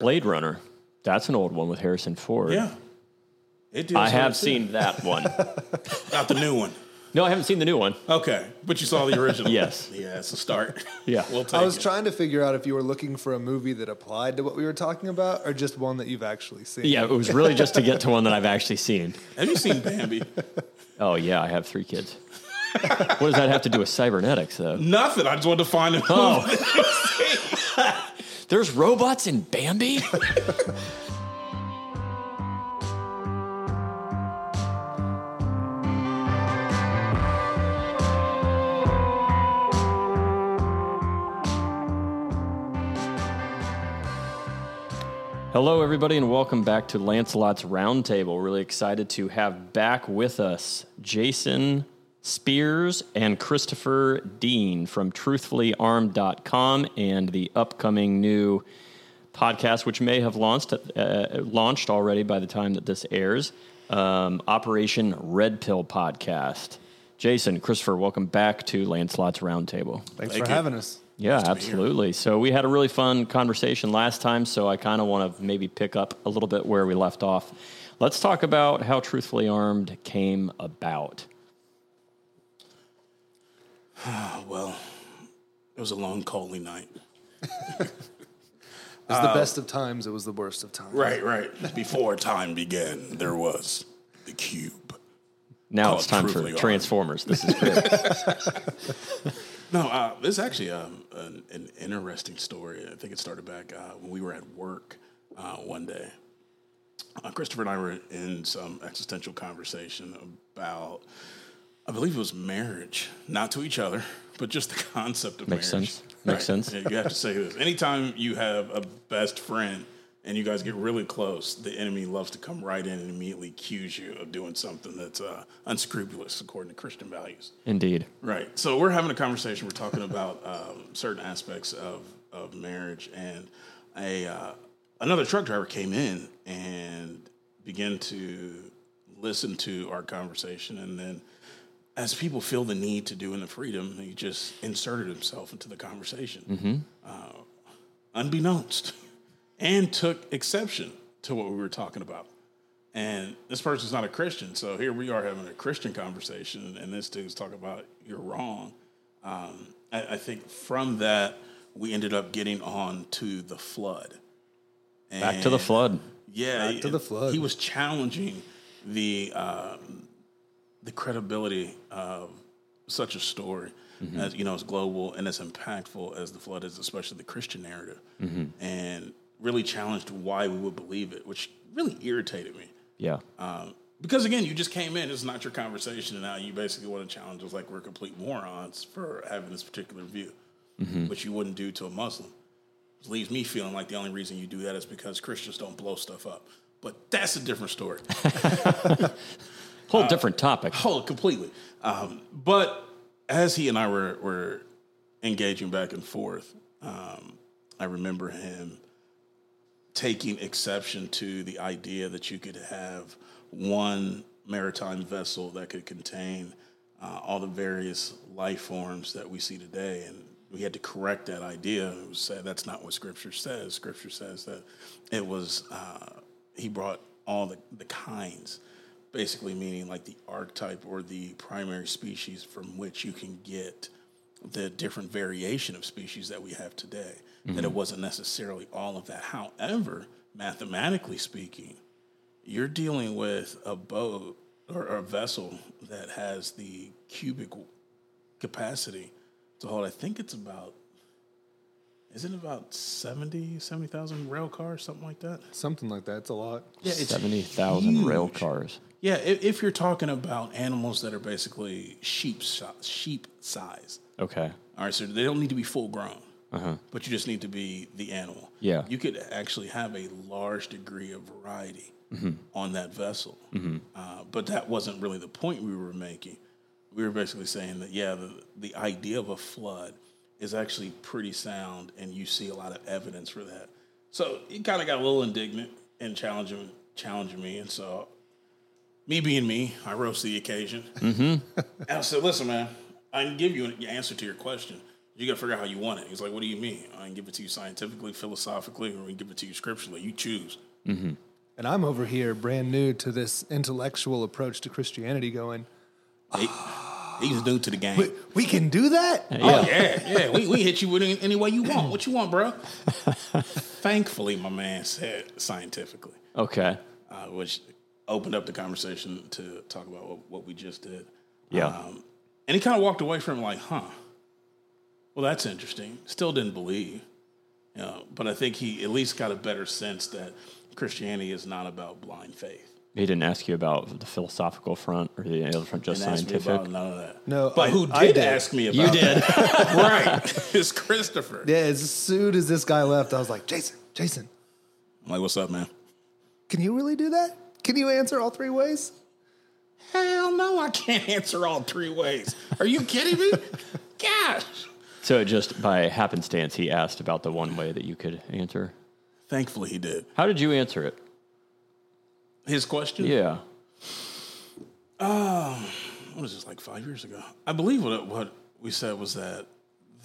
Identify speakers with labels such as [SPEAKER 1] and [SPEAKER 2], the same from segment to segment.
[SPEAKER 1] Blade Runner. That's an old one with Harrison Ford.
[SPEAKER 2] Yeah. It deals
[SPEAKER 1] I
[SPEAKER 2] with
[SPEAKER 1] have
[SPEAKER 2] it,
[SPEAKER 1] seen that one.
[SPEAKER 2] too. Not the new one.
[SPEAKER 1] No, I haven't seen the new one.
[SPEAKER 2] Okay. But you saw the original.
[SPEAKER 1] Yes.
[SPEAKER 2] Yeah, it's a start.
[SPEAKER 1] Yeah.
[SPEAKER 2] We'll take
[SPEAKER 3] I was
[SPEAKER 2] it.
[SPEAKER 3] trying to figure out if you were looking for a movie that applied to what we were talking about, or just one that you've actually seen.
[SPEAKER 1] Yeah, it was really just to get to one that I've actually seen.
[SPEAKER 2] have you seen Bambi?
[SPEAKER 1] Oh yeah, I have three kids. what does that have to do with cybernetics, though?
[SPEAKER 2] Nothing. I just wanted to find a movie.
[SPEAKER 1] Oh. There's robots in Bambi. Hello, everybody, and welcome back to Lancelot's Roundtable. Really excited to have back with us Jason Spears and Christopher Dean from TruthfullyArmed.com and the upcoming new podcast, which may have launched uh, launched already by the time that this airs. Um, Operation Red Pill podcast. Jason, Christopher, welcome back to Lancelot's Roundtable.
[SPEAKER 3] Thanks
[SPEAKER 2] Thank
[SPEAKER 3] for
[SPEAKER 2] you.
[SPEAKER 3] having us.
[SPEAKER 1] Yeah, absolutely. So we had a really fun conversation last time, so I kind of want to maybe pick up a little bit where we left off. Let's talk about how Truthfully Armed came about.
[SPEAKER 2] Oh, well, it was a long, coldly night.
[SPEAKER 3] It was the best of times. It was the worst of times.
[SPEAKER 2] Right, right. Before time began, there was the cube.
[SPEAKER 1] Now
[SPEAKER 2] Oh,
[SPEAKER 1] it's time for
[SPEAKER 2] Truthfully Armed.
[SPEAKER 1] Transformers. This is great.
[SPEAKER 2] No, uh, this is actually um, an, an interesting story. I think it started back uh, when we were at work uh, one day. Uh, Christopher and I were in some existential conversation about, I believe it was marriage, not to each other, but just the concept of
[SPEAKER 1] Makes
[SPEAKER 2] marriage.
[SPEAKER 1] sense. Makes sense.
[SPEAKER 2] Yeah, You have to say this. Anytime you have a best friend and you guys get really close, the enemy loves to come right in and immediately accuse you of doing something that's uh, unscrupulous according to Christian values.
[SPEAKER 1] Indeed.
[SPEAKER 2] Right. So we're having a conversation. We're talking about um, certain aspects of, of marriage, and a uh, another truck driver came in and began to listen to our conversation, and then as people feel the need to do in the freedom, he just inserted himself into the conversation, uh, unbeknownst, and took exception to what we were talking about. And this person's not a Christian, so here we are having a Christian conversation, and this dude's talking about you're wrong. Um, I, I think from that we ended up getting on to the flood.
[SPEAKER 1] Back to the
[SPEAKER 2] And-
[SPEAKER 1] flood.
[SPEAKER 2] yeah,
[SPEAKER 3] Back to the
[SPEAKER 2] it-
[SPEAKER 3] flood.
[SPEAKER 2] He was challenging the um, the credibility of such a story,
[SPEAKER 3] Mm-hmm.
[SPEAKER 2] as you know, as global and as impactful as the flood is, especially the Christian narrative,
[SPEAKER 3] Mm-hmm.
[SPEAKER 2] and really challenged why we would believe it, which really irritated me.
[SPEAKER 1] Yeah.
[SPEAKER 2] Um, because again, you just came in. It's not your conversation, and now you basically want to challenge us like we're complete morons for having this particular view, which you wouldn't do to a Muslim. It leaves me feeling like the only reason you do that is because Christians don't blow stuff up. But that's a different story,
[SPEAKER 1] Whole
[SPEAKER 2] uh,
[SPEAKER 1] different topic.
[SPEAKER 2] whole completely. Um, but as he and I were were engaging back and forth, um, I remember him taking exception to the idea that you could have one maritime vessel that could contain uh, all the various life forms that we see today. And we had to correct that idea and say that's not what Scripture says. Scripture says that it was, uh, he brought all the, the kinds, basically meaning like the archetype or the primary species from which you can get the different variation of species that we have today. That it wasn't necessarily all of that. However, mathematically speaking, you're dealing with a boat or, or a vessel that has the cubic capacity to hold, I think it's about, is it about 70, 70,000 rail cars, something like that?
[SPEAKER 3] Something like that. It's a lot.
[SPEAKER 2] Yeah, it's
[SPEAKER 1] 70,000 rail
[SPEAKER 2] huge.
[SPEAKER 1] cars.
[SPEAKER 2] Yeah, if, if you're talking about animals that are basically sheep, si- sheep size,
[SPEAKER 1] Okay.
[SPEAKER 2] all right, so they don't need to be full grown, but you just need to be the animal.
[SPEAKER 1] Yeah.
[SPEAKER 2] You could actually have a large degree of variety on that vessel. Uh, but that wasn't really the point we were making. We were basically saying that, yeah, the, the idea of a flood is actually pretty sound, and you see a lot of evidence for that. So he kind of got a little indignant and challenging, challenging me. And so, me being me, I rose to the occasion. And I said, listen, man, I can give you an answer to your question, You got to figure out how you want it. He's like, what do you mean? I can give it to you scientifically, philosophically, or we can give it to you scripturally. You choose.
[SPEAKER 3] And I'm over here brand new to this intellectual approach to Christianity going,
[SPEAKER 2] He- he's new to the game.
[SPEAKER 3] "We- we can do that?
[SPEAKER 2] Oh yeah, yeah. We, we hit you with any, any way you want. What you want, bro? Thankfully, my man said scientifically,
[SPEAKER 1] Okay.
[SPEAKER 2] uh, which opened up the conversation to talk about what, what we just did.
[SPEAKER 1] Yeah.
[SPEAKER 2] Um, and he kind of walked away from it like, huh. Well, that's interesting. Still didn't believe. You know, but I think he at least got a better sense that Christianity is not about blind faith.
[SPEAKER 1] he didn't ask you about the philosophical front or the other front, just
[SPEAKER 2] And asked me
[SPEAKER 1] scientific.
[SPEAKER 2] about none of that.
[SPEAKER 3] No,
[SPEAKER 2] but
[SPEAKER 3] I-
[SPEAKER 2] who did,
[SPEAKER 3] I did.
[SPEAKER 2] ask me about
[SPEAKER 1] you did.
[SPEAKER 2] that? right? It's Christopher.
[SPEAKER 3] Yeah, as soon as this guy left, I was like, Jason, Jason,
[SPEAKER 2] I'm like, what's up, man?
[SPEAKER 3] can you really do that? Can you answer all three ways?
[SPEAKER 2] Hell no, I can't answer all three ways. Are you kidding me? Gosh.
[SPEAKER 1] so it just by happenstance, he asked about the one way that you could answer.
[SPEAKER 2] Thankfully, he did.
[SPEAKER 1] How did you answer it?
[SPEAKER 2] His question?
[SPEAKER 1] Yeah.
[SPEAKER 2] What was this, like five years ago? I believe what, what we said was that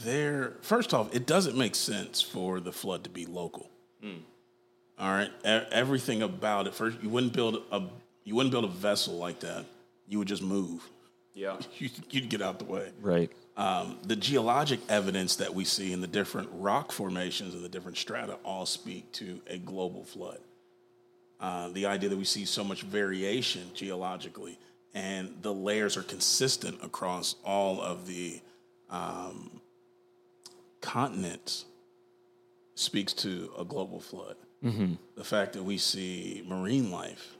[SPEAKER 2] there, first off, it doesn't make sense for the flood to be local. All right. E- everything about it, first, you wouldn't build a, you wouldn't build a vessel like that. You would just move.
[SPEAKER 1] Yeah.
[SPEAKER 2] You, you'd get out the way.
[SPEAKER 1] Right.
[SPEAKER 2] um, the geologic evidence that we see in the different rock formations and the different strata all speak to a global flood. Uh, the idea that we see so much variation geologically and the layers are consistent across all of the um, continents speaks to a global flood. The fact that we see marine life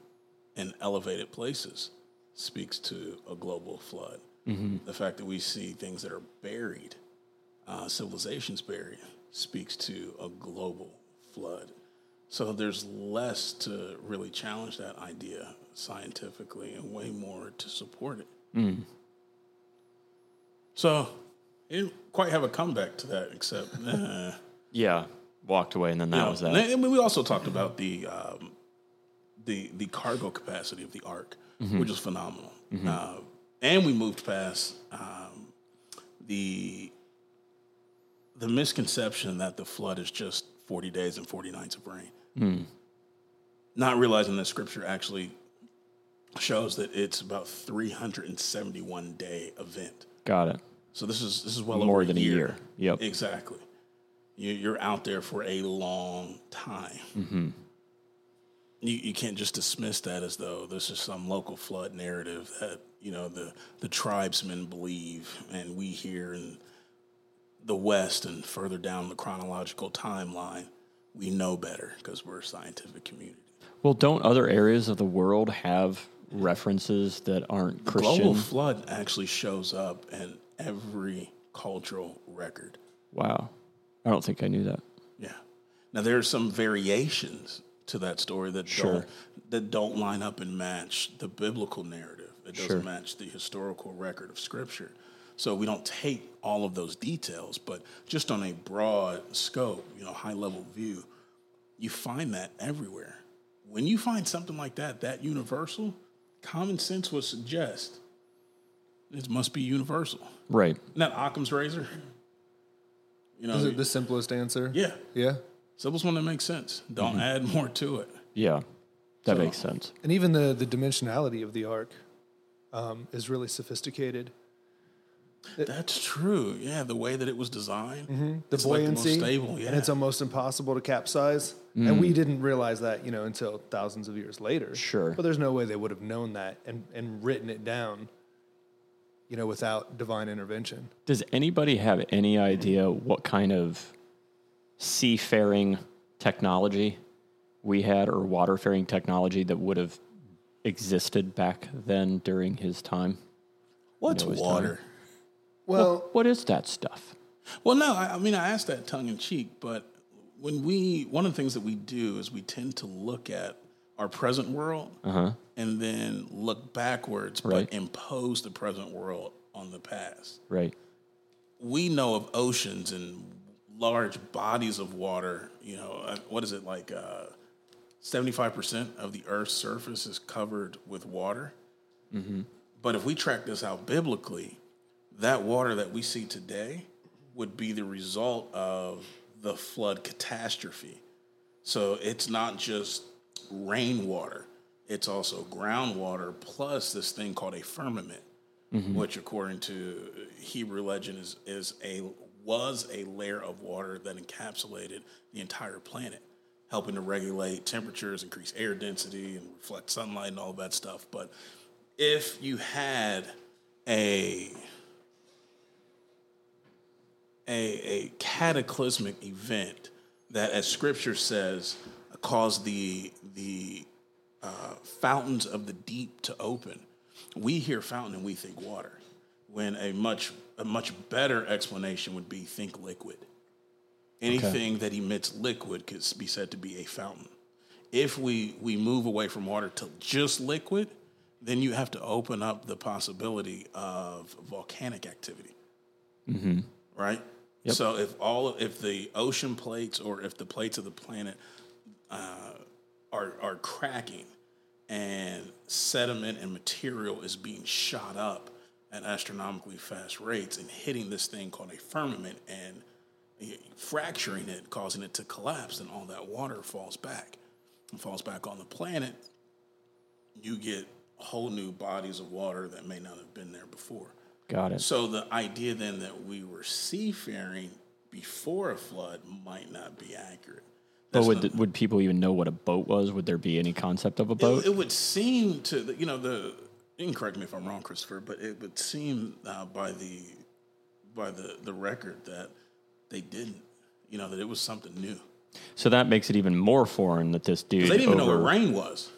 [SPEAKER 2] in elevated places speaks to a global flood. The fact that we see things that are buried, uh, civilizations buried, speaks to a global flood. So there's less to really challenge that idea scientifically and way more to support it. So he didn't quite have a comeback to that, except. eh.
[SPEAKER 1] Yeah. Walked away, and then that was that.
[SPEAKER 2] And we also talked about the um, the the cargo capacity of the Ark,
[SPEAKER 1] Mm-hmm.
[SPEAKER 2] which is phenomenal. Uh, and we moved past um, the the misconception that the flood is just forty days and forty nights of rain.
[SPEAKER 1] Hmm.
[SPEAKER 2] Not realizing that Scripture actually shows that it's about three hundred and seventy one day event.
[SPEAKER 1] Got it.
[SPEAKER 2] So this is this is well
[SPEAKER 1] More
[SPEAKER 2] over
[SPEAKER 1] than a
[SPEAKER 2] year.
[SPEAKER 1] year. Yep.
[SPEAKER 2] Exactly. You, you're out there for a long time. You you can't just dismiss that as though this is some local flood narrative that you know the the tribesmen believe, and we here in the West and further down the chronological timeline, we know better because we're a scientific community.
[SPEAKER 1] Well, don't other areas of the world have references that aren't Christian?
[SPEAKER 2] Global flood actually shows up in every cultural record.
[SPEAKER 1] Wow. I don't think I knew that.
[SPEAKER 2] Yeah. Now there are some variations to that story that
[SPEAKER 1] Sure.
[SPEAKER 2] don't that don't line up and match the biblical narrative. It doesn't
[SPEAKER 1] Sure.
[SPEAKER 2] match the historical record of scripture. So we don't take all of those details, but just on a broad scope, you know, high level view, you find that everywhere. When you find something like that, that universal, common sense would suggest it must be universal.
[SPEAKER 1] Right.
[SPEAKER 2] Isn't that Occam's razor? You know,
[SPEAKER 3] Is it the simplest answer?
[SPEAKER 2] yeah.
[SPEAKER 3] Yeah.
[SPEAKER 2] Syllables one that makes sense. Don't
[SPEAKER 3] Mm-hmm.
[SPEAKER 2] add more to it.
[SPEAKER 1] Yeah. That makes sense.
[SPEAKER 3] And even the, the dimensionality of the arc um, is really sophisticated.
[SPEAKER 2] That's true. Yeah, the way that it was designed,
[SPEAKER 3] Mm-hmm. The
[SPEAKER 2] it's like the most
[SPEAKER 3] buoyancy,
[SPEAKER 2] stable. Yeah, Mm.
[SPEAKER 3] and it's almost impossible to capsize. And we didn't realize that, you know, until thousands of years later.
[SPEAKER 1] Sure.
[SPEAKER 3] But there's no way they would have known that and, and written it down, you know, without divine intervention.
[SPEAKER 1] Does anybody have any idea what kind of seafaring technology we had or waterfaring technology that would have existed back then during his time?
[SPEAKER 2] what's
[SPEAKER 1] always
[SPEAKER 2] water?
[SPEAKER 3] Well,
[SPEAKER 1] What is that stuff?
[SPEAKER 2] Well, no, I, I mean I asked that tongue in cheek, but when we one of the things that we do is we tend to look at our present world
[SPEAKER 3] Uh-huh.
[SPEAKER 2] and then look backwards,
[SPEAKER 1] Right.
[SPEAKER 2] but impose the present world on the past.
[SPEAKER 1] Right.
[SPEAKER 2] we know of oceans and large bodies of water. You know, uh, what is it like? Seventy-five percent of the Earth's surface is covered with water. But if we track this out biblically, that water that we see today would be the result of the flood catastrophe. So it's not just rainwater, it's also groundwater plus this thing called a firmament, which according to Hebrew legend is, is a was a layer of water that encapsulated the entire planet, helping to regulate temperatures, increase air density, and reflect sunlight and all that stuff. But if you had a a, a cataclysmic event that, as Scripture says, caused the the uh, fountains of the deep to open. We hear fountain and we think water, when a much a much better explanation would be think liquid. Anything that emits liquid could be said to be a fountain. If we we move away from water to just liquid, then you have to open up the possibility of volcanic activity right? So if all if the ocean plates or if the plates of the planet uh, are are cracking and sediment and material is being shot up at astronomically fast rates and hitting this thing called a firmament and fracturing it, causing it to collapse, and all that water falls back and falls back on the planet, you get whole new bodies of water that may not have been there before.
[SPEAKER 1] Got it.
[SPEAKER 2] So the idea then that we were seafaring before a flood might not be accurate.
[SPEAKER 1] But would th- would people even know what a boat was? Would there be any concept of a boat?
[SPEAKER 2] It, it would seem to the- you know the. You can correct me if I'm wrong, Christopher, but it would seem uh, by the by the the record that they didn't. You know that it was something new.
[SPEAKER 1] so that makes it even more foreign that this dude.
[SPEAKER 2] They didn't even know
[SPEAKER 1] over-
[SPEAKER 2] what rain was.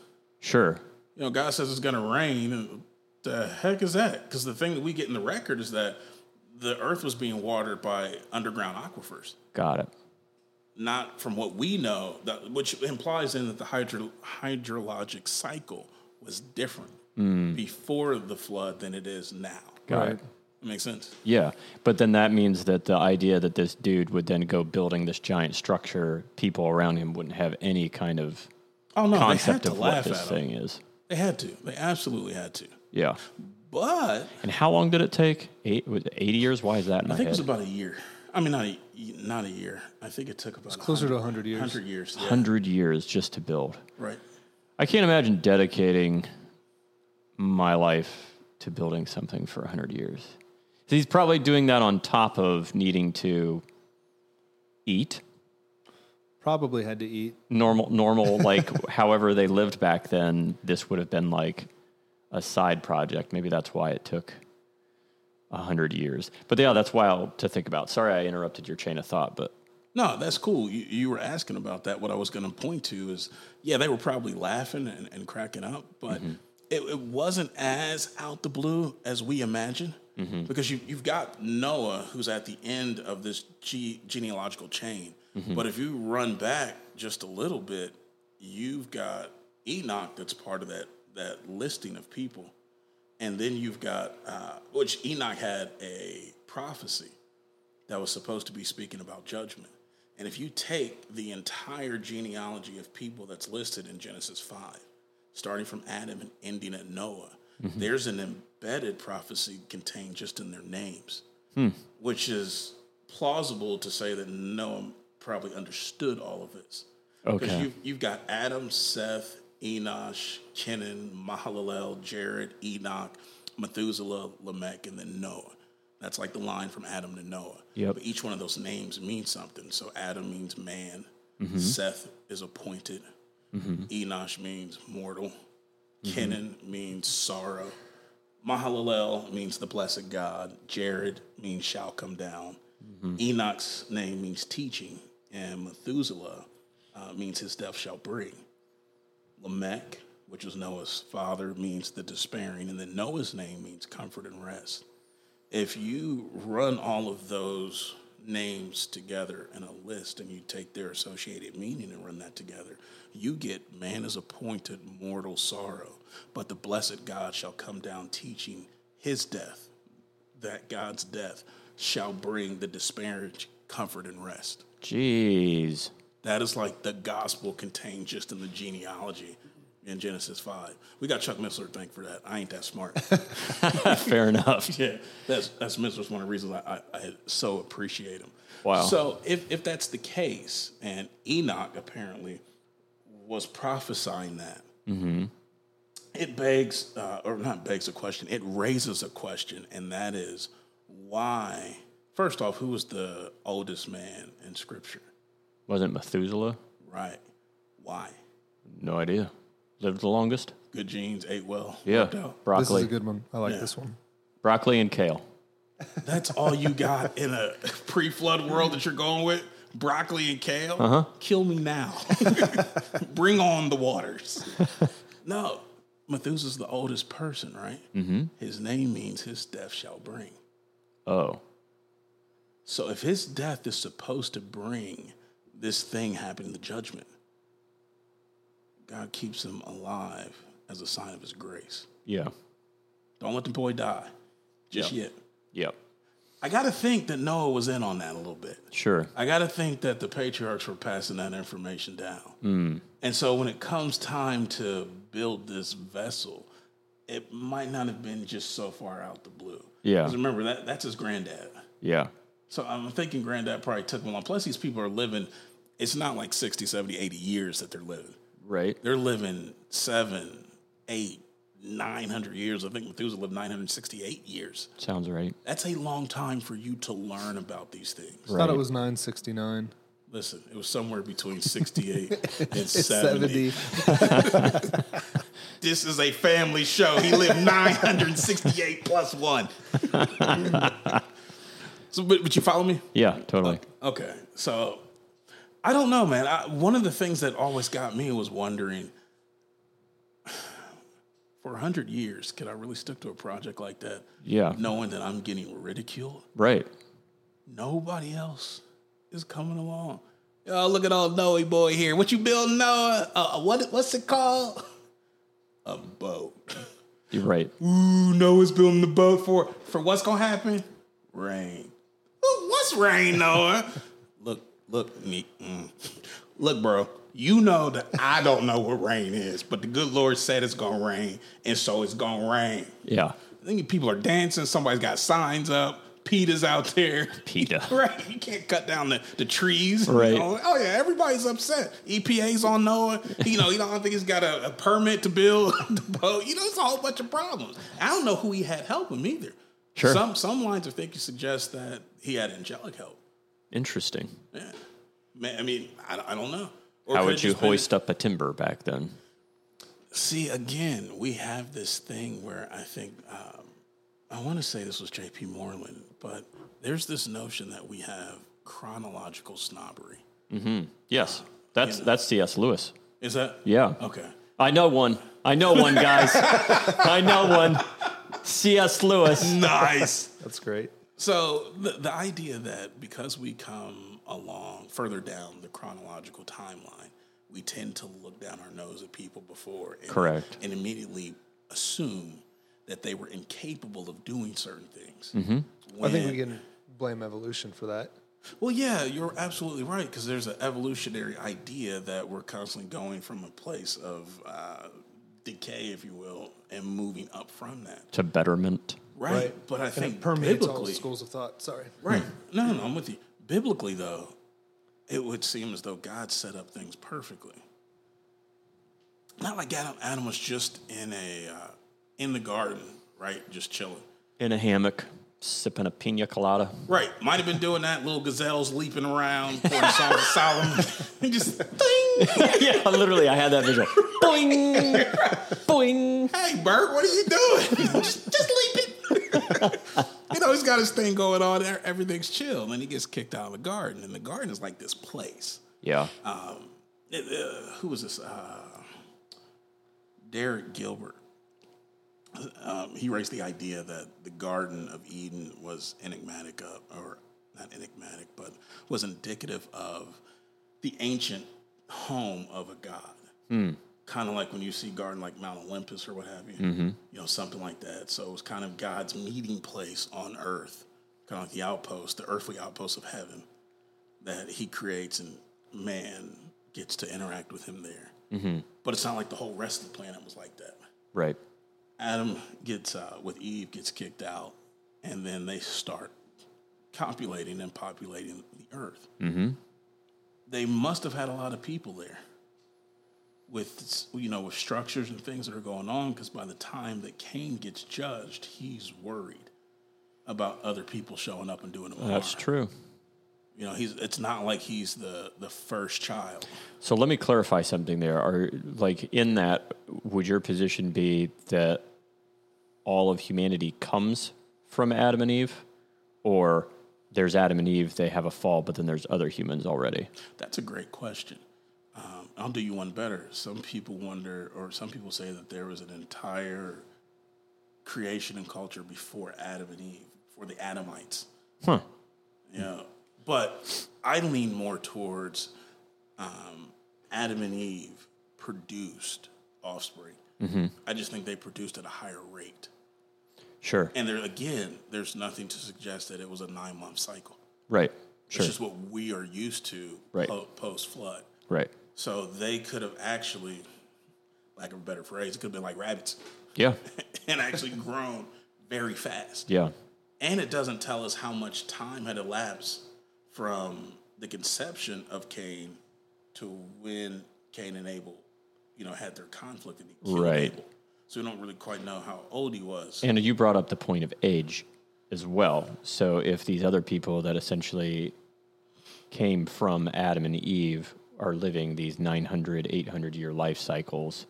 [SPEAKER 1] Sure.
[SPEAKER 2] You know, God says it's going to rain. And the heck is that? Because the thing that we get in the record is that the Earth was being watered by underground aquifers.
[SPEAKER 1] Got it.
[SPEAKER 2] not from what we know, that, which implies then that the hydro, hydrologic cycle was different before the flood than it is now.
[SPEAKER 1] Hmm. Got
[SPEAKER 3] Right.
[SPEAKER 1] it.
[SPEAKER 2] Makes sense.
[SPEAKER 1] Yeah, but then that means that the idea that this dude would then go building this giant structure, people around him wouldn't have any kind of
[SPEAKER 2] Oh no, they had
[SPEAKER 1] concept
[SPEAKER 2] to
[SPEAKER 1] of what
[SPEAKER 2] laugh at
[SPEAKER 1] this
[SPEAKER 2] them.
[SPEAKER 1] thing is.
[SPEAKER 2] They had to. They absolutely had to.
[SPEAKER 1] Yeah.
[SPEAKER 2] But
[SPEAKER 1] And how long did it take? Eight, was it 80 years? Why is that in my
[SPEAKER 2] I think it
[SPEAKER 1] head?
[SPEAKER 2] was about a year. I mean, not a, not a year. I think it took about
[SPEAKER 3] closer to 100 years.
[SPEAKER 2] Hundred years. yeah.
[SPEAKER 1] 100 years just to build.
[SPEAKER 2] Right.
[SPEAKER 1] I can't imagine dedicating my life to building something for 100 years. So he's probably doing that on top of needing to eat
[SPEAKER 3] Probably had to eat.
[SPEAKER 1] normal normal like however they lived back then this would have been like a side project maybe that's why it took 100 years but yeah that's wild to think about sorry i interrupted your chain of thought but
[SPEAKER 2] No, that's cool. You, you were asking about that. What I was going to point to is, yeah, they were probably laughing and, and cracking up, but it, it wasn't as out the blue as we imagine. Because you, you've got Noah, who's at the end of this ge- genealogical chain. But if you run back just a little bit, you've got Enoch that's part of that, that listing of people. And then you've got, uh, which Enoch had a prophecy that was supposed to be speaking about judgment. And if you take the entire genealogy of people that's listed in Genesis 5, starting from Adam and ending at Noah, there's an embedded prophecy contained just in their names, which is plausible to say that Noah probably understood all of this. Because
[SPEAKER 1] Okay.
[SPEAKER 2] you've, you've got Adam, Seth, Enosh, Kenan, Mahalalel, Jared, Enoch, Methuselah, Lamech, and then Noah. That's like the line from Adam to Noah.
[SPEAKER 1] Yep.
[SPEAKER 2] But each one of those names means something. So Adam means man, Seth is appointed, Enosh means mortal, Kenan means sorrow, Mahalalel means the blessed God, Jared means shall come down, Enoch's name means teaching, and Methuselah uh, means his death shall bring. Lamech, which was Noah's father, means the despairing, and then Noah's name means comfort and rest. If you run all of those names together in a list and you take their associated meaning and run that together, you get man is appointed mortal sorrow, but the blessed God shall come down teaching his death, that God's death shall bring the despairing comfort and rest.
[SPEAKER 1] jeez
[SPEAKER 2] That is like the gospel contained just in the genealogy in Genesis five. We got Chuck Missler to thank for that. I ain't that smart.
[SPEAKER 1] Fair enough.
[SPEAKER 2] yeah, that's that's Missler's one of the reasons I, I, I so appreciate him.
[SPEAKER 1] Wow.
[SPEAKER 2] So if if that's the case, and Enoch apparently was prophesying that,
[SPEAKER 1] Mm-hmm.
[SPEAKER 2] it begs uh, or not begs a question. It raises a question, and that is why. First off, who was the oldest man in Scripture?
[SPEAKER 1] Wasn't Methuselah?
[SPEAKER 2] Right? Why?
[SPEAKER 1] No idea. Lived the longest?
[SPEAKER 2] Good genes ate well.
[SPEAKER 1] Yeah.
[SPEAKER 2] worked out.
[SPEAKER 3] This is
[SPEAKER 1] Broccoli.
[SPEAKER 3] a good one. I like this one.
[SPEAKER 1] Broccoli and kale.
[SPEAKER 2] That's all you got in a pre-flood world that you're going with? Broccoli and kale? Uh-huh. Kill me now. Bring on the waters. no, Methuselah's the oldest person, right? Mm-hmm. His name means his death shall bring.
[SPEAKER 1] Oh.
[SPEAKER 2] So if his death is supposed to bring this thing happening, the judgment, God keeps him alive as a sign of his grace.
[SPEAKER 1] Yeah.
[SPEAKER 2] Don't let the boy die just
[SPEAKER 1] Yeah.
[SPEAKER 2] yet.
[SPEAKER 1] Yep.
[SPEAKER 2] I got to think that Noah was in on that a little bit.
[SPEAKER 1] Sure.
[SPEAKER 2] I got to think that the patriarchs were passing that information down. And so when it comes time to build this vessel, it might not have been just so far out the blue.
[SPEAKER 1] Yeah.
[SPEAKER 2] 'Cause remember, that, that's his granddad.
[SPEAKER 1] Yeah.
[SPEAKER 2] So I'm thinking granddad probably took him along. Plus, these people are living, it's not like 60, 70, 80 years that they're living.
[SPEAKER 1] Right.
[SPEAKER 2] They're living seven, eight, 900 years. I think Methuselah lived 968 years.
[SPEAKER 1] Sounds right.
[SPEAKER 2] That's a long time for you to learn about these things.
[SPEAKER 3] I thought it was 969.
[SPEAKER 2] Listen, it was somewhere between 68 and 70.
[SPEAKER 3] 70.
[SPEAKER 2] This is a family show. He lived 968 plus one. so, but, but you follow me?
[SPEAKER 1] Yeah, totally.
[SPEAKER 2] Okay. So, I don't know, man. I, one of the things that always got me was wondering for 100 years, could I really stick to a project like that?
[SPEAKER 1] Yeah.
[SPEAKER 2] Knowing that I'm getting ridiculed?
[SPEAKER 1] Right.
[SPEAKER 2] Nobody else is coming along. Oh, look at old Noah boy here. What you building, Noah? Uh, what what's it called? A boat.
[SPEAKER 1] You're right.
[SPEAKER 2] Ooh, Noah's building the boat for for what's gonna happen? Rain. Ooh, what's rain, Noah? look, look, me. mm. Look, bro. You know that I don't know what rain is, but the good Lord said it's gonna rain, and so it's gonna rain.
[SPEAKER 1] Yeah.
[SPEAKER 2] I think people are dancing. Somebody's got signs up. PETA's out there.
[SPEAKER 1] PETA.
[SPEAKER 2] right. You can't cut down the, the trees. you
[SPEAKER 1] Right.
[SPEAKER 2] know. Oh, yeah. Everybody's upset. EPA's on Noah. You know, you know, I don't think he's got a, a permit to build the boat. You know, it's a whole bunch of problems. I don't know who he had help him either.
[SPEAKER 1] Sure.
[SPEAKER 2] Some, some lines of thinking suggest that he had angelic help.
[SPEAKER 1] Interesting.
[SPEAKER 2] Yeah. Man, I mean, I, I don't know. Or
[SPEAKER 1] How
[SPEAKER 2] could
[SPEAKER 1] would
[SPEAKER 2] it
[SPEAKER 1] you
[SPEAKER 2] just been-
[SPEAKER 1] hoist up a timber back then?
[SPEAKER 2] See, again, we have this thing where I think, um, I want to say this was J.P. Moreland, but there's this notion that we have chronological snobbery.
[SPEAKER 1] Yes. That's that's C.S. Lewis.
[SPEAKER 2] Is that?
[SPEAKER 1] Yeah.
[SPEAKER 2] Okay.
[SPEAKER 1] I know one. I know one, guys. I know one. C.S. Lewis.
[SPEAKER 2] Nice.
[SPEAKER 3] That's great.
[SPEAKER 2] so the, the idea that because we come along further down the chronological timeline, we tend to look down our nose at people before. And,
[SPEAKER 1] Correct.
[SPEAKER 2] And immediately assume that they were incapable of doing certain things.
[SPEAKER 3] Mm-hmm. I think
[SPEAKER 2] When-
[SPEAKER 3] we can blame evolution for that.
[SPEAKER 2] Well, yeah, you're absolutely right because there's an evolutionary idea that we're constantly going from a place of uh, decay, if you will, and moving up from that.
[SPEAKER 1] To betterment.
[SPEAKER 2] Right. But I
[SPEAKER 3] And
[SPEAKER 2] think
[SPEAKER 3] it permeates all
[SPEAKER 2] biblically,
[SPEAKER 3] schools of thought. Sorry.
[SPEAKER 2] right? No, no, no, I'm with you. Biblically, though, it would seem as though God set up things perfectly. Not like Adam. Adam was just in a uh, in the garden, right, just chilling.
[SPEAKER 1] In a hammock, sipping a pina colada.
[SPEAKER 2] Right. Might have been doing that. Little gazelles leaping around, pouring Song of Solomon. just ding.
[SPEAKER 1] yeah, literally, I had that visual. Boing. Boing.
[SPEAKER 2] hey, Bert, what are you doing? just, just leave it. you know, he's got his thing going on. there. Everything's chill. And then he gets kicked out of the garden. And the garden is like this place.
[SPEAKER 1] Yeah.
[SPEAKER 2] It, uh, who was this? Uh, Derek Gilbert. Um, he raised the idea that the Garden of Eden was enigmatic of, or not enigmatic, but was indicative of the ancient home of a god. Kind of like when you see garden like Mount Olympus or what have you, you know, something like that. So it was kind of God's meeting place on earth, kind of like the outpost, the earthly outpost of heaven that he creates and man gets to interact with him there. But it's not like the whole rest of the planet was like that.
[SPEAKER 1] Right.
[SPEAKER 2] Adam gets uh, with Eve gets kicked out, and then they start copulating and populating the earth. Mm-hmm. They must have had a lot of people there with you know with structures and things that are going on because by the time that Cain gets judged, he's worried about other people showing up and doing him
[SPEAKER 1] That's
[SPEAKER 2] harm.
[SPEAKER 1] true.
[SPEAKER 2] You know, he's it's not like he's the the first child.
[SPEAKER 1] So let me clarify something there. Are like in that would your position be that all of humanity comes from Adam and Eve or there's Adam and Eve, they have a fall, but then there's other humans already.
[SPEAKER 2] That's a great question. Um, I'll do you one better. Some people wonder, or some people say that there was an entire creation and culture before Adam and Eve, before the Adamites.
[SPEAKER 1] Huh.
[SPEAKER 2] You know, but I lean more towards um, Adam and Eve produced offspring. I just think they produced at a higher rate.
[SPEAKER 1] Sure.
[SPEAKER 2] And there again, there's nothing to suggest that it was a nine month cycle.
[SPEAKER 1] Right.
[SPEAKER 2] It's
[SPEAKER 1] Sure.
[SPEAKER 2] just what we are used to
[SPEAKER 1] Right.
[SPEAKER 2] post flood.
[SPEAKER 1] Right.
[SPEAKER 2] So they could have actually, lack of a better phrase, it could have been like rabbits
[SPEAKER 1] Yeah.
[SPEAKER 2] and actually grown very fast.
[SPEAKER 1] Yeah.
[SPEAKER 2] And it doesn't tell us how much time had elapsed from the conception of Cain to when Cain and Abel, you know, had their conflict and he killed
[SPEAKER 1] Right.
[SPEAKER 2] Abel. So we don't really quite know how old he was.
[SPEAKER 1] And you brought up the point of age as well. So if these other people that essentially came from Adam and Eve are living these 900, 800 year life cycles,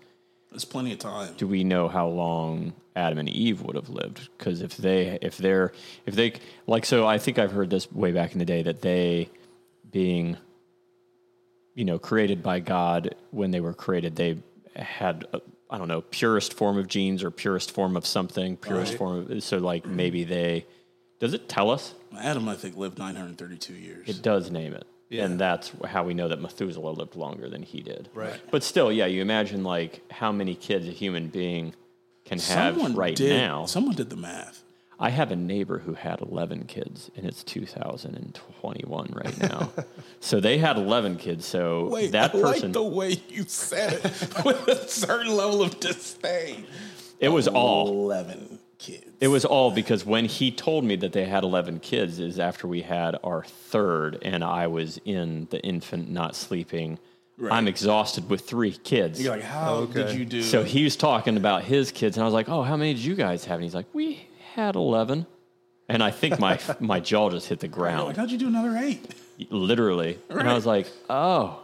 [SPEAKER 2] There's plenty of time.
[SPEAKER 1] do we know how long Adam and Eve would have lived? Because if they, if they're, if they, like, so I think I've heard this way back in the day that they being, you know, created by God when they were created, they had, I I don't know, purest form of genes or purest form of something, purest
[SPEAKER 3] Right.
[SPEAKER 1] form of, so like maybe they, does it tell us?
[SPEAKER 2] Adam, I think, lived 932 years.
[SPEAKER 1] It does name it.
[SPEAKER 3] Yeah.
[SPEAKER 1] And that's how we know that Methuselah lived longer than he did.
[SPEAKER 3] Right.
[SPEAKER 1] But still, yeah, you imagine like how many kids a human being can have right
[SPEAKER 2] did,
[SPEAKER 1] now.
[SPEAKER 2] Someone did the math.
[SPEAKER 1] I have a neighbor who had 11 kids and it's 2021 right now. so they had 11 kids. So
[SPEAKER 2] Wait,
[SPEAKER 1] that
[SPEAKER 2] I
[SPEAKER 1] person,
[SPEAKER 2] like the way you said it with a certain level of disdain.
[SPEAKER 1] it was all.
[SPEAKER 2] eleven kids.
[SPEAKER 1] It was all because when he told me that they had 11 kids is after we had our third and I was in the infant not sleeping.
[SPEAKER 2] Right.
[SPEAKER 1] I'm exhausted with three kids.
[SPEAKER 2] You're like, how did
[SPEAKER 3] Okay.
[SPEAKER 2] you do?
[SPEAKER 1] So he was talking about his kids, and I was like, "Oh, how many did you guys have?" And he's like, "We had 11. And I think my my jaw just hit the
[SPEAKER 2] You're like,
[SPEAKER 1] ground,
[SPEAKER 2] how'd you do another eight?
[SPEAKER 1] literally. And I was like, "Oh,"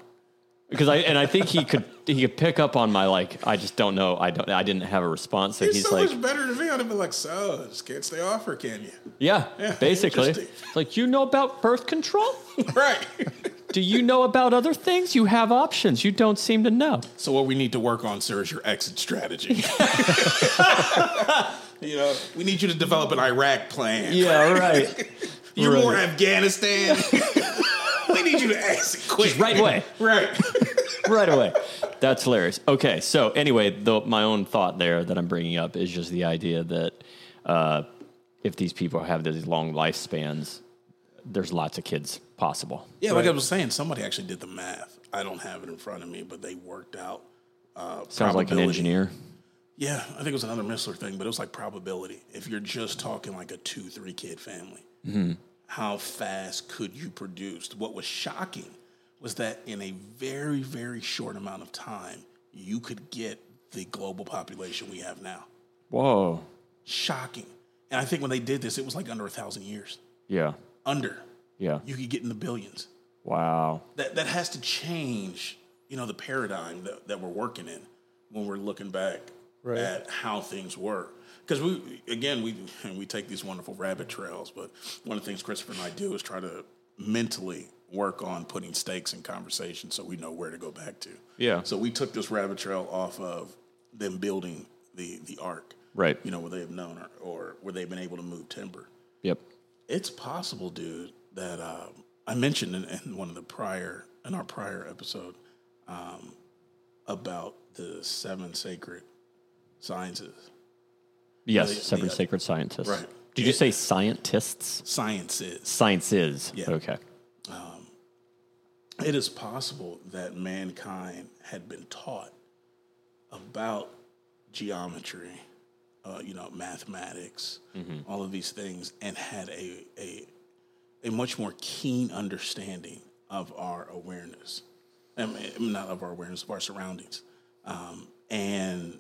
[SPEAKER 1] because I and I think he could he could pick up on my like, I just don't know, I don't, I didn't have a response. So
[SPEAKER 2] You're
[SPEAKER 1] he's
[SPEAKER 2] so
[SPEAKER 1] like,
[SPEAKER 2] much better than me. I'd have been like, so just can't stay off her, can you?
[SPEAKER 1] "Yeah,
[SPEAKER 2] Yeah,
[SPEAKER 1] basically."
[SPEAKER 2] interesting.
[SPEAKER 1] It's like, "You know about birth control?
[SPEAKER 2] right.
[SPEAKER 1] Do you know about other things? You have options. You don't seem to know."
[SPEAKER 2] So what we need to work on, sir, is your exit strategy. you know, we need you to develop an Iraq plan.
[SPEAKER 1] Yeah, right.
[SPEAKER 2] You're more
[SPEAKER 1] right.
[SPEAKER 2] Afghanistan. we need you to exit quick.
[SPEAKER 1] Just right away.
[SPEAKER 2] Right.
[SPEAKER 1] right away. That's hilarious. Okay, so anyway, the, my own thought there that I'm bringing up is just the idea that uh, if these people have these long lifespans, there's lots of kids possible.
[SPEAKER 2] Yeah, like I
[SPEAKER 3] Right.
[SPEAKER 2] was saying, somebody actually did the math. I don't have it in front of me, but they worked out. Uh,
[SPEAKER 1] Sounds like an
[SPEAKER 2] probability.
[SPEAKER 1] engineer.
[SPEAKER 2] Yeah, I think it was another Missler thing, but it was like probability. If you're just talking like a two, three kid family, how fast could you produce? What was shocking was that in a very, very short amount of time, you could get the global population we have now.
[SPEAKER 1] Whoa.
[SPEAKER 2] Shocking. And I think when they did this, it was like under a thousand years.
[SPEAKER 1] Yeah.
[SPEAKER 2] Under.
[SPEAKER 1] Yeah.
[SPEAKER 2] You could get in the billions.
[SPEAKER 1] Wow.
[SPEAKER 2] that that has to change you know the paradigm that, that we're working in when we're looking back
[SPEAKER 3] Right.
[SPEAKER 2] at how things were because we again we we take these wonderful rabbit trails but one of the things christopher and i do is try to mentally work on putting stakes in conversation so we know where to go back to
[SPEAKER 1] Yeah.
[SPEAKER 2] so we took this rabbit trail off of them building the the ark
[SPEAKER 1] Right.
[SPEAKER 2] you know where they've known or, or where they've been able to move timber
[SPEAKER 1] Yep.
[SPEAKER 2] it's possible, dude, that um, I mentioned in, in one of the prior in our prior episode um, about the seven sacred sciences,
[SPEAKER 1] Yes,
[SPEAKER 2] The- the
[SPEAKER 1] seven
[SPEAKER 2] other-
[SPEAKER 1] sacred scientists.
[SPEAKER 2] Right.
[SPEAKER 1] Did you say scientists?
[SPEAKER 2] sciences.
[SPEAKER 1] Sciences.
[SPEAKER 2] Yeah.
[SPEAKER 1] Okay.
[SPEAKER 2] it is possible that mankind had been taught about geometry, uh, you know, mathematics, all of these things, and had a, a a much more keen understanding of our awareness, I mean, not of our awareness of our surroundings, um, and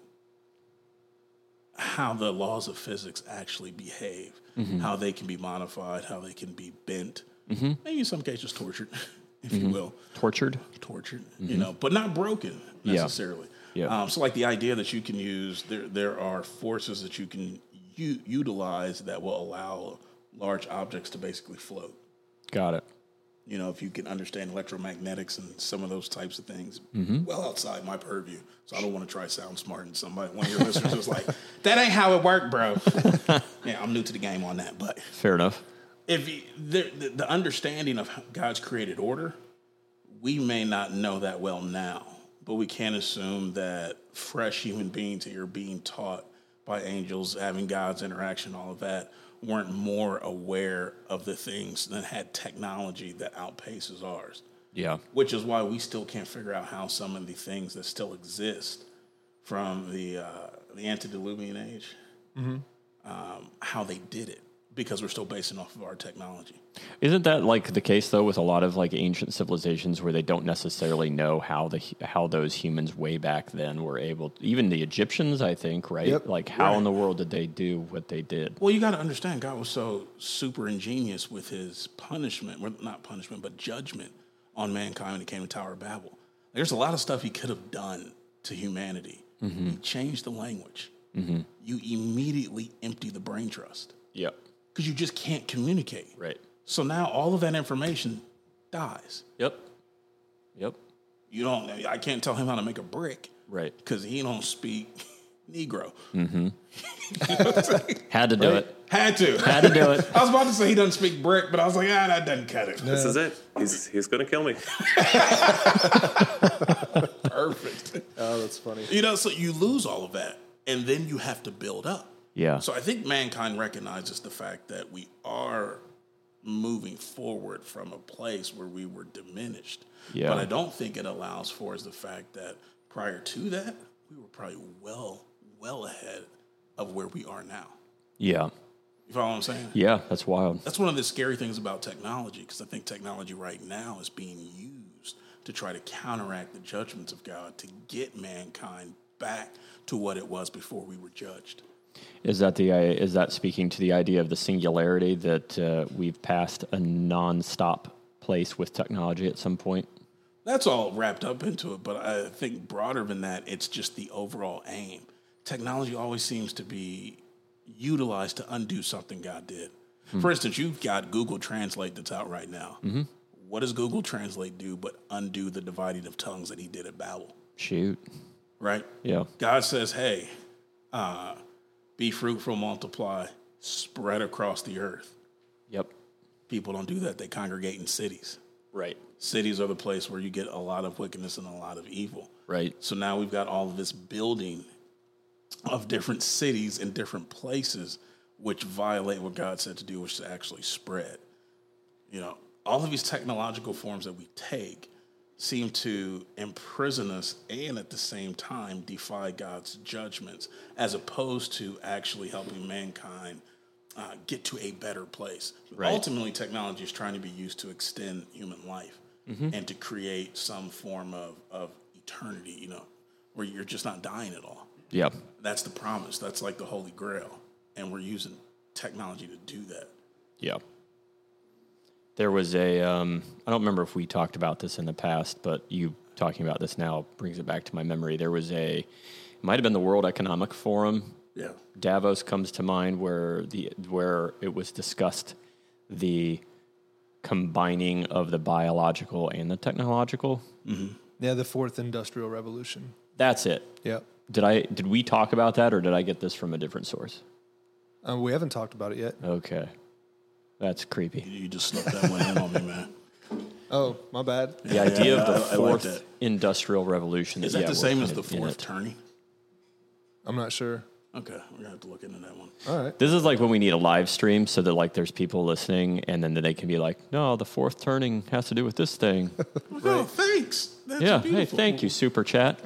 [SPEAKER 2] how the laws of physics actually behave, how they can be modified, how they can be bent, maybe in some cases tortured, if you will
[SPEAKER 1] Tortured?
[SPEAKER 2] tortured, you know, but not broken necessarily.
[SPEAKER 1] Yeah.
[SPEAKER 2] Um, so like the idea that you can use there, there are forces that you can u- utilize that will allow large objects to basically float.
[SPEAKER 1] Got it.
[SPEAKER 2] You know, if you can understand electromagnetics and some of those types of things, well outside my purview. So I don't want to try sound smart and somebody, one of your listeners was like, that ain't how it worked, bro. yeah, I'm new to the game on that, but
[SPEAKER 1] Fair enough.
[SPEAKER 2] if you, the, the, the understanding of God's created order, we may not know that well now, but we can assume that fresh human beings that you're being taught by angels, having God's interaction, all of that, weren't more aware of the things that had technology that outpaces ours
[SPEAKER 1] Yeah.
[SPEAKER 2] which is why we still can't figure out how some of the things that still exist from the uh, the antediluvian age, um, how they did it, because we're still basing off of our technology.
[SPEAKER 1] Isn't that like the case though with a lot of like ancient civilizations where they don't necessarily know how the how those humans way back then were able even the Egyptians I think right
[SPEAKER 3] Yep.
[SPEAKER 1] like how
[SPEAKER 2] Right.
[SPEAKER 1] in the world did they do what they did
[SPEAKER 2] Well, you got to understand, God was so super ingenious with His punishment, well, not punishment, but judgment on mankind when it came to Tower of Babel. There's a lot of stuff He could have done to humanity. He changed the language. You immediately empty the brain trust.
[SPEAKER 1] Yep
[SPEAKER 2] because you just can't communicate.
[SPEAKER 1] right
[SPEAKER 2] So now all of that information dies.
[SPEAKER 1] yep yep
[SPEAKER 2] You don't. I can't tell him how to make a brick
[SPEAKER 1] right Mm.
[SPEAKER 2] because he don't speak Negro.
[SPEAKER 1] had to do it
[SPEAKER 2] Had to.
[SPEAKER 1] had to do it
[SPEAKER 2] I was about to say he doesn't speak brick, but I was like, ah, that doesn't cut it.
[SPEAKER 4] This is it. He's he's gonna kill me.
[SPEAKER 2] Perfect.
[SPEAKER 3] Oh, that's funny.
[SPEAKER 2] you know, so you lose all of that, and then you have to build up.
[SPEAKER 1] yeah
[SPEAKER 2] So I think mankind recognizes the fact that we are moving forward from a place where we were diminished.
[SPEAKER 1] Yeah.
[SPEAKER 2] But I don't think it allows for is the fact that prior to that, we were probably well, well ahead of where we are now.
[SPEAKER 1] yeah
[SPEAKER 2] You follow what I'm saying?
[SPEAKER 1] yeah that's wild
[SPEAKER 2] That's one of the scary things about technology because I think technology right now is being used to try to counteract the judgments of God to get mankind back to what it was before we were judged.
[SPEAKER 1] Is that the uh, is that speaking to the idea of the singularity that uh, we've passed a nonstop place with technology at some point?
[SPEAKER 2] That's all wrapped up into it, but I think broader than that, it's just the overall aim. Technology always seems to be utilized to undo something God did. For instance, you've got Google Translate that's out right now. What does Google Translate do but undo the dividing of tongues that he did at Babel,
[SPEAKER 1] Shoot,
[SPEAKER 2] right?
[SPEAKER 1] yeah,
[SPEAKER 2] God says, hey, uh, be fruitful, multiply, spread across the earth.
[SPEAKER 1] yep,
[SPEAKER 2] People don't do that, they congregate in cities.
[SPEAKER 1] right,
[SPEAKER 2] Cities are the place where you get a lot of wickedness and a lot of evil.
[SPEAKER 1] right,
[SPEAKER 2] So now we've got all of this building of different cities and different places which violate what God said to do, which is to actually spread. You know, all of these technological forms that we take seem to imprison us and at the same time defy God's judgments, as opposed to actually helping mankind uh, get to a better place. Ultimately, technology is trying to be used to extend human life and to create some form of, of eternity, you know, where you're just not dying at all
[SPEAKER 1] yeah,
[SPEAKER 2] that's the promise. That's like the holy grail. And we're using technology to do that.
[SPEAKER 1] yeah. There was a um, I don't remember if we talked about this in the past, but you talking about this now brings it back to my memory. There was a it might have been the World Economic Forum
[SPEAKER 2] Yeah.
[SPEAKER 1] Davos comes to mind, where the where it was discussed the combining of the biological and the technological.
[SPEAKER 3] Yeah, the fourth industrial revolution.
[SPEAKER 1] That's it.
[SPEAKER 3] Yeah.
[SPEAKER 1] Did I did we talk about that, or did I get this from a different source?
[SPEAKER 3] Um, we haven't talked about it yet.
[SPEAKER 1] Okay, that's creepy.
[SPEAKER 2] You just snuck that one in on me, man.
[SPEAKER 3] Oh, my bad.
[SPEAKER 1] The idea of the
[SPEAKER 2] I- I like
[SPEAKER 1] fourth
[SPEAKER 2] that.
[SPEAKER 1] industrial revolution
[SPEAKER 2] Is that
[SPEAKER 1] yeah,
[SPEAKER 2] the
[SPEAKER 1] we're
[SPEAKER 2] same as
[SPEAKER 1] kind
[SPEAKER 2] the
[SPEAKER 1] of in
[SPEAKER 2] fourth
[SPEAKER 1] it.
[SPEAKER 2] turning?
[SPEAKER 3] I'm not sure.
[SPEAKER 2] Okay, we're gonna have to look into that one.
[SPEAKER 3] All right.
[SPEAKER 1] This is like when we need a live stream so that like there's people listening and then they can be like, no, the fourth turning has to do with this thing.
[SPEAKER 2] Oh, thanks. That's
[SPEAKER 1] yeah. Hey,
[SPEAKER 2] beautiful.
[SPEAKER 1] thank you, super chat.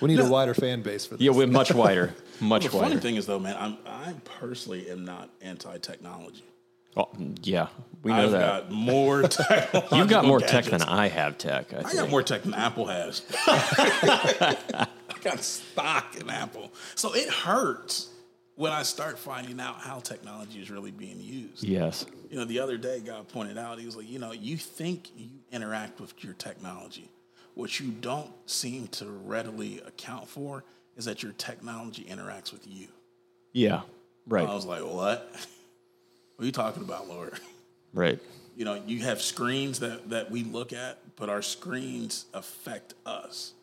[SPEAKER 3] We need a wider fan base for this.
[SPEAKER 1] Yeah, we're much wider,
[SPEAKER 2] The
[SPEAKER 1] much
[SPEAKER 2] funny
[SPEAKER 1] wider.
[SPEAKER 2] thing is, though, man, I'm I personally am not anti-technology.
[SPEAKER 1] Oh, yeah, we know
[SPEAKER 2] I've
[SPEAKER 1] that.
[SPEAKER 2] got more tech.
[SPEAKER 1] You've got more tech
[SPEAKER 2] gadgets.
[SPEAKER 1] than I have tech. I,
[SPEAKER 2] I
[SPEAKER 1] think.
[SPEAKER 2] got more tech than Apple has. I got stock in Apple, so it hurts when I start finding out how technology is really being used.
[SPEAKER 1] Yes.
[SPEAKER 2] You know, the other day, God pointed out, he was like, you know, you think you interact with your technology. What you don't seem to readily account for is that your technology interacts with you.
[SPEAKER 1] Yeah. Right.
[SPEAKER 2] I was like, what? What are you talking about, Lord?
[SPEAKER 1] right.
[SPEAKER 2] You know, you have screens that, that we look at, but our screens affect us.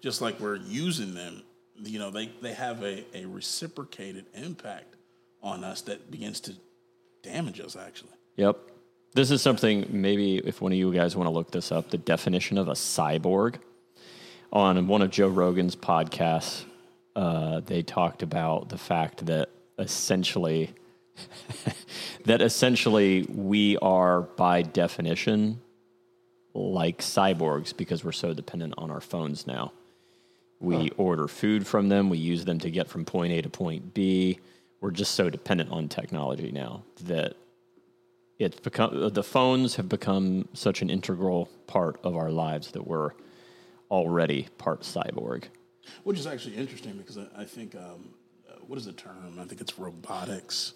[SPEAKER 2] Just like we're using them, you know, they, they have a, a reciprocated impact on us that begins to damage us, actually.
[SPEAKER 1] Yep. This is something maybe if one of you guys want to look this up, the definition of a cyborg on one of Joe Rogan's podcasts, uh, they talked about the fact that essentially that essentially we are by definition like cyborgs because we're so dependent on our phones now. We order food from them. We use them to get from point A to point B. We're just so dependent on technology now that it's become uh, the phones have become such an integral part of our lives that we're already part cyborg.
[SPEAKER 2] Which is actually interesting because I, I think, um, uh, what is the term? I think it's robotics,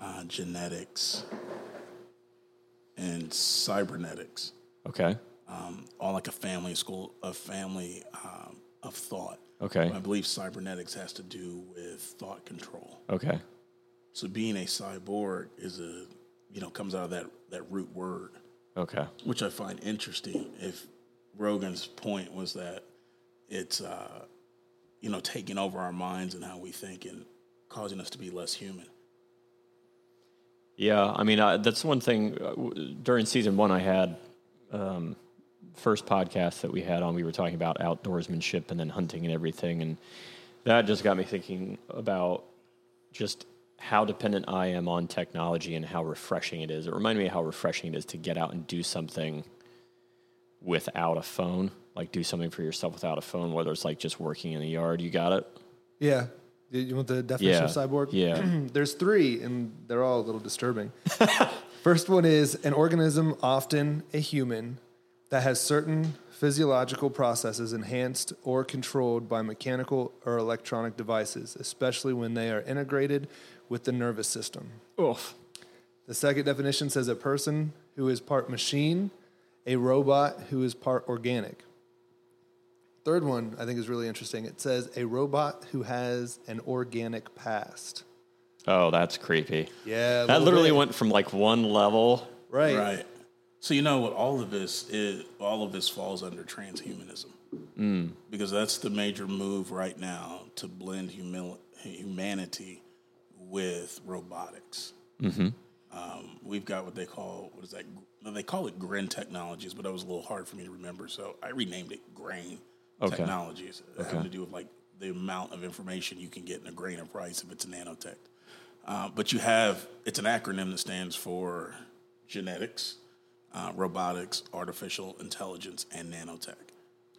[SPEAKER 2] uh, genetics, and cybernetics.
[SPEAKER 1] Okay.
[SPEAKER 2] Um, all like a family school, a family um, of thought.
[SPEAKER 1] Okay.
[SPEAKER 2] I believe cybernetics has to do with thought control.
[SPEAKER 1] Okay.
[SPEAKER 2] So being a cyborg is a, you know, comes out of that, that root word
[SPEAKER 1] Okay.
[SPEAKER 2] which I find interesting. If Rogan's point was that it's, uh, you know, taking over our minds and how we think and causing us to be less human.
[SPEAKER 1] Yeah, I mean I, that's one thing. uh, w- During season one, I had um, first podcast that we had on. We were talking about outdoorsmanship and then hunting and everything, and that just got me thinking about just how dependent I am on technology and how refreshing it is. It reminded me how refreshing it is to get out and do something without a phone, like do something for yourself without a phone, whether it's like just working in the yard. You got it.
[SPEAKER 3] Yeah. You- You want the definition of
[SPEAKER 1] Yeah.
[SPEAKER 3] cyborg?
[SPEAKER 1] Yeah.
[SPEAKER 3] There's three, and they're all a little disturbing. First one is an organism, often a human, that has certain physiological processes enhanced or controlled by mechanical or electronic devices, especially when they are integrated with the nervous system.
[SPEAKER 1] Oof.
[SPEAKER 3] The second definition says a person who is part machine, a robot who is part organic. Third one I think is really interesting. It says a robot who has an organic past.
[SPEAKER 1] Oh, that's creepy.
[SPEAKER 3] Yeah,
[SPEAKER 1] That
[SPEAKER 3] a little
[SPEAKER 1] literally
[SPEAKER 3] bit.
[SPEAKER 1] went from like one level
[SPEAKER 3] right.
[SPEAKER 2] Right. So you know what? All of this is all of this falls under transhumanism because that's the major move right now to blend humil- humanity with robotics. Um, we've got what they call what is that? They call it Grin Technologies, but that was a little hard for me to remember, so I renamed it Grain
[SPEAKER 1] Okay.
[SPEAKER 2] Technologies. It had to do with like the amount of information you can get in a grain of rice if it's nanotech. Uh, but you have it's an acronym that stands for genetics, uh, robotics, artificial intelligence, and nanotech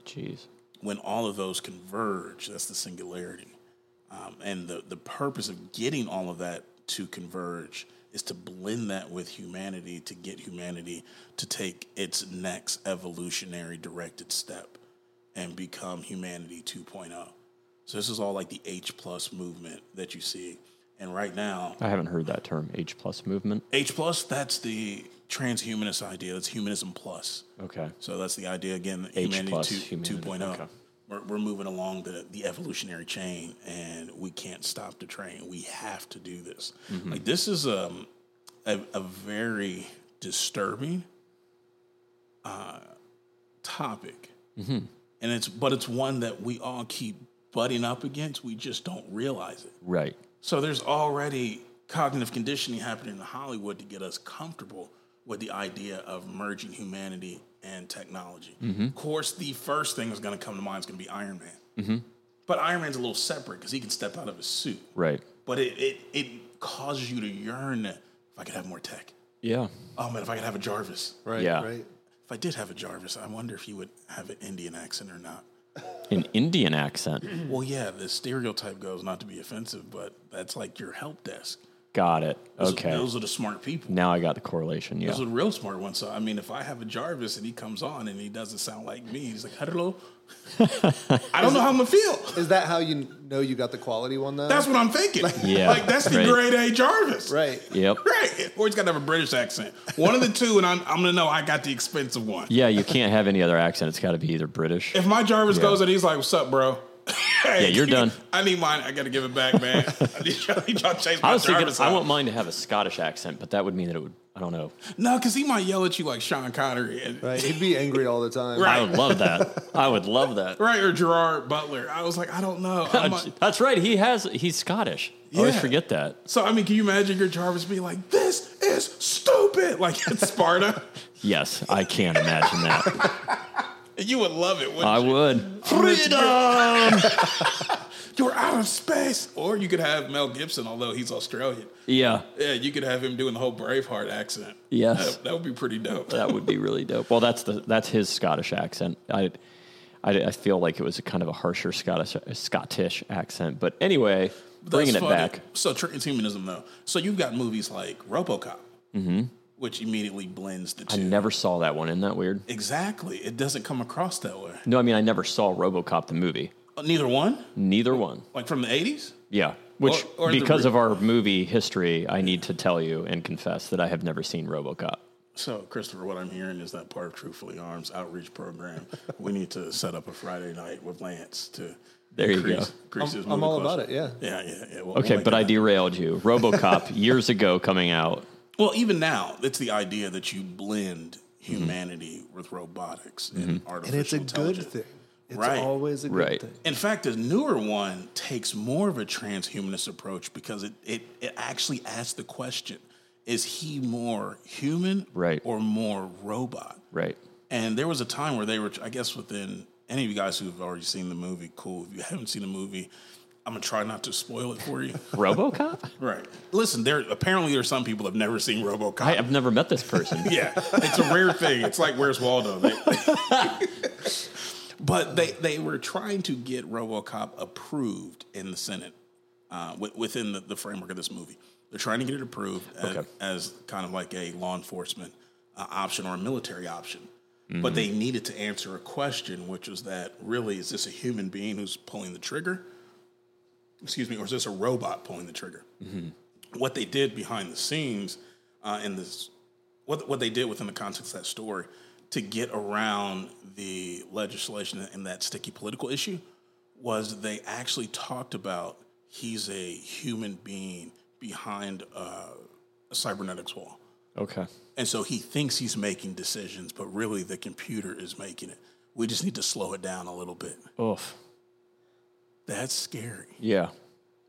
[SPEAKER 1] Jeez.
[SPEAKER 2] when all of those converge, that's the singularity. Um, and the, the purpose of getting all of that to converge is to blend that with humanity to get humanity to take its next evolutionary directed step and become humanity 2.0. So this is all like the H plus movement that you see. And right now,
[SPEAKER 1] I haven't heard that term, H plus movement.
[SPEAKER 2] H plus, that's the transhumanist idea. That's humanism plus.
[SPEAKER 1] Okay.
[SPEAKER 2] So that's the idea again. that
[SPEAKER 1] H
[SPEAKER 2] Humanity,
[SPEAKER 1] plus
[SPEAKER 2] two,
[SPEAKER 1] humanity,
[SPEAKER 2] 2.0.
[SPEAKER 1] okay.
[SPEAKER 2] We're, we're moving along the, the evolutionary chain, and we can't stop the train. We have to do this.
[SPEAKER 1] Mm-hmm.
[SPEAKER 2] Like this is um, a a very disturbing uh, topic,
[SPEAKER 1] Mm-hmm.
[SPEAKER 2] and it's but it's one that we all keep butting up against. We just don't realize it.
[SPEAKER 1] Right.
[SPEAKER 2] So there's already cognitive conditioning happening in Hollywood to get us comfortable with the idea of merging humanity and technology. Of course, the first thing that's going to come to mind is going to be Iron Man. But Iron Man's a little separate because he can step out of his suit.
[SPEAKER 1] Right.
[SPEAKER 2] But it, it it causes you to yearn. If I could have more tech.
[SPEAKER 1] Yeah.
[SPEAKER 2] Oh man, if I could have a Jarvis.
[SPEAKER 3] Right.
[SPEAKER 1] Yeah.
[SPEAKER 3] Right.
[SPEAKER 2] If I did have a Jarvis, I wonder if he would have an Indian accent or not.
[SPEAKER 1] An Indian accent.
[SPEAKER 2] Well, yeah, the stereotype goes not to be offensive, but that's like your help desk.
[SPEAKER 1] Got it.
[SPEAKER 2] Those-
[SPEAKER 1] Okay.
[SPEAKER 2] Those are the smart people.
[SPEAKER 1] now I got the correlation. Yeah.
[SPEAKER 2] Those are the real smart ones. So, I mean, if I have a Jarvis and he comes on and he doesn't sound like me, he's like, hello. I don't know how I'm going to feel.
[SPEAKER 3] Is that how you know you got the quality one though?
[SPEAKER 2] That's what I'm thinking.
[SPEAKER 1] Yeah,
[SPEAKER 2] Like, that's the
[SPEAKER 1] right.
[SPEAKER 2] grade A Jarvis.
[SPEAKER 3] right.
[SPEAKER 1] Yep.
[SPEAKER 2] Right. Or he's got to have a British accent. One of the two, and I'm, I'm going to know I got the expensive one.
[SPEAKER 1] Yeah, you can't have any other accent. It's got to be either British.
[SPEAKER 2] If my Jarvis goes and he's like, what's up, bro? yeah,
[SPEAKER 1] you're done.
[SPEAKER 2] I need mine. I got to give it back, man. I need y'all, I need y'all to change my
[SPEAKER 1] I was thinking
[SPEAKER 2] Jarvis
[SPEAKER 1] I
[SPEAKER 2] out.
[SPEAKER 1] want mine to have a Scottish accent, but that would mean that it would. I don't know.
[SPEAKER 2] No, because he might yell at you like Sean Connery. And,
[SPEAKER 3] Right. He'd be angry all the time.
[SPEAKER 2] Right.
[SPEAKER 1] I would love that. I would love that.
[SPEAKER 2] Right, or Gerard Butler. I was like, I don't know. I'm like-
[SPEAKER 1] That's right. He has. He's Scottish. I always
[SPEAKER 2] Yeah.
[SPEAKER 1] forget that.
[SPEAKER 2] so, I mean, can you imagine your Jarvis being like, this is stupid? Like at Sparta.
[SPEAKER 1] Yes, I can't imagine that.
[SPEAKER 2] you would love it, wouldn't
[SPEAKER 1] I
[SPEAKER 2] you?
[SPEAKER 1] would.
[SPEAKER 2] You're out of space. Or you could have Mel Gibson, although he's Australian.
[SPEAKER 1] Yeah,
[SPEAKER 2] Yeah, you could have him doing the whole Braveheart accent.
[SPEAKER 1] Yes.
[SPEAKER 2] That, that would be pretty dope.
[SPEAKER 1] that would be really dope. Well, that's the that's his Scottish accent. I, I, I feel like it was a kind of a harsher Scottish Scottish accent, but anyway, bringing it
[SPEAKER 2] That's funny.
[SPEAKER 1] back.
[SPEAKER 2] So transhumanism, though. So you've got movies like RoboCop, which immediately blends the
[SPEAKER 1] Mm-hmm. I
[SPEAKER 2] two.
[SPEAKER 1] never saw that one. Isn't that weird?
[SPEAKER 2] exactly. It doesn't come across that way.
[SPEAKER 1] No, I mean I never saw RoboCop the movie.
[SPEAKER 2] Neither one.
[SPEAKER 1] Neither one.
[SPEAKER 2] Like from the eighties.
[SPEAKER 1] Yeah. Which,
[SPEAKER 2] Or- or the
[SPEAKER 1] because
[SPEAKER 2] re-
[SPEAKER 1] of our movie history, I need to tell you and confess that I have never seen RoboCop.
[SPEAKER 2] So, Christopher, what I'm hearing is that part of Truthfully Arms outreach program, we need to set up a Friday night with Lance to
[SPEAKER 1] There you
[SPEAKER 2] increase-
[SPEAKER 1] go.
[SPEAKER 2] increase his
[SPEAKER 3] I'm
[SPEAKER 2] movie
[SPEAKER 3] all
[SPEAKER 2] closer.
[SPEAKER 3] about it, yeah.
[SPEAKER 2] Yeah, yeah, yeah. We'll- oh we'll
[SPEAKER 1] Okay,
[SPEAKER 2] make
[SPEAKER 1] but
[SPEAKER 2] it
[SPEAKER 1] I
[SPEAKER 2] happen.
[SPEAKER 1] derailed you. RoboCop years ago coming out.
[SPEAKER 2] Well, even now, it's the idea that you blend
[SPEAKER 1] Mm-hmm.
[SPEAKER 2] humanity with robotics and artificial
[SPEAKER 3] And it's a good
[SPEAKER 2] intelligence.
[SPEAKER 3] thing. It's
[SPEAKER 2] Right.
[SPEAKER 3] always a good
[SPEAKER 1] Right.
[SPEAKER 3] thing.
[SPEAKER 2] In fact, the newer one takes more of a transhumanist approach because it, it, it actually asks the question is he more human
[SPEAKER 1] Right.
[SPEAKER 2] or more robot?
[SPEAKER 1] Right.
[SPEAKER 2] And there was a time where they were, I guess, within any of you guys who've already seen the movie, cool. If you haven't seen the movie, I'm gonna try not to spoil it for you.
[SPEAKER 1] RoboCop?
[SPEAKER 2] right. Listen, there apparently there's some people have never seen RoboCop.
[SPEAKER 1] I, I've never met this person.
[SPEAKER 2] Yeah, it's a rare thing. It's like Where's Waldo? They- but they they were trying to get RoboCop approved in the Senate uh, wi- within the, the framework of this movie. They're trying to get it approved as,
[SPEAKER 1] Okay.
[SPEAKER 2] as kind of like a law enforcement uh, option or a military option. But they needed to answer a question, which was that really is this a human being who's pulling the trigger? Excuse me, or is this a robot pulling the trigger? What they did behind the scenes uh, in this what what they did within the context of that story to get around the legislation and that sticky political issue was they actually talked about he's a human being behind uh, a cybernetics wall,
[SPEAKER 1] Okay.
[SPEAKER 2] and so he thinks he's making decisions, but really the computer is making it. We just need to slow it down a little bit.
[SPEAKER 1] Oof.
[SPEAKER 2] That's scary.
[SPEAKER 1] Yeah.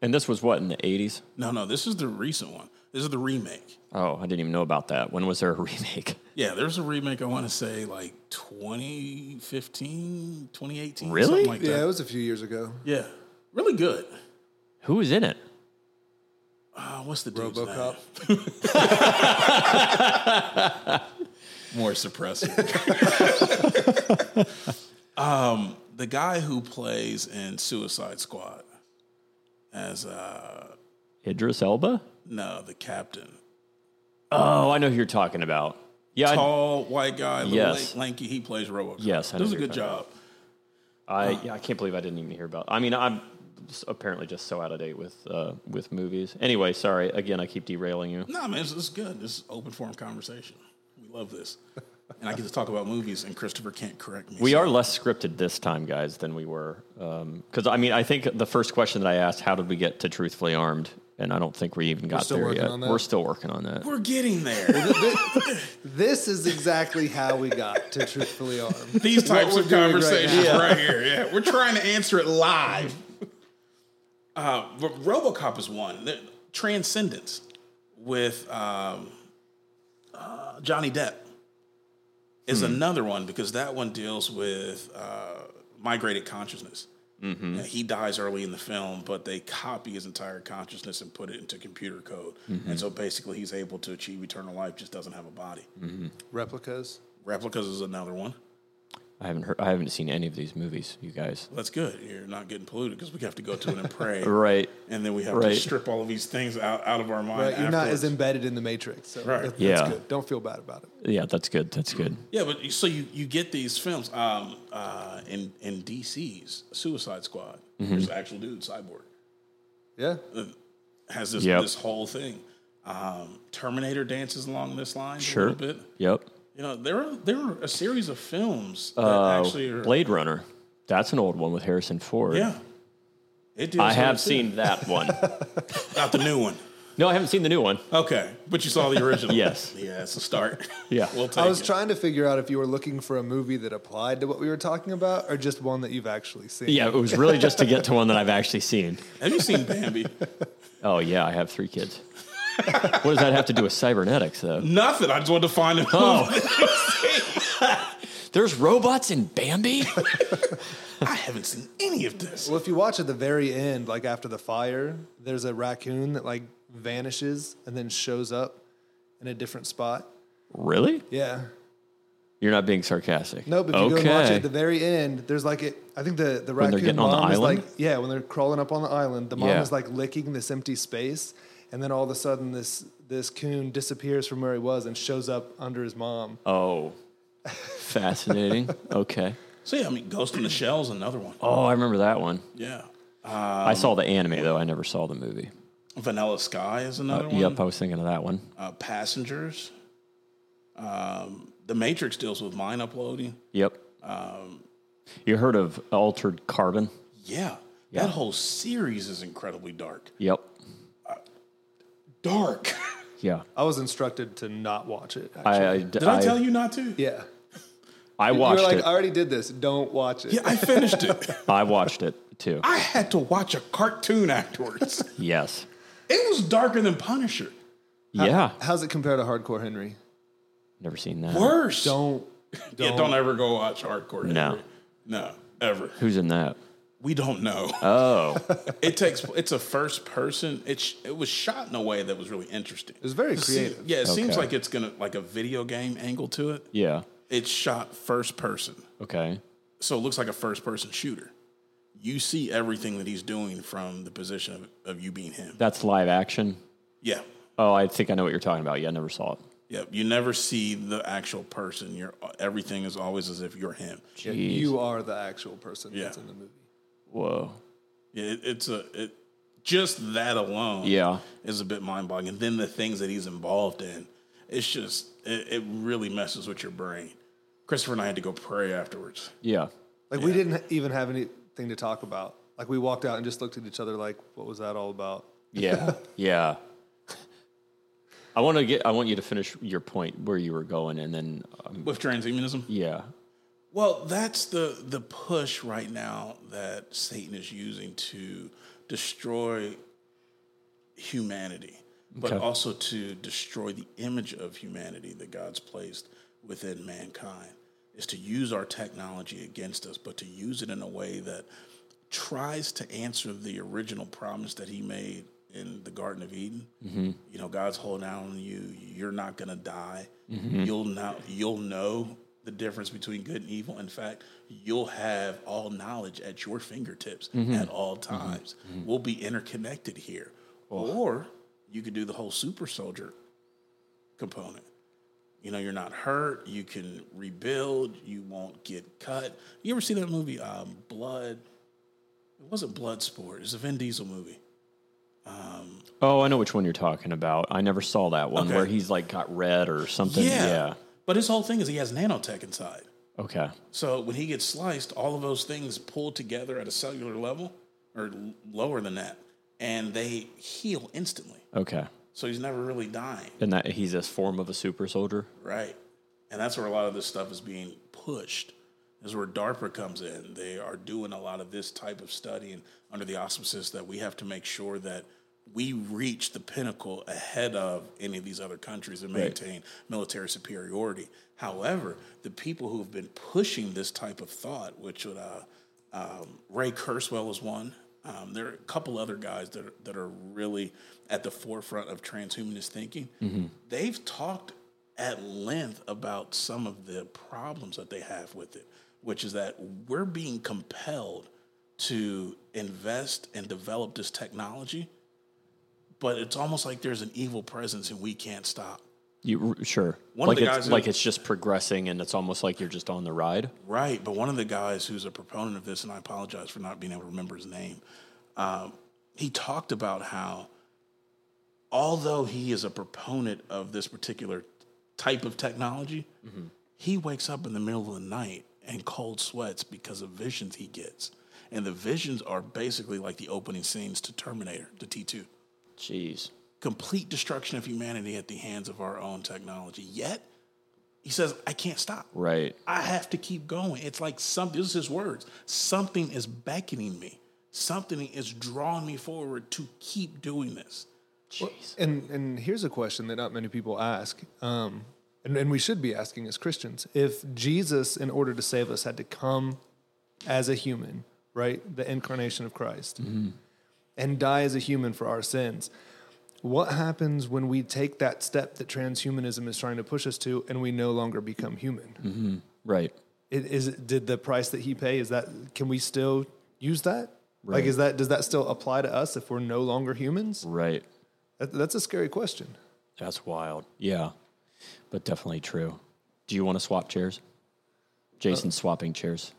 [SPEAKER 1] And this was what, in the 80s?
[SPEAKER 2] No, no, this is the recent one. This is the remake.
[SPEAKER 1] Oh, I didn't even know about that. When was there a remake?
[SPEAKER 2] Yeah, there's a remake I want to say like 2015, 2018,
[SPEAKER 1] Really?
[SPEAKER 2] something like
[SPEAKER 3] Yeah,
[SPEAKER 2] that.
[SPEAKER 3] it was a few years ago.
[SPEAKER 2] Yeah, really good.
[SPEAKER 1] Who was in it?
[SPEAKER 2] Uh, what's the dude's
[SPEAKER 3] RoboCop.
[SPEAKER 2] name? More suppressive. um, the guy who plays in Suicide Squad as uh,
[SPEAKER 1] Idris Elba?
[SPEAKER 2] no the captain,
[SPEAKER 1] Oh, I know who you're talking about. Yeah, I-
[SPEAKER 2] tall white guy, little
[SPEAKER 1] Yes.
[SPEAKER 2] lan- lanky. He plays RoboCop.
[SPEAKER 1] Yes, I know
[SPEAKER 2] does a
[SPEAKER 1] who you're
[SPEAKER 2] good
[SPEAKER 1] talking
[SPEAKER 2] job.
[SPEAKER 1] I yeah, I can't believe I didn't even hear about. I mean, I'm s- apparently just so out of date with uh, with movies. Anyway, sorry again. I keep derailing you.
[SPEAKER 2] No man, it's, it's good. This is open forum conversation. We love this, and I get to talk about movies. And Christopher can't correct me.
[SPEAKER 1] We
[SPEAKER 2] so-
[SPEAKER 1] are less scripted this time, guys, than we were. Because I mean, I think the first question that I asked, "How did we get to truthfully armed?" and I don't think we even got
[SPEAKER 3] still
[SPEAKER 1] there
[SPEAKER 3] working
[SPEAKER 1] yet.
[SPEAKER 3] on that.
[SPEAKER 1] We're still working on that.
[SPEAKER 2] We're getting there.
[SPEAKER 3] This is exactly how we got to Truthfully Armed.
[SPEAKER 2] These types
[SPEAKER 3] we're
[SPEAKER 2] of
[SPEAKER 3] doing right
[SPEAKER 2] conversations
[SPEAKER 3] now.
[SPEAKER 2] right, here. Yeah, we're trying to answer it live. Uh, but RoboCop is one. The- Transcendence with um, uh, Johnny Depp Hmm. is another one because that one deals with uh, migrated consciousness. Yeah, he dies early in the film, but they copy his entire consciousness and put it into computer code. And so basically, he's able to achieve eternal life, just doesn't have a body.
[SPEAKER 3] Replicas.
[SPEAKER 2] Replicas is another one.
[SPEAKER 1] I haven't heard, I haven't seen any of these movies, you guys.
[SPEAKER 2] That's good. You're not getting polluted because we have to go to it and pray.
[SPEAKER 1] Right.
[SPEAKER 2] And then we have
[SPEAKER 1] Right.
[SPEAKER 2] to strip all of these things out, out of our mind.
[SPEAKER 3] Right, you're not as
[SPEAKER 2] afterwards.
[SPEAKER 3] embedded in the matrix. So
[SPEAKER 2] Right.
[SPEAKER 3] that- that's
[SPEAKER 1] Yeah.
[SPEAKER 3] good. Don't feel bad about it.
[SPEAKER 1] Yeah, that's good. That's good.
[SPEAKER 2] Yeah, but you, so you, you get these films um, uh, in in DC's Suicide Squad.
[SPEAKER 1] Mm-hmm.
[SPEAKER 2] There's an actual dude, Cyborg,
[SPEAKER 3] Yeah.
[SPEAKER 2] has this
[SPEAKER 1] Yep.
[SPEAKER 2] this whole thing. Um, Terminator dances along this line a
[SPEAKER 1] Sure.
[SPEAKER 2] little bit.
[SPEAKER 1] Yep.
[SPEAKER 2] You know, there are there are a series of films that
[SPEAKER 1] Uh,
[SPEAKER 2] actually are
[SPEAKER 1] Blade Runner. That's an old one with Harrison Ford.
[SPEAKER 2] Yeah, it deals
[SPEAKER 1] I
[SPEAKER 2] with
[SPEAKER 1] have
[SPEAKER 2] it,
[SPEAKER 1] seen that one.
[SPEAKER 2] too. not the new one.
[SPEAKER 1] No, I haven't seen the new one.
[SPEAKER 2] Okay, but you saw the original.
[SPEAKER 1] Yes.
[SPEAKER 2] yeah, it's a start.
[SPEAKER 1] Yeah.
[SPEAKER 2] we'll take
[SPEAKER 3] I was
[SPEAKER 2] it.
[SPEAKER 3] trying to figure out if you were looking for a movie that applied to what we were talking about or just one that you've actually seen.
[SPEAKER 1] Yeah, it was really just to get to one that I've actually seen.
[SPEAKER 2] Have you seen Bambi?
[SPEAKER 1] Oh yeah, I have three kids. what does that have to do with cybernetics, though?
[SPEAKER 2] Nothing. I just wanted to find a
[SPEAKER 1] Oh. There's robots in Bambi.
[SPEAKER 2] I haven't seen any of this.
[SPEAKER 3] Well, if you watch at the very end, like after the fire, there's a raccoon that like vanishes and then shows up in a different spot.
[SPEAKER 1] really?
[SPEAKER 3] Yeah.
[SPEAKER 1] You're not being sarcastic.
[SPEAKER 3] No, but if you go and watch it at the very end, there's like it. I think the the
[SPEAKER 1] they're
[SPEAKER 3] raccoon
[SPEAKER 1] getting on the
[SPEAKER 3] mom is
[SPEAKER 1] island?
[SPEAKER 3] like, yeah, when they're crawling up on the island, the mom
[SPEAKER 1] Yeah.
[SPEAKER 3] is like licking this empty space, and then all of a sudden this this coon disappears from where he was and shows up under his mom.
[SPEAKER 1] oh, fascinating. okay.
[SPEAKER 2] So yeah, I mean, Ghost in the Shell is another one.
[SPEAKER 1] Oh, I remember that one.
[SPEAKER 2] Yeah, Um,
[SPEAKER 1] I saw the anime though. I never saw the movie.
[SPEAKER 2] Vanilla Sky is another one.
[SPEAKER 1] Uh, Yep, I was thinking of that one.
[SPEAKER 2] Uh, Passengers. Um, the Matrix deals with mind uploading.
[SPEAKER 1] Yep.
[SPEAKER 2] um,
[SPEAKER 1] you heard of Altered Carbon?
[SPEAKER 2] Yeah,
[SPEAKER 1] Yeah.
[SPEAKER 2] that whole series is incredibly dark.
[SPEAKER 1] Yep.
[SPEAKER 2] Dark.
[SPEAKER 1] Yeah.
[SPEAKER 3] I was instructed to not watch it. Actually.
[SPEAKER 1] I I,
[SPEAKER 2] Did I, tell you not to?
[SPEAKER 3] yeah,
[SPEAKER 1] I
[SPEAKER 3] you were
[SPEAKER 1] watched
[SPEAKER 3] like,
[SPEAKER 1] it.
[SPEAKER 3] I already did this. Don't watch it.
[SPEAKER 2] Yeah, I finished it.
[SPEAKER 1] I watched it too.
[SPEAKER 2] I had to watch a cartoon afterwards.
[SPEAKER 1] Yes.
[SPEAKER 2] it was darker than Punisher. Uh,
[SPEAKER 1] Yeah.
[SPEAKER 3] How's it compare to Hardcore Henry?
[SPEAKER 1] Never seen that.
[SPEAKER 2] Worse.
[SPEAKER 3] Don't.
[SPEAKER 2] Yeah, don't ever go watch hardcore.
[SPEAKER 1] No.
[SPEAKER 2] Henry. no, ever.
[SPEAKER 1] Who's in that?
[SPEAKER 2] We don't know.
[SPEAKER 1] Oh,
[SPEAKER 2] it takes. It's a first person. It sh- it was shot in a way that was really interesting.
[SPEAKER 3] It was very
[SPEAKER 2] It seem-
[SPEAKER 3] creative.
[SPEAKER 2] yeah, it seems
[SPEAKER 1] Okay.
[SPEAKER 2] like it's gonna like a video game angle to it.
[SPEAKER 1] yeah.
[SPEAKER 2] It's shot first person,
[SPEAKER 1] Okay.
[SPEAKER 2] so it looks like a first person shooter. You see everything that he's doing from the position of, of you being him.
[SPEAKER 1] That's live action.
[SPEAKER 2] Yeah,
[SPEAKER 1] Oh, I think I know what you're talking about. Yeah, I never saw it.
[SPEAKER 2] yeah. You never see the actual person. You're everything is always as if you're him.
[SPEAKER 3] Yeah, you are the actual person that's
[SPEAKER 2] Yeah.
[SPEAKER 3] in the movie.
[SPEAKER 1] Whoa.
[SPEAKER 2] Yeah, it, it's a it, just that alone.
[SPEAKER 1] Yeah.
[SPEAKER 2] is a bit mind boggling. And then the things that he's involved in, it's just it, it really messes with your brain. Christopher and I had to go pray afterwards.
[SPEAKER 1] Yeah.
[SPEAKER 3] Like we didn't even have anything to talk about. Like we walked out and just looked at each other like, what was that all about?
[SPEAKER 1] Yeah. yeah. I want to get. I want you to finish your point where you were going, and then um,
[SPEAKER 2] With transhumanism,
[SPEAKER 1] yeah,
[SPEAKER 2] Well, that's the the push right now that Satan is using to destroy humanity, but
[SPEAKER 1] Okay.
[SPEAKER 2] also to destroy the image of humanity that God's placed within mankind. Is to use our technology against us, but to use it in a way that tries to answer the original promise that He made in the Garden of Eden. You know, God's holding out on you. You're not gonna die. You'll now you'll know the difference between good and evil. In fact, you'll have all knowledge at your fingertips at all times. We'll be interconnected here. Or you could do the whole super soldier component. You know, you're not hurt. You can rebuild. You won't get cut. You ever see that movie, um, Blood? It wasn't Blood Sport. It's a Vin Diesel movie.
[SPEAKER 1] Oh, I know which one you're talking about. I never saw that one
[SPEAKER 2] Okay.
[SPEAKER 1] where he's like got red or something. yeah.
[SPEAKER 2] But his whole thing is he has nanotech inside.
[SPEAKER 1] Okay.
[SPEAKER 2] So when he gets sliced, all of those things pull together at a cellular level or l- lower than that, and they heal instantly.
[SPEAKER 1] Okay.
[SPEAKER 2] So he's never really dying,
[SPEAKER 1] And that he's this form of a super soldier.
[SPEAKER 2] right? And that's where a lot of this stuff is being pushed. Is where DARPA comes in. They are doing a lot of this type of studying under the auspices that we have to make sure that we reach the pinnacle ahead of any of these other countries and maintain military superiority. However, the people who have been pushing this type of thought, which would uh, Um, Ray Kurzweil is one. Um, there are a couple other guys that are, that are really at the forefront of transhumanist thinking. They've talked at length about some of the problems that they have with it, which is that we're being compelled to invest and develop this technology, but it's almost like there's an evil presence and we can't stop.
[SPEAKER 1] You r- sure?
[SPEAKER 2] One of
[SPEAKER 1] like
[SPEAKER 2] the
[SPEAKER 1] it's
[SPEAKER 2] guys who-
[SPEAKER 1] like it's just progressing, and it's almost like you're just on the ride.
[SPEAKER 2] Right, but one of the guys who's a proponent of this, and I apologize for not being able to remember his name, um, he talked about how, although he is a proponent of this particular type of technology, he wakes up in the middle of the night and cold sweats because of visions he gets. And the visions are basically like the opening scenes to Terminator, to T2
[SPEAKER 1] Jeez.
[SPEAKER 2] complete destruction of humanity at the hands of our own technology. Yet, he says, I can't stop.
[SPEAKER 1] Right.
[SPEAKER 2] I have to keep going. It's like something, this is his words, something is beckoning me. Something is drawing me forward to keep doing this.
[SPEAKER 1] Jeez.
[SPEAKER 3] And and here's a question that not many people ask, um, and, and we should be asking as Christians: If Jesus, in order to save us, had to come as a human, right, the incarnation of Christ,
[SPEAKER 1] Mm-hmm.
[SPEAKER 3] and die as a human for our sins, what happens when we take that step that transhumanism is trying to push us to, and we no longer become human?
[SPEAKER 1] Mm-hmm. Right.
[SPEAKER 3] It, is it- did the price that he pay? Is that can we still use that?
[SPEAKER 1] Right.
[SPEAKER 3] Like, is that does that still apply to us if we're no longer humans?
[SPEAKER 1] Right.
[SPEAKER 3] That, that's a scary question.
[SPEAKER 1] That's wild. Yeah, but definitely true. Do you want to swap chairs?
[SPEAKER 2] Uh,
[SPEAKER 1] Jason's swapping chairs.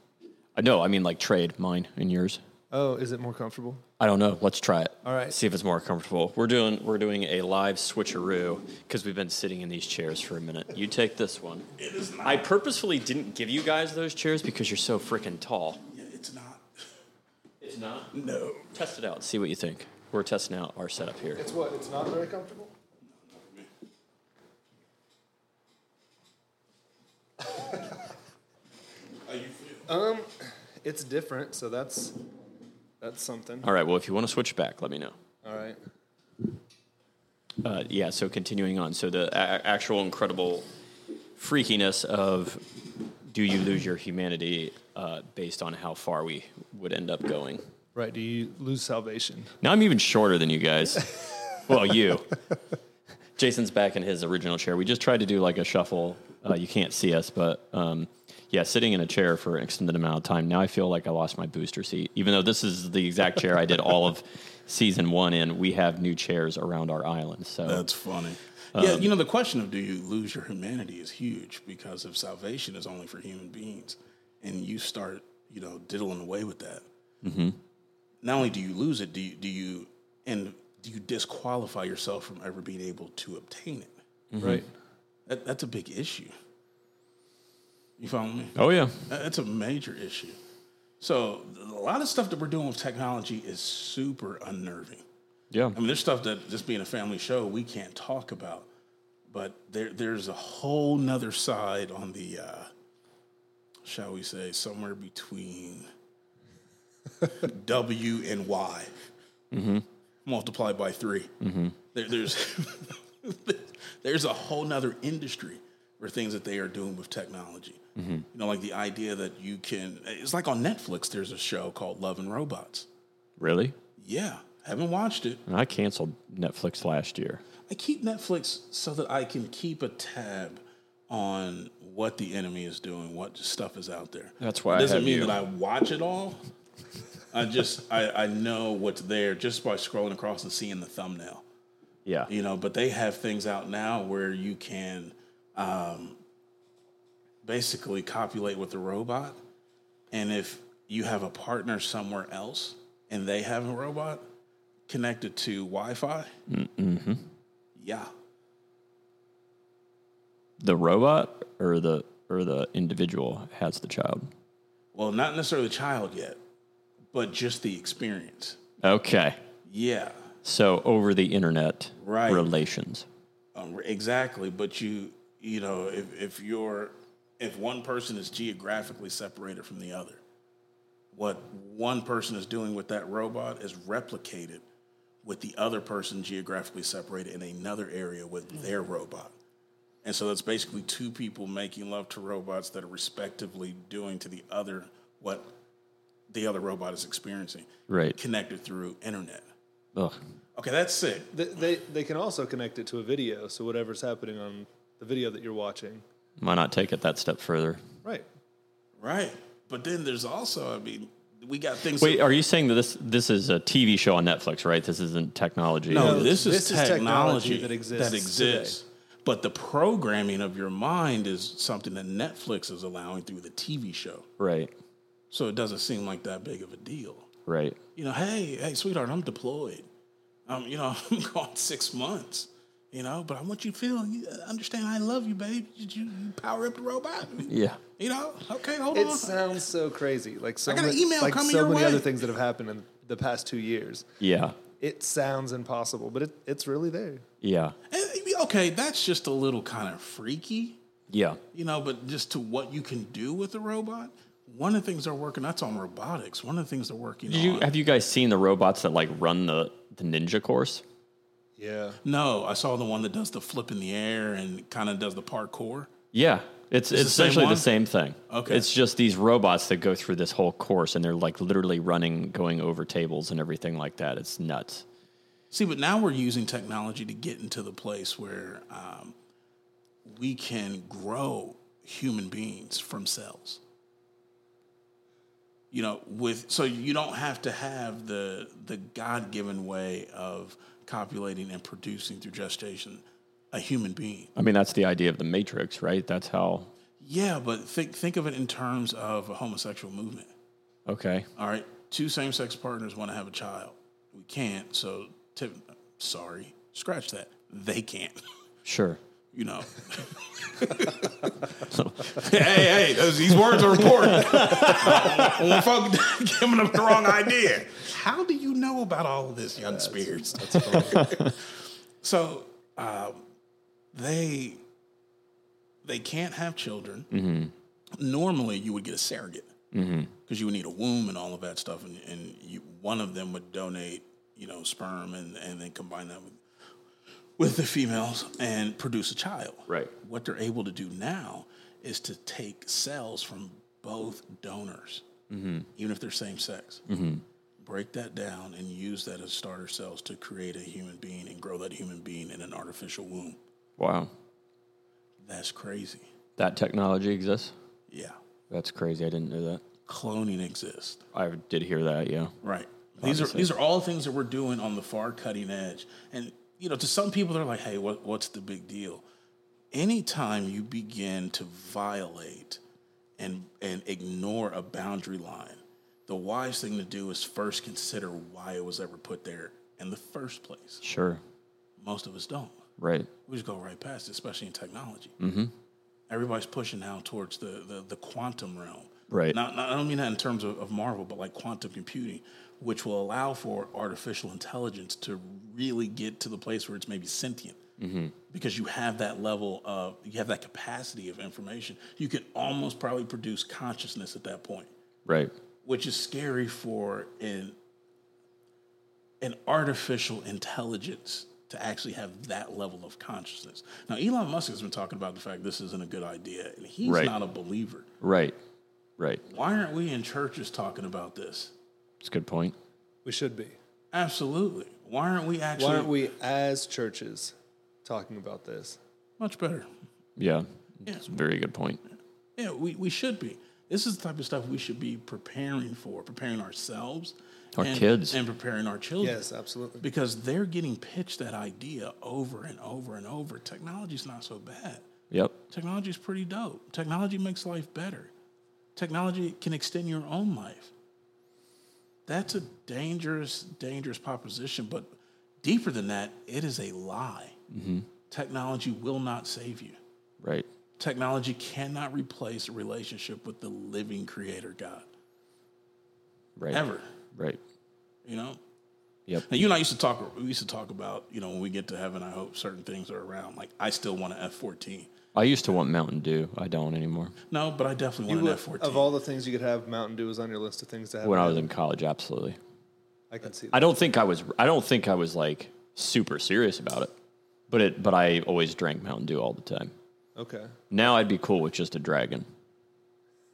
[SPEAKER 1] I know. I mean, like trade mine and yours.
[SPEAKER 3] Oh, is it more comfortable?
[SPEAKER 1] I don't know. Let's try it.
[SPEAKER 3] All right.
[SPEAKER 1] See if it's more comfortable. We're doing we're doing a live switcheroo because we've been sitting in these chairs for a minute. You take this one. It is not. I purposefully didn't give you guys those chairs because you're so freaking tall.
[SPEAKER 2] Yeah, it's not.
[SPEAKER 1] It's not.
[SPEAKER 2] No.
[SPEAKER 1] Test it out. See what you think. We're testing out our setup here.
[SPEAKER 3] It's what? It's not very comfortable?
[SPEAKER 2] How you feel?
[SPEAKER 3] Um, It's different, so that's that's something.
[SPEAKER 1] All right. Well, if you want to switch back, let me know.
[SPEAKER 3] All right.
[SPEAKER 1] Uh, yeah, so continuing on. So the a- actual incredible freakiness of do you lose your humanity uh, based on how far we would end up going.
[SPEAKER 3] Right, do you lose salvation?
[SPEAKER 1] Now I'm even shorter than you guys. well, you. Jason's back in his original chair. We just tried to do like a shuffle. Uh, you can't see us, but um, yeah, sitting in a chair for an extended amount of time. Now I feel like I lost my booster seat, even though this is the exact chair I did all of season one in. We have new chairs around our island. So
[SPEAKER 2] That's funny. Um, yeah, you know, the question of do you lose your humanity is huge because if salvation is only for human beings and you start, you know, diddling away with that, Mm-hmm. not only do you lose it, do you, do you, and do you disqualify yourself from ever being able to obtain it?
[SPEAKER 3] Right.
[SPEAKER 2] That, that's a big issue. You follow me?
[SPEAKER 1] oh yeah,
[SPEAKER 2] That- That's a major issue. So a lot of stuff that we're doing with technology is super unnerving.
[SPEAKER 1] yeah.
[SPEAKER 2] I mean, there's stuff that just being a family show we can't talk about, but there there's a whole nother side on the, uh, shall we say, somewhere between W and Y, multiplied by 3 There, there's there's a whole nother industry for things that they are doing with technology. You know, like the idea that you can. It's like on Netflix. There's a show called Love and Robots.
[SPEAKER 1] Really?
[SPEAKER 2] Yeah, haven't watched it.
[SPEAKER 1] I canceled Netflix last year.
[SPEAKER 2] I keep Netflix so that I can keep a tab on what the enemy is doing, what stuff is out there.
[SPEAKER 1] That's why I
[SPEAKER 2] it doesn't
[SPEAKER 1] have
[SPEAKER 2] mean
[SPEAKER 1] you.
[SPEAKER 2] that I watch it all. I just I, I know what's there just by scrolling across and seeing the thumbnail.
[SPEAKER 1] Yeah.
[SPEAKER 2] You know, but they have things out now where you can um, basically copulate with the robot, and if you have a partner somewhere else and they have a robot connected to Wi-Fi,
[SPEAKER 1] Mm-hmm.
[SPEAKER 2] yeah,
[SPEAKER 1] The robot or the or the individual has the child.
[SPEAKER 2] Well, not necessarily the child yet, but just the experience.
[SPEAKER 1] Okay.
[SPEAKER 2] Yeah,
[SPEAKER 1] So over the internet
[SPEAKER 2] Right.
[SPEAKER 1] relations.
[SPEAKER 2] um, exactly. But you, you know, if if you're if one person is geographically separated from the other, what one person is doing with that robot is replicated with the other person geographically separated in another area with their robot. And so that's basically two people making love to robots that are respectively doing to the other what the other robot is experiencing,
[SPEAKER 1] Right.
[SPEAKER 2] Connected through internet.
[SPEAKER 1] Ugh.
[SPEAKER 2] Okay, that's sick.
[SPEAKER 3] They, they, they can also connect it to a video, so whatever's happening on the video that you're watching.
[SPEAKER 1] Might not take it that step further.
[SPEAKER 3] Right.
[SPEAKER 2] Right. But then there's also, I mean, we got things.
[SPEAKER 1] Wait, are you saying that this this is a TV show on Netflix, right? This isn't technology.
[SPEAKER 2] no,
[SPEAKER 3] No,
[SPEAKER 2] this is
[SPEAKER 3] this is
[SPEAKER 2] technology,
[SPEAKER 3] technology that exists
[SPEAKER 2] That exists. But the programming of your mind is something that Netflix is allowing through the TV show.
[SPEAKER 1] Right.
[SPEAKER 2] So it doesn't seem like that big of a deal.
[SPEAKER 1] Right.
[SPEAKER 2] You know, hey, hey, sweetheart, I'm deployed. Um, you know, I'm gone six months. You know, but I want you to feel, you uh, understand, I love you, babe. You, you you power up the robot.
[SPEAKER 1] Yeah.
[SPEAKER 2] You know, okay, hold
[SPEAKER 3] It
[SPEAKER 2] on.
[SPEAKER 3] sounds so crazy. Like so,
[SPEAKER 2] got an
[SPEAKER 3] many-
[SPEAKER 2] email
[SPEAKER 3] like
[SPEAKER 2] coming
[SPEAKER 3] so
[SPEAKER 2] your
[SPEAKER 3] many
[SPEAKER 2] way.
[SPEAKER 3] other things that have happened in the past two years.
[SPEAKER 1] Yeah.
[SPEAKER 3] It sounds impossible, but it, it's really there.
[SPEAKER 1] Yeah.
[SPEAKER 2] And, Eh, okay, that's just a little kind of freaky.
[SPEAKER 1] Yeah.
[SPEAKER 2] you know, but just to what you can do with a robot. One of the things they're working that's on robotics. One of the things they're working
[SPEAKER 1] Did you
[SPEAKER 2] on.
[SPEAKER 1] have you guys seen the robots that like run the the ninja course?
[SPEAKER 3] Yeah.
[SPEAKER 2] no, I saw the one that does the flip in the air and kind of does the parkour.
[SPEAKER 1] Yeah. It's, it's
[SPEAKER 2] the same
[SPEAKER 1] essentially the
[SPEAKER 2] one?
[SPEAKER 1] same thing.
[SPEAKER 2] Okay.
[SPEAKER 1] It's just these robots that go through this whole course and they're like literally running, going over tables and everything like that. It's nuts.
[SPEAKER 2] See, but now we're using technology to get into the place where um, we can grow human beings from cells. You know, with so you don't have to have the the God given way of copulating and producing through gestation a human being.
[SPEAKER 1] I mean, that's the idea of the Matrix, right? That's how.
[SPEAKER 2] Yeah, but think think of it in terms of a homosexual movement.
[SPEAKER 1] Okay.
[SPEAKER 2] All right, two same sex partners want to have a child. We can't, so tip, sorry, scratch that. They can't.
[SPEAKER 1] Sure.
[SPEAKER 2] You know. hey, hey, hey! Those, these words are important. When folk giving them the wrong idea. How do you know about all of this, young Spears? so um, they they can't have children. Normally, you would get a surrogate because you would need a womb and all of that stuff, and, and you, one of them would donate, you know, sperm, and and then combine that with with the females and produce a child.
[SPEAKER 1] Right.
[SPEAKER 2] What they're able to do now is to take cells from both donors, even if they're same sex. Break that down and use that as starter cells to create a human being and grow that human being in an artificial womb.
[SPEAKER 1] Wow.
[SPEAKER 2] That's crazy.
[SPEAKER 1] That technology exists.
[SPEAKER 2] Yeah.
[SPEAKER 1] That's crazy. I didn't know that.
[SPEAKER 2] Cloning exists.
[SPEAKER 1] I did hear that. Yeah.
[SPEAKER 2] Right. These are these are all things that we're doing on the far cutting edge. And you know, to some people they're like, "Hey, what, what's the big deal?" Anytime you begin to violate and and ignore a boundary line, the wise thing to do is first consider why it was ever put there in the first place.
[SPEAKER 1] Sure.
[SPEAKER 2] Most of us don't.
[SPEAKER 1] Right.
[SPEAKER 2] We just go right past it, especially in technology. Mm-hmm. Everybody's pushing now towards the, the, the quantum realm.
[SPEAKER 1] Right.
[SPEAKER 2] Not, not, I don't mean that in terms of, of Marvel, but like quantum computing, which will allow for artificial intelligence to really get to the place where it's maybe sentient. Because you have that level of, you have that capacity of information. You could almost probably produce consciousness at that point
[SPEAKER 1] Right.
[SPEAKER 2] which is scary for an an artificial intelligence to actually have that level of consciousness. Now, Elon Musk has been talking about the fact this isn't a good idea, and he's
[SPEAKER 1] Right.
[SPEAKER 2] not a believer.
[SPEAKER 1] Right. Right.
[SPEAKER 2] Why aren't we in churches talking about this?
[SPEAKER 1] It's a good point.
[SPEAKER 3] We should be.
[SPEAKER 2] Absolutely. Why aren't we actually?
[SPEAKER 3] Why aren't we as churches talking about this?
[SPEAKER 2] Much better.
[SPEAKER 1] Yeah. It's a very good point.
[SPEAKER 2] Yeah, we, we should be. This is the type of stuff we should be preparing for, preparing ourselves,
[SPEAKER 1] Our
[SPEAKER 2] and,
[SPEAKER 1] kids.
[SPEAKER 2] and preparing our children.
[SPEAKER 3] Yes, absolutely.
[SPEAKER 2] because they're getting pitched that idea over and over and over. Technology's not so bad.
[SPEAKER 1] Yep.
[SPEAKER 2] Technology's pretty dope. Technology makes life better. Technology can extend your own life. That's a dangerous, dangerous proposition. But deeper than that, it is a lie. Technology will not save you.
[SPEAKER 1] Right.
[SPEAKER 2] Technology cannot replace a relationship with the living creator God
[SPEAKER 1] Right.
[SPEAKER 2] ever.
[SPEAKER 1] Right.
[SPEAKER 2] You know,
[SPEAKER 1] Yep.
[SPEAKER 2] Now, you and I used to talk. We used to talk about you know when we get to heaven. I hope certain things are around. Like I still want an F fourteen.
[SPEAKER 1] I used to want Mountain Dew. I don't anymore.
[SPEAKER 2] No, but I definitely
[SPEAKER 3] You
[SPEAKER 2] want an F
[SPEAKER 3] would-
[SPEAKER 2] fourteen.
[SPEAKER 3] of all the things you could have, Mountain Dew is on your list of things to have.
[SPEAKER 1] When I
[SPEAKER 3] in
[SPEAKER 1] was
[SPEAKER 3] heaven.
[SPEAKER 1] in college, absolutely.
[SPEAKER 3] I can see
[SPEAKER 1] I
[SPEAKER 3] that.
[SPEAKER 1] don't think I was. I don't think I was like super serious about it. But it. But I always drank Mountain Dew all the time.
[SPEAKER 3] Okay.
[SPEAKER 1] Now I'd be cool with just a dragon.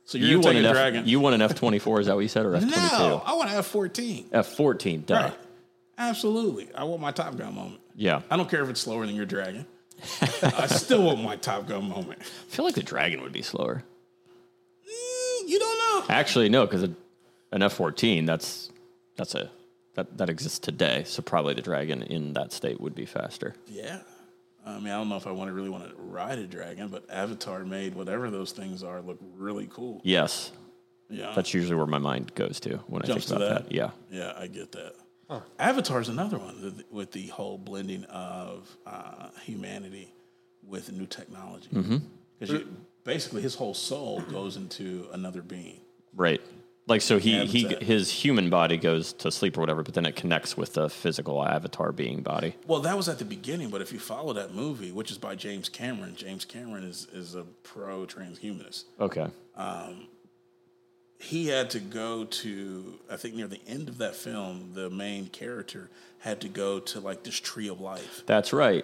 [SPEAKER 2] So you're
[SPEAKER 1] You
[SPEAKER 2] gonna
[SPEAKER 1] want,
[SPEAKER 2] take
[SPEAKER 1] an
[SPEAKER 2] a
[SPEAKER 1] F,
[SPEAKER 2] dragon.
[SPEAKER 1] you want an F24, is that what you said, or F22?
[SPEAKER 2] no, I want to have 14.
[SPEAKER 1] F14, duh.
[SPEAKER 2] Right. Absolutely. I want my Top Gun moment.
[SPEAKER 1] Yeah.
[SPEAKER 2] I don't care if it's slower than your dragon. I still want my Top Gun moment.
[SPEAKER 1] I feel like the Dragon would be slower.
[SPEAKER 2] Mm, you don't know.
[SPEAKER 1] Actually, no, because an F14, that's that's a that, that exists today. So probably the Dragon in that state would be faster.
[SPEAKER 2] Yeah. I mean, I don't know if I want to really want to ride a dragon, but Avatar made whatever those things are look really cool.
[SPEAKER 1] Yes,
[SPEAKER 2] Yeah.
[SPEAKER 1] that's usually where my mind goes to when I think
[SPEAKER 2] Jumps to
[SPEAKER 1] about that.
[SPEAKER 2] that.
[SPEAKER 1] Yeah,
[SPEAKER 2] Yeah, I get that. Avatar's another one with- with the whole blending of uh, humanity with new technology. Because basically, his whole soul goes into another being.
[SPEAKER 1] right. Like so, he he
[SPEAKER 2] Habitat.
[SPEAKER 1] his human body goes to sleep or whatever, but then it connects with the physical avatar being body.
[SPEAKER 2] Well, that was at the beginning, but if you follow that movie, which is by James Cameron, James Cameron is, is a pro transhumanist.
[SPEAKER 1] Okay,
[SPEAKER 2] He had to go to, I think near the end of that film, the main character had to go to like this tree of life
[SPEAKER 1] that's right.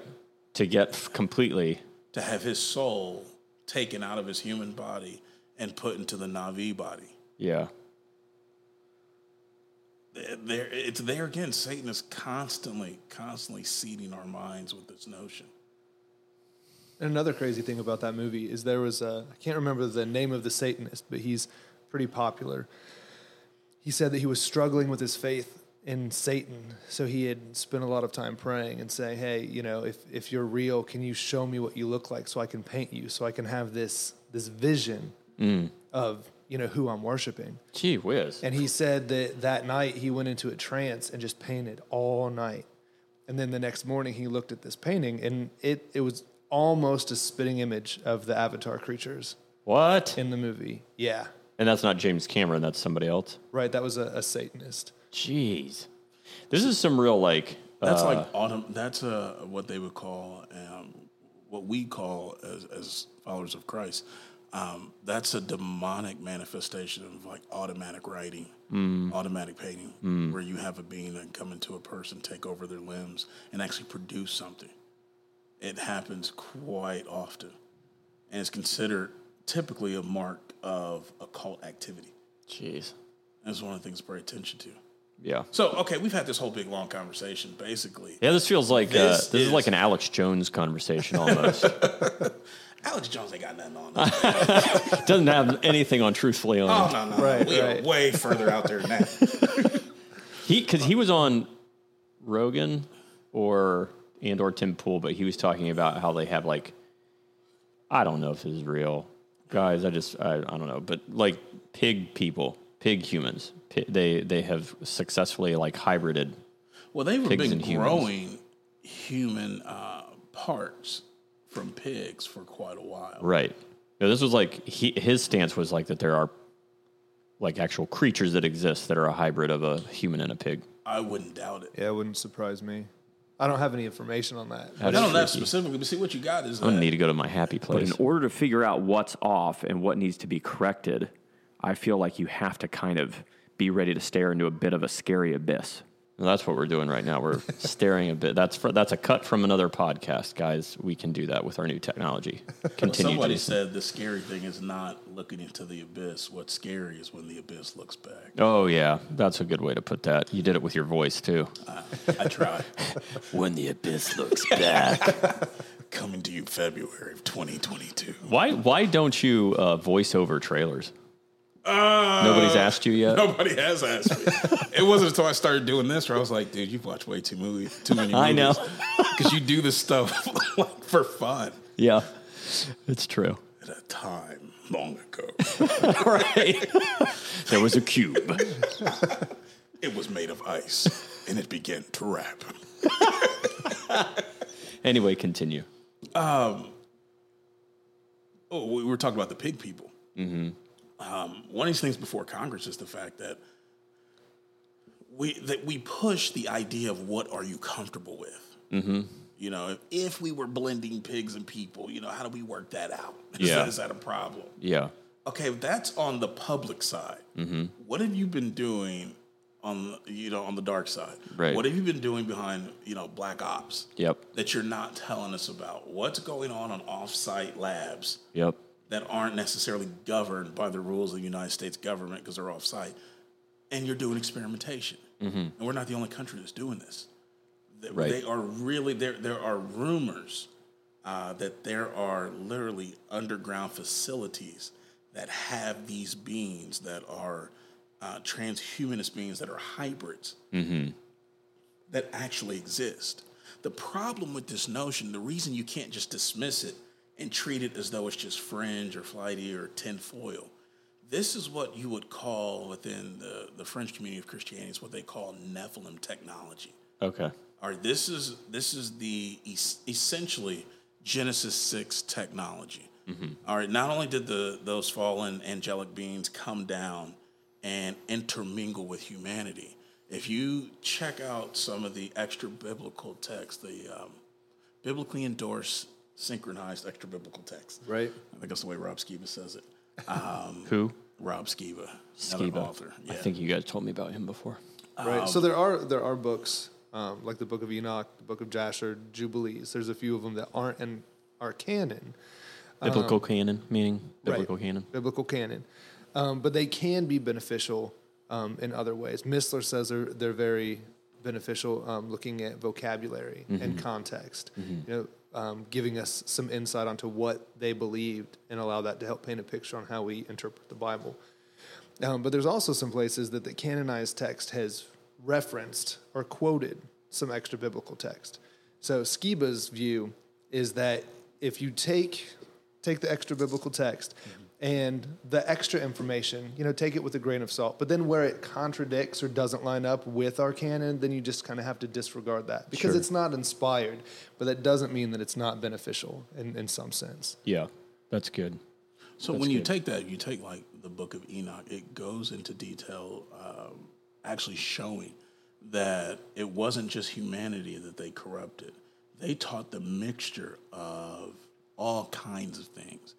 [SPEAKER 1] To get f- completely
[SPEAKER 2] to have his soul taken out of his human body and put into the Navi body.
[SPEAKER 1] yeah.
[SPEAKER 2] There, it's there again. Satan is constantly, constantly seeding our minds with this notion.
[SPEAKER 3] And another crazy thing about that movie is there was a, I can't remember the name of the Satanist, but he's pretty popular. He said that he was struggling with his faith in Satan. So he had spent a lot of time praying and saying, Hey, you know, if, if you're real, can you show me what you look like so I can paint you, so I can have this, this vision of, you know, who I'm worshiping.
[SPEAKER 1] Gee whiz.
[SPEAKER 3] And he said that that night he went into a trance and just painted all night. And then the next morning he looked at this painting and it, it was almost a spitting image of the avatar creatures
[SPEAKER 1] What?
[SPEAKER 3] in the movie. Yeah.
[SPEAKER 1] And that's not James Cameron. That's somebody else.
[SPEAKER 3] Right. That was a, a Satanist.
[SPEAKER 1] Jeez, this is some real like.
[SPEAKER 2] That's like autumn. That's uh, what they would call, um, what we call as, as followers of Christ. Um, that's a demonic manifestation of like automatic writing, automatic painting, where you have a being that come into a person, take over their limbs, and actually produce something. It happens quite often, and it's considered typically a mark of occult activity.
[SPEAKER 1] Jeez.
[SPEAKER 2] That's one of the things to pay attention to.
[SPEAKER 1] Yeah.
[SPEAKER 2] So, okay, we've had this whole big long conversation, basically.
[SPEAKER 1] Yeah, this feels like uh,
[SPEAKER 2] This
[SPEAKER 1] this is
[SPEAKER 2] is-
[SPEAKER 1] like an Alex Jones conversation almost.
[SPEAKER 2] Alex Jones ain't got nothing on. us.
[SPEAKER 1] Doesn't have anything on truthfully on
[SPEAKER 2] oh
[SPEAKER 1] him.
[SPEAKER 2] no, no, no.
[SPEAKER 3] Right,
[SPEAKER 2] we
[SPEAKER 3] right.
[SPEAKER 2] are way further out there now.
[SPEAKER 1] he because he was on Rogan or and or Tim Pool, but he was talking about how they have like I don't know if this is real, guys. I just I, I don't know, but like pig people, pig humans, pi they they have successfully like hybrided.
[SPEAKER 2] Well, they've
[SPEAKER 1] Pigs
[SPEAKER 2] been
[SPEAKER 1] and humans.
[SPEAKER 2] growing human uh, parts from pigs for quite a while.
[SPEAKER 1] Right. No, this was like he, his stance was like that there are like actual creatures that exist that are a hybrid of a human and a pig.
[SPEAKER 2] I wouldn't doubt it.
[SPEAKER 3] Yeah. It wouldn't surprise me. I don't have any information on that.
[SPEAKER 1] That
[SPEAKER 2] I
[SPEAKER 1] is
[SPEAKER 2] don't know that
[SPEAKER 1] freaky.
[SPEAKER 2] specifically, but see what you got is
[SPEAKER 1] I'm
[SPEAKER 2] that
[SPEAKER 1] gonna need to go to my happy
[SPEAKER 5] But
[SPEAKER 1] place.
[SPEAKER 5] in order to figure out what's off and what needs to be corrected, I feel like you have to kind of be ready to stare into a bit of a scary abyss.
[SPEAKER 1] Well, that's what we're doing right now. We're staring a bit. That's for, that's a cut from another podcast, guys. We can do that with our new technology. Continue.
[SPEAKER 2] somebody
[SPEAKER 1] Jason.
[SPEAKER 2] said the scary thing is not looking into the abyss. What's scary is when the abyss looks back.
[SPEAKER 1] Oh yeah, that's a good way to put that. You did it with your voice too.
[SPEAKER 2] I try.
[SPEAKER 1] When the abyss looks back.
[SPEAKER 2] Coming to you February of 2022.
[SPEAKER 1] Why why don't you uh, voice over trailers?
[SPEAKER 2] Uh,
[SPEAKER 1] Nobody's asked you yet.
[SPEAKER 2] Nobody has asked me. it wasn't until I started doing this where I was like, dude, you've watched way too movie, too many movies.
[SPEAKER 1] I know.
[SPEAKER 2] Because you do this stuff like, for fun
[SPEAKER 1] Yeah, it's true.
[SPEAKER 2] at a time long ago.
[SPEAKER 1] Right. there was a cube.
[SPEAKER 2] it was made of ice and it began to rap.
[SPEAKER 1] Anyway, continue.
[SPEAKER 2] Oh, we were talking about the pig people.
[SPEAKER 1] Mm-hmm.
[SPEAKER 2] Um, one of these things before Congress is the fact that we that we push the idea of what are you comfortable with.
[SPEAKER 1] Mm-hmm.
[SPEAKER 2] You know, if, if we were blending pigs and people, you know, how do we work that out? Is,
[SPEAKER 1] Yeah.
[SPEAKER 2] that, is that a problem?
[SPEAKER 1] Yeah.
[SPEAKER 2] okay that's on the public side what have you been doing on the- you know on the dark side
[SPEAKER 1] Right.
[SPEAKER 2] what have you been doing behind you know black ops
[SPEAKER 1] Yep.
[SPEAKER 2] that you're not telling us about what's going on on off-site labs
[SPEAKER 1] Yep.
[SPEAKER 2] that aren't necessarily governed by the rules of the United States government because they're off site. And you're doing experimentation. And we're not the only country that's doing this. Th-
[SPEAKER 1] Right.
[SPEAKER 2] They are really, there, there are rumors uh, that there are literally underground facilities that have these beings that are uh, transhumanist beings that are hybrids that actually exist. The problem with this notion, the reason you can't just dismiss it and treat it as though it's just fringe or flighty or tinfoil, this is what you would call within the, the French community of Christianity, is what they call Nephilim technology.
[SPEAKER 1] Okay.
[SPEAKER 2] All right, this is this is the es- essentially Genesis six technology. All right, not only did the those fallen angelic beings come down and intermingle with humanity, if you check out some of the extra biblical texts, the um, biblically endorsed synchronized extra biblical texts,
[SPEAKER 3] Right.
[SPEAKER 2] I think that's the way Rob Skiba says it.
[SPEAKER 1] Who?
[SPEAKER 2] Rob Skiba, another
[SPEAKER 1] Skiba.
[SPEAKER 2] author.
[SPEAKER 1] I think you guys told me about him before.
[SPEAKER 3] Right. so there are there are books um, like the Book of Enoch, the Book of Jasher, Jubilees. There's a few of them that aren't in our canon.
[SPEAKER 2] Uh,
[SPEAKER 1] Biblical canon, meaning biblical
[SPEAKER 3] right.
[SPEAKER 1] canon.
[SPEAKER 3] Biblical canon. Um, but they can be beneficial um, in other ways. Missler says they're, they're very beneficial um, looking at vocabulary
[SPEAKER 1] Mm-hmm.
[SPEAKER 3] and context, you know, um, giving us some insight onto what they believed and allow that to help paint a picture on how we interpret the Bible. Um, but there's also some places that the canonized text has referenced or quoted some extra biblical text. So Skiba's view is that if you take take the extra biblical text and the extra information, you know, take it with a grain of salt. But then where it contradicts or doesn't line up with our canon, then you just kind of have to disregard that because it's not inspired. But that doesn't mean that it's not beneficial in, in some sense.
[SPEAKER 1] Yeah, that's good.
[SPEAKER 2] So when you take that, you take like the Book of Enoch. It goes into detail, um, actually showing that it wasn't just humanity that they corrupted. They taught the mixture of all kinds of things,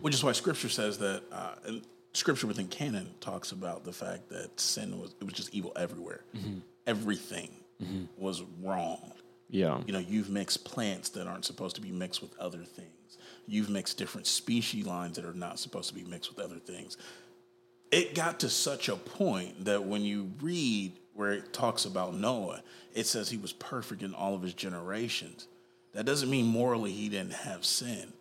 [SPEAKER 2] which is why Scripture says that. Uh, and Scripture within canon talks about the fact that sin was it was just evil everywhere. Everything was wrong.
[SPEAKER 1] Yeah.
[SPEAKER 2] You know, you've mixed plants that aren't supposed to be mixed with other things. You've mixed different species lines that are not supposed to be mixed with other things. It got to such a point that when you read where it talks about Noah, it says he was perfect in all of his generations. That doesn't mean morally he didn't have sin.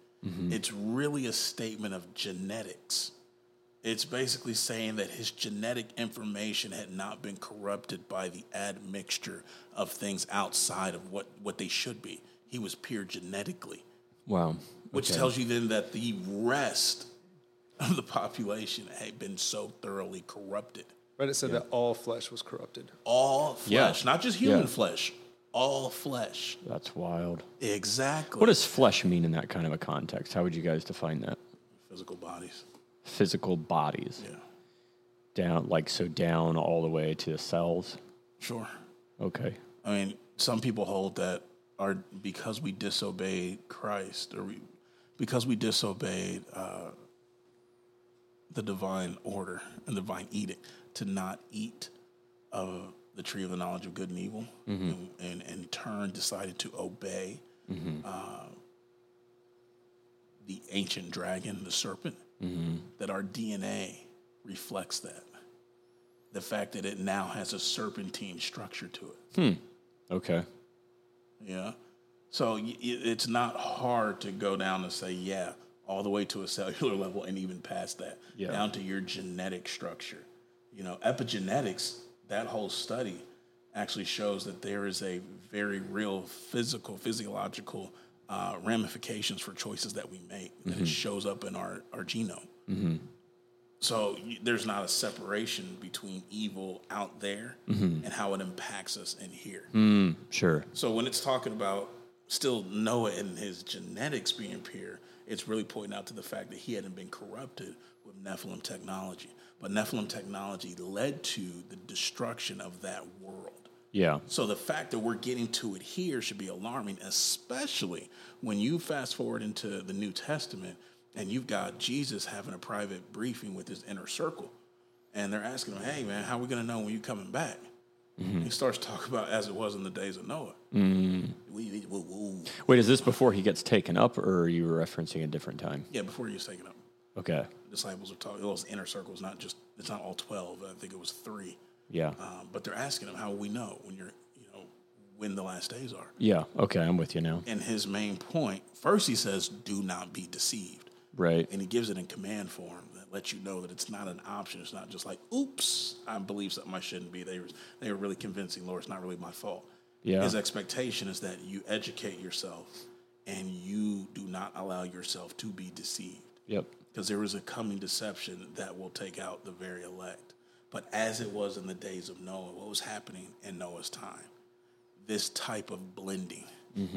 [SPEAKER 2] It's really a statement of genetics. It's basically saying that his genetic information had not been corrupted by the admixture of things outside of what, what they should be. He was pure genetically,
[SPEAKER 1] Wow.
[SPEAKER 2] which tells you then that the rest of the population had been so thoroughly corrupted.
[SPEAKER 3] Right? It said that all flesh was corrupted.
[SPEAKER 2] All
[SPEAKER 1] Yeah.
[SPEAKER 2] flesh, not just human
[SPEAKER 1] Yeah.
[SPEAKER 2] flesh, all flesh.
[SPEAKER 1] That's wild.
[SPEAKER 2] Exactly.
[SPEAKER 1] What does flesh mean in that kind of a context? How would you guys define that?
[SPEAKER 2] physical bodies?
[SPEAKER 1] Physical bodies.
[SPEAKER 2] Yeah,
[SPEAKER 1] Down, like, so down all the way to the cells.
[SPEAKER 2] sure.
[SPEAKER 1] Okay.
[SPEAKER 2] I mean, some people hold that our because we disobeyed Christ or we, because we disobeyed uh, the divine order and the divine edict to not eat of the tree of the knowledge of good and evil, and, and in turn decided to obey uh, the ancient dragon, the serpent, that our DNA reflects that. The fact that it now has a serpentine structure to it.
[SPEAKER 1] Okay.
[SPEAKER 2] Yeah. So y- y- it's not hard to go down and say, yeah, all the way to a cellular level and even past that,
[SPEAKER 1] Yeah.
[SPEAKER 2] down to your genetic structure. You know, epigenetics, that whole study actually shows that there is a very real physical, physiological uh, ramifications for choices that we make, and it shows up in our, our genome. So y there's not a separation between evil out there and how it impacts us in here.
[SPEAKER 1] Sure.
[SPEAKER 2] So when it's talking about still Noah and his genetics being pure, it's really pointing out to the fact that he hadn't been corrupted with Nephilim technology. But Nephilim technology led to the destruction of that world.
[SPEAKER 1] Yeah.
[SPEAKER 2] So the fact that we're getting to it here should be alarming, especially when you fast forward into the New Testament and you've got Jesus having a private briefing with his inner circle. And they're asking him, hey, man, how are we going to know when you're coming back? He starts talking about as it was in the days of Noah. We- we- woo, woo.
[SPEAKER 1] Wait, is this before he gets taken up, or are you referencing a different time?
[SPEAKER 2] Yeah, before he was taken up.
[SPEAKER 1] Okay.
[SPEAKER 2] disciples are talking. Those inner circles, not just it's not all twelve. I think it was three.
[SPEAKER 1] Yeah.
[SPEAKER 2] Um, but they're asking him how we know when you're, you know, when the last days are.
[SPEAKER 1] Yeah. Okay. I'm with you now.
[SPEAKER 2] And his main point, first he says, "Do not be deceived,"
[SPEAKER 1] Right.
[SPEAKER 2] and he gives it in command form that lets you know that it's not an option. It's not just like, "Oops, I believe something I shouldn't be." They were they were really convincing, Lord. It's not really my fault.
[SPEAKER 1] Yeah.
[SPEAKER 2] His expectation is that you educate yourself and you do not allow yourself to be deceived
[SPEAKER 1] Yep.
[SPEAKER 2] because there is a coming deception that will take out the very elect. But as it was in the days of Noah, what was happening in Noah's time, this type of blending
[SPEAKER 1] Mm-hmm.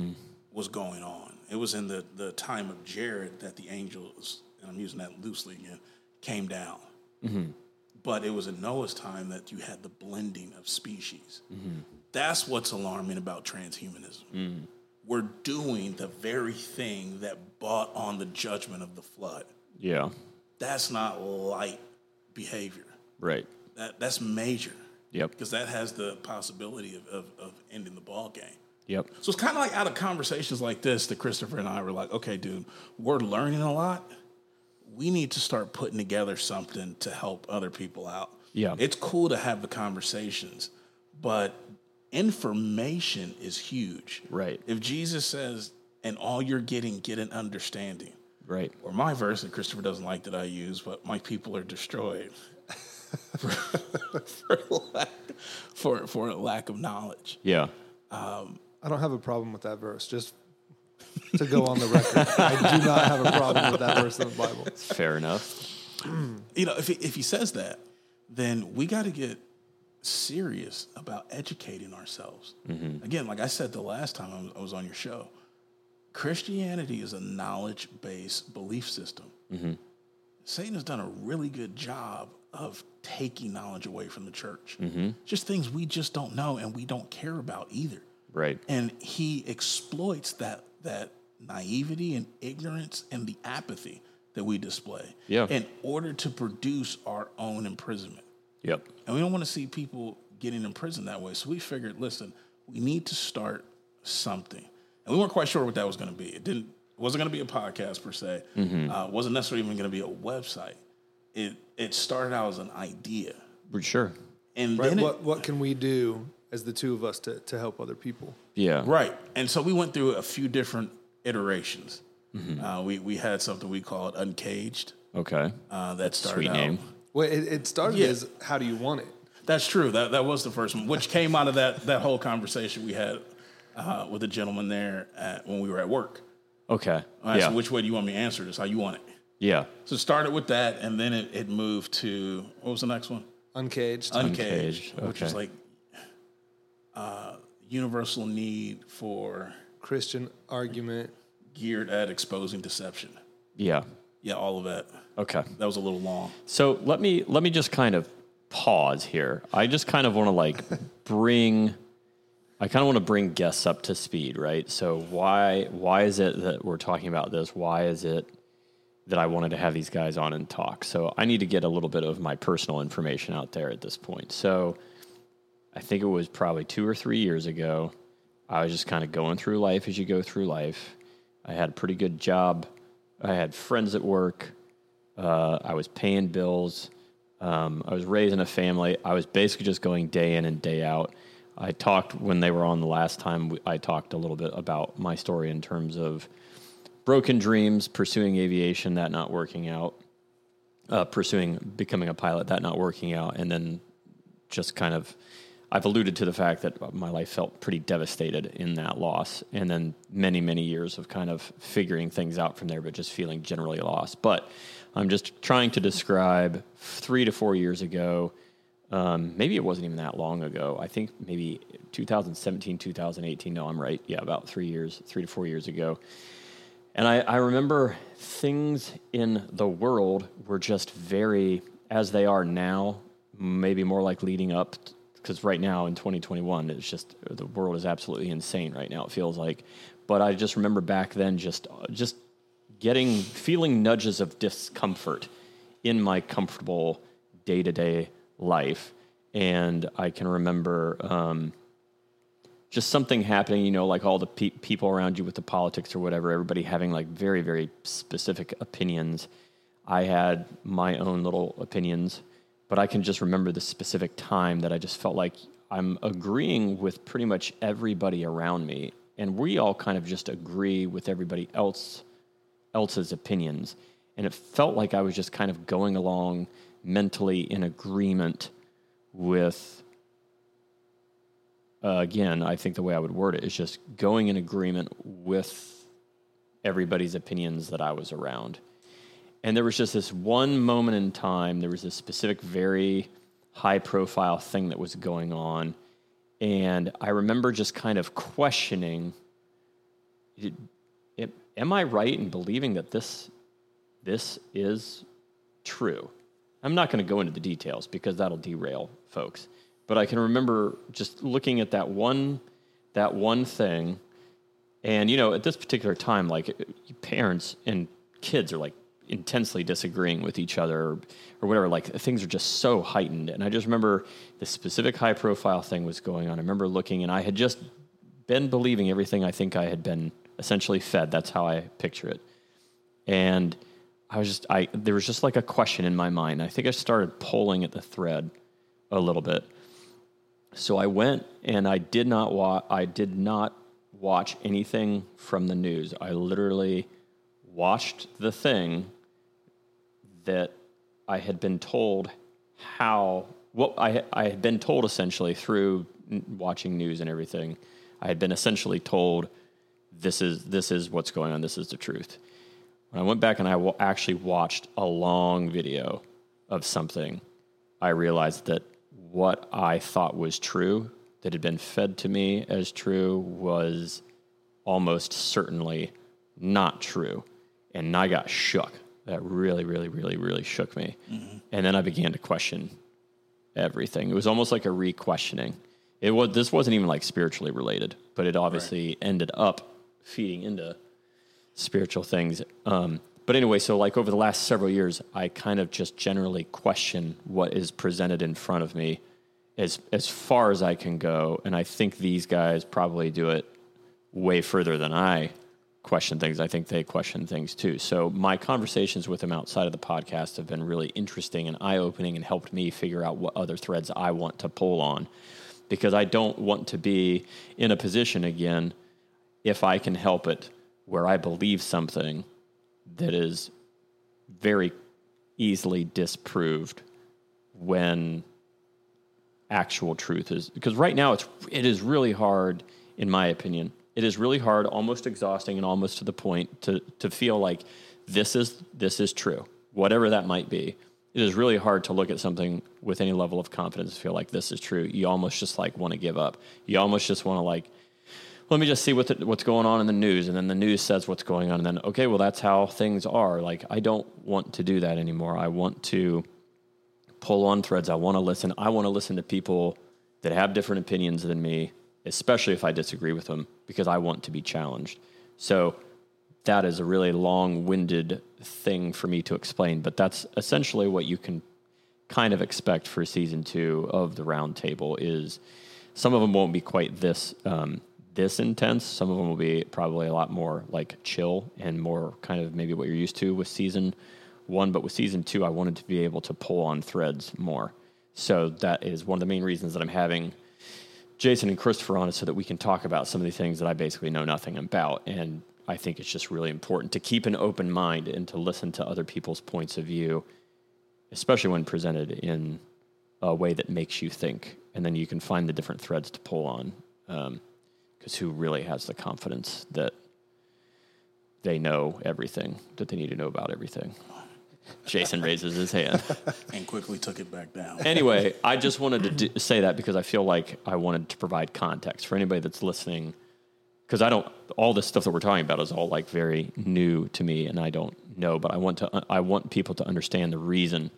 [SPEAKER 2] was going on. It was in the, the time of Jared that the angels, and I'm using that loosely again, came down.
[SPEAKER 1] Mm-hmm.
[SPEAKER 2] But it was in Noah's time that you had the blending of species. That's what's alarming about transhumanism. We're doing the very thing that brought on the judgment of the flood
[SPEAKER 1] Yeah.
[SPEAKER 2] that's not light behavior.
[SPEAKER 1] Right.
[SPEAKER 2] That that's major.
[SPEAKER 1] Yep.
[SPEAKER 2] Because that has the possibility of, of, of ending the ball game.
[SPEAKER 1] Yep.
[SPEAKER 2] So it's kind of like out of conversations like this that Christopher and I were like, okay, dude, we're learning a lot. We need to start putting together something to help other people out.
[SPEAKER 1] Yeah.
[SPEAKER 2] It's cool to have the conversations, but information is huge.
[SPEAKER 1] Right.
[SPEAKER 2] If Jesus says, and all you're getting, get an understanding
[SPEAKER 1] Right.
[SPEAKER 2] or my verse that Christopher doesn't like that I use, but my people are destroyed for, for, lack, for, for a lack of knowledge.
[SPEAKER 1] Yeah.
[SPEAKER 3] I don't have a problem with that verse. Just to go on the record, I do not have a problem with that verse in the Bible.
[SPEAKER 1] Fair enough.
[SPEAKER 2] You know, if he, if he says that, then we got to get serious about educating ourselves. Again, like I said the last time I was, I was on your show, Christianity is a knowledge based belief system. Satan has done a really good job of taking knowledge away from the church. Just things we just don't know and we don't care about either.
[SPEAKER 1] Right.
[SPEAKER 2] And he exploits that that naivety and ignorance and the apathy that we display
[SPEAKER 1] Yeah.
[SPEAKER 2] in order to produce our own imprisonment.
[SPEAKER 1] Yep.
[SPEAKER 2] And we don't want to see people getting imprisoned that way. So we figured, listen, we need to start something. And we weren't quite sure what that was going to be. It didn't it wasn't going to be a podcast per se. Uh, wasn't necessarily even going to be a website. It it started out as an idea,
[SPEAKER 1] Sure.
[SPEAKER 2] and
[SPEAKER 3] Right?
[SPEAKER 2] then it-
[SPEAKER 3] What what can we do as the two of us to, to help other people?
[SPEAKER 1] Yeah.
[SPEAKER 2] Right. And so we went through a few different iterations.
[SPEAKER 1] Mm-hmm.
[SPEAKER 2] Uh, we we had something we called Uncaged.
[SPEAKER 1] Okay.
[SPEAKER 2] Uh, that started
[SPEAKER 1] Sweet
[SPEAKER 2] out.
[SPEAKER 1] name.
[SPEAKER 3] Well, it, it started
[SPEAKER 2] Yeah.
[SPEAKER 3] as how do you want it?
[SPEAKER 2] That's true. That that was the first one, which came out of that that whole conversation we had uh, with the gentleman there at, when we were at work.
[SPEAKER 1] Okay.
[SPEAKER 2] I asked
[SPEAKER 1] yeah.
[SPEAKER 2] him, which way do you want me to answer this? How you want it?
[SPEAKER 1] yeah.
[SPEAKER 2] So it started with that, and then it, it moved to what was the next one?
[SPEAKER 3] Uncaged.
[SPEAKER 2] Uncaged,
[SPEAKER 1] Uncaged,
[SPEAKER 2] which is
[SPEAKER 1] okay.
[SPEAKER 2] like uh, universal need for
[SPEAKER 3] Christian argument.
[SPEAKER 2] geared at exposing deception.
[SPEAKER 1] Yeah.
[SPEAKER 2] Yeah, all of that.
[SPEAKER 1] Okay.
[SPEAKER 2] That was a little long.
[SPEAKER 1] So let me let me just kind of pause here. I just kind of want to like bring I kind of want to bring guests up to speed, right? So why why is it that we're talking about this? Why is it that I wanted to have these guys on and talk? So I need to get a little bit of my personal information out there at this point. So I think it was probably 2 or 3 years ago. I was just kind of going through life as you go through life. I had a pretty good job. I had friends at work uh, I was paying bills. Um, I was raising a family. I was basically just going day in and day out. I talked when they were on the last time. we- I talked a little bit about my story in terms of broken dreams, pursuing aviation, that not working out, uh, pursuing becoming a pilot, that not working out, and then just kind of I've alluded to the fact that my life felt pretty devastated in that loss, and then many many years of kind of figuring things out from there, but just feeling generally lost. But I'm just trying to describe three to four years ago. Um, maybe it wasn't even that long ago. I think maybe 2017, 2018. No, I'm right. Yeah, about three years, three to four years ago. And I, I remember things in the world were just very, as they are now, maybe more like leading up, because right now in 2021, it's just the world is absolutely insane right now, it feels like. But I just remember back then just, just getting, feeling nudges of discomfort in my comfortable day to day life. And I can remember, um, just something happening, you know, like all the pe- people around you with the politics or whatever, everybody having like very, very specific opinions. I had my own little opinions, but I can just remember the specific time that I just felt like I'm agreeing with pretty much everybody around me, and we all kind of just agree with everybody else else's opinions, and it felt like I was just kind of going along mentally in agreement with uh, again, I think the way I would word it is just going in agreement with everybody's opinions that I was around. And there was just this one moment in time, there was this specific, very high profile thing that was going on. And I remember just kind of questioning it, it, am I right in believing that this, this is true? I'm not going to go into the details because that'll derail folks but I can remember just looking at that one that one thing and you know at this particular time like parents and kids are like intensely disagreeing with each other or, or whatever like things are just so heightened and I just remember this specific high profile thing was going on I remember looking and I had just been believing everything I think I had been essentially fed that's how I picture it and I was just I there was just like a question in my mind I think I started pulling at the thread a little bit so I went and I did not watch. I did not watch anything from the news. I literally watched the thing that I had been told how what I I had been told essentially through n- watching news and everything. I had been essentially told this is this is what's going on. This is the truth. When I went back and I wa- actually watched a long video of something, I realized that what I thought was true, that had been fed to me as true, was almost certainly not true. And I got shook. That really, really, really, really shook me. And then I began to question everything. It was almost like a re questioning. It was this wasn't even like spiritually related, but it obviously ended up feeding into spiritual things. Um, but anyway, so like over the last several years, I kind of just generally question what is presented in front of me as as far as I can go, and I think these guys probably do it way further than I question things. I think they question things too. So my conversations with them outside of the podcast have been really interesting and eye opening, and helped me figure out what other threads I want to pull on, because I don't want to be in a position again if I can help it, where I believe something that is very easily disproved when actual truth is because right now it's it is really hard in my opinion it is really hard almost exhausting and almost to the point to to feel like this is this is true whatever that might be it is really hard to look at something with any level of confidence and feel like this is true you almost just like want to give up you almost just want to like let me just see what the, what's going on in the news and then the news says what's going on and then okay well that's how things are like i don't want to do that anymore i want to pull on threads i want to listen i want to listen to people that have different opinions than me especially if i disagree with them because i want to be challenged so that is a really long-winded thing for me to explain but that's essentially what you can kind of expect for season two of the roundtable is some of them won't be quite this um, this intense. Some of them will be probably a lot more like chill and more kind of maybe what you're used to with season one. But with season two, I wanted to be able to pull on threads more. So that is one of the main reasons that I'm having Jason and Christopher on is so that we can talk about some of the things that I basically know nothing about. And I think it's just really important to keep an open mind and to listen to other people's points of view, especially when presented in a way that makes you think. And then you can find the different threads to pull on. Because who really has the confidence that they know everything that they need to know about everything? Jason raises his hand.
[SPEAKER 2] and quickly took it back down.
[SPEAKER 1] Anyway, I just wanted to do, say that because I feel like I wanted to provide context for anybody that's listening. Because I don't, all this stuff that we're talking about is all like very new to me, and I don't know. But I want to, I want people to understand the reason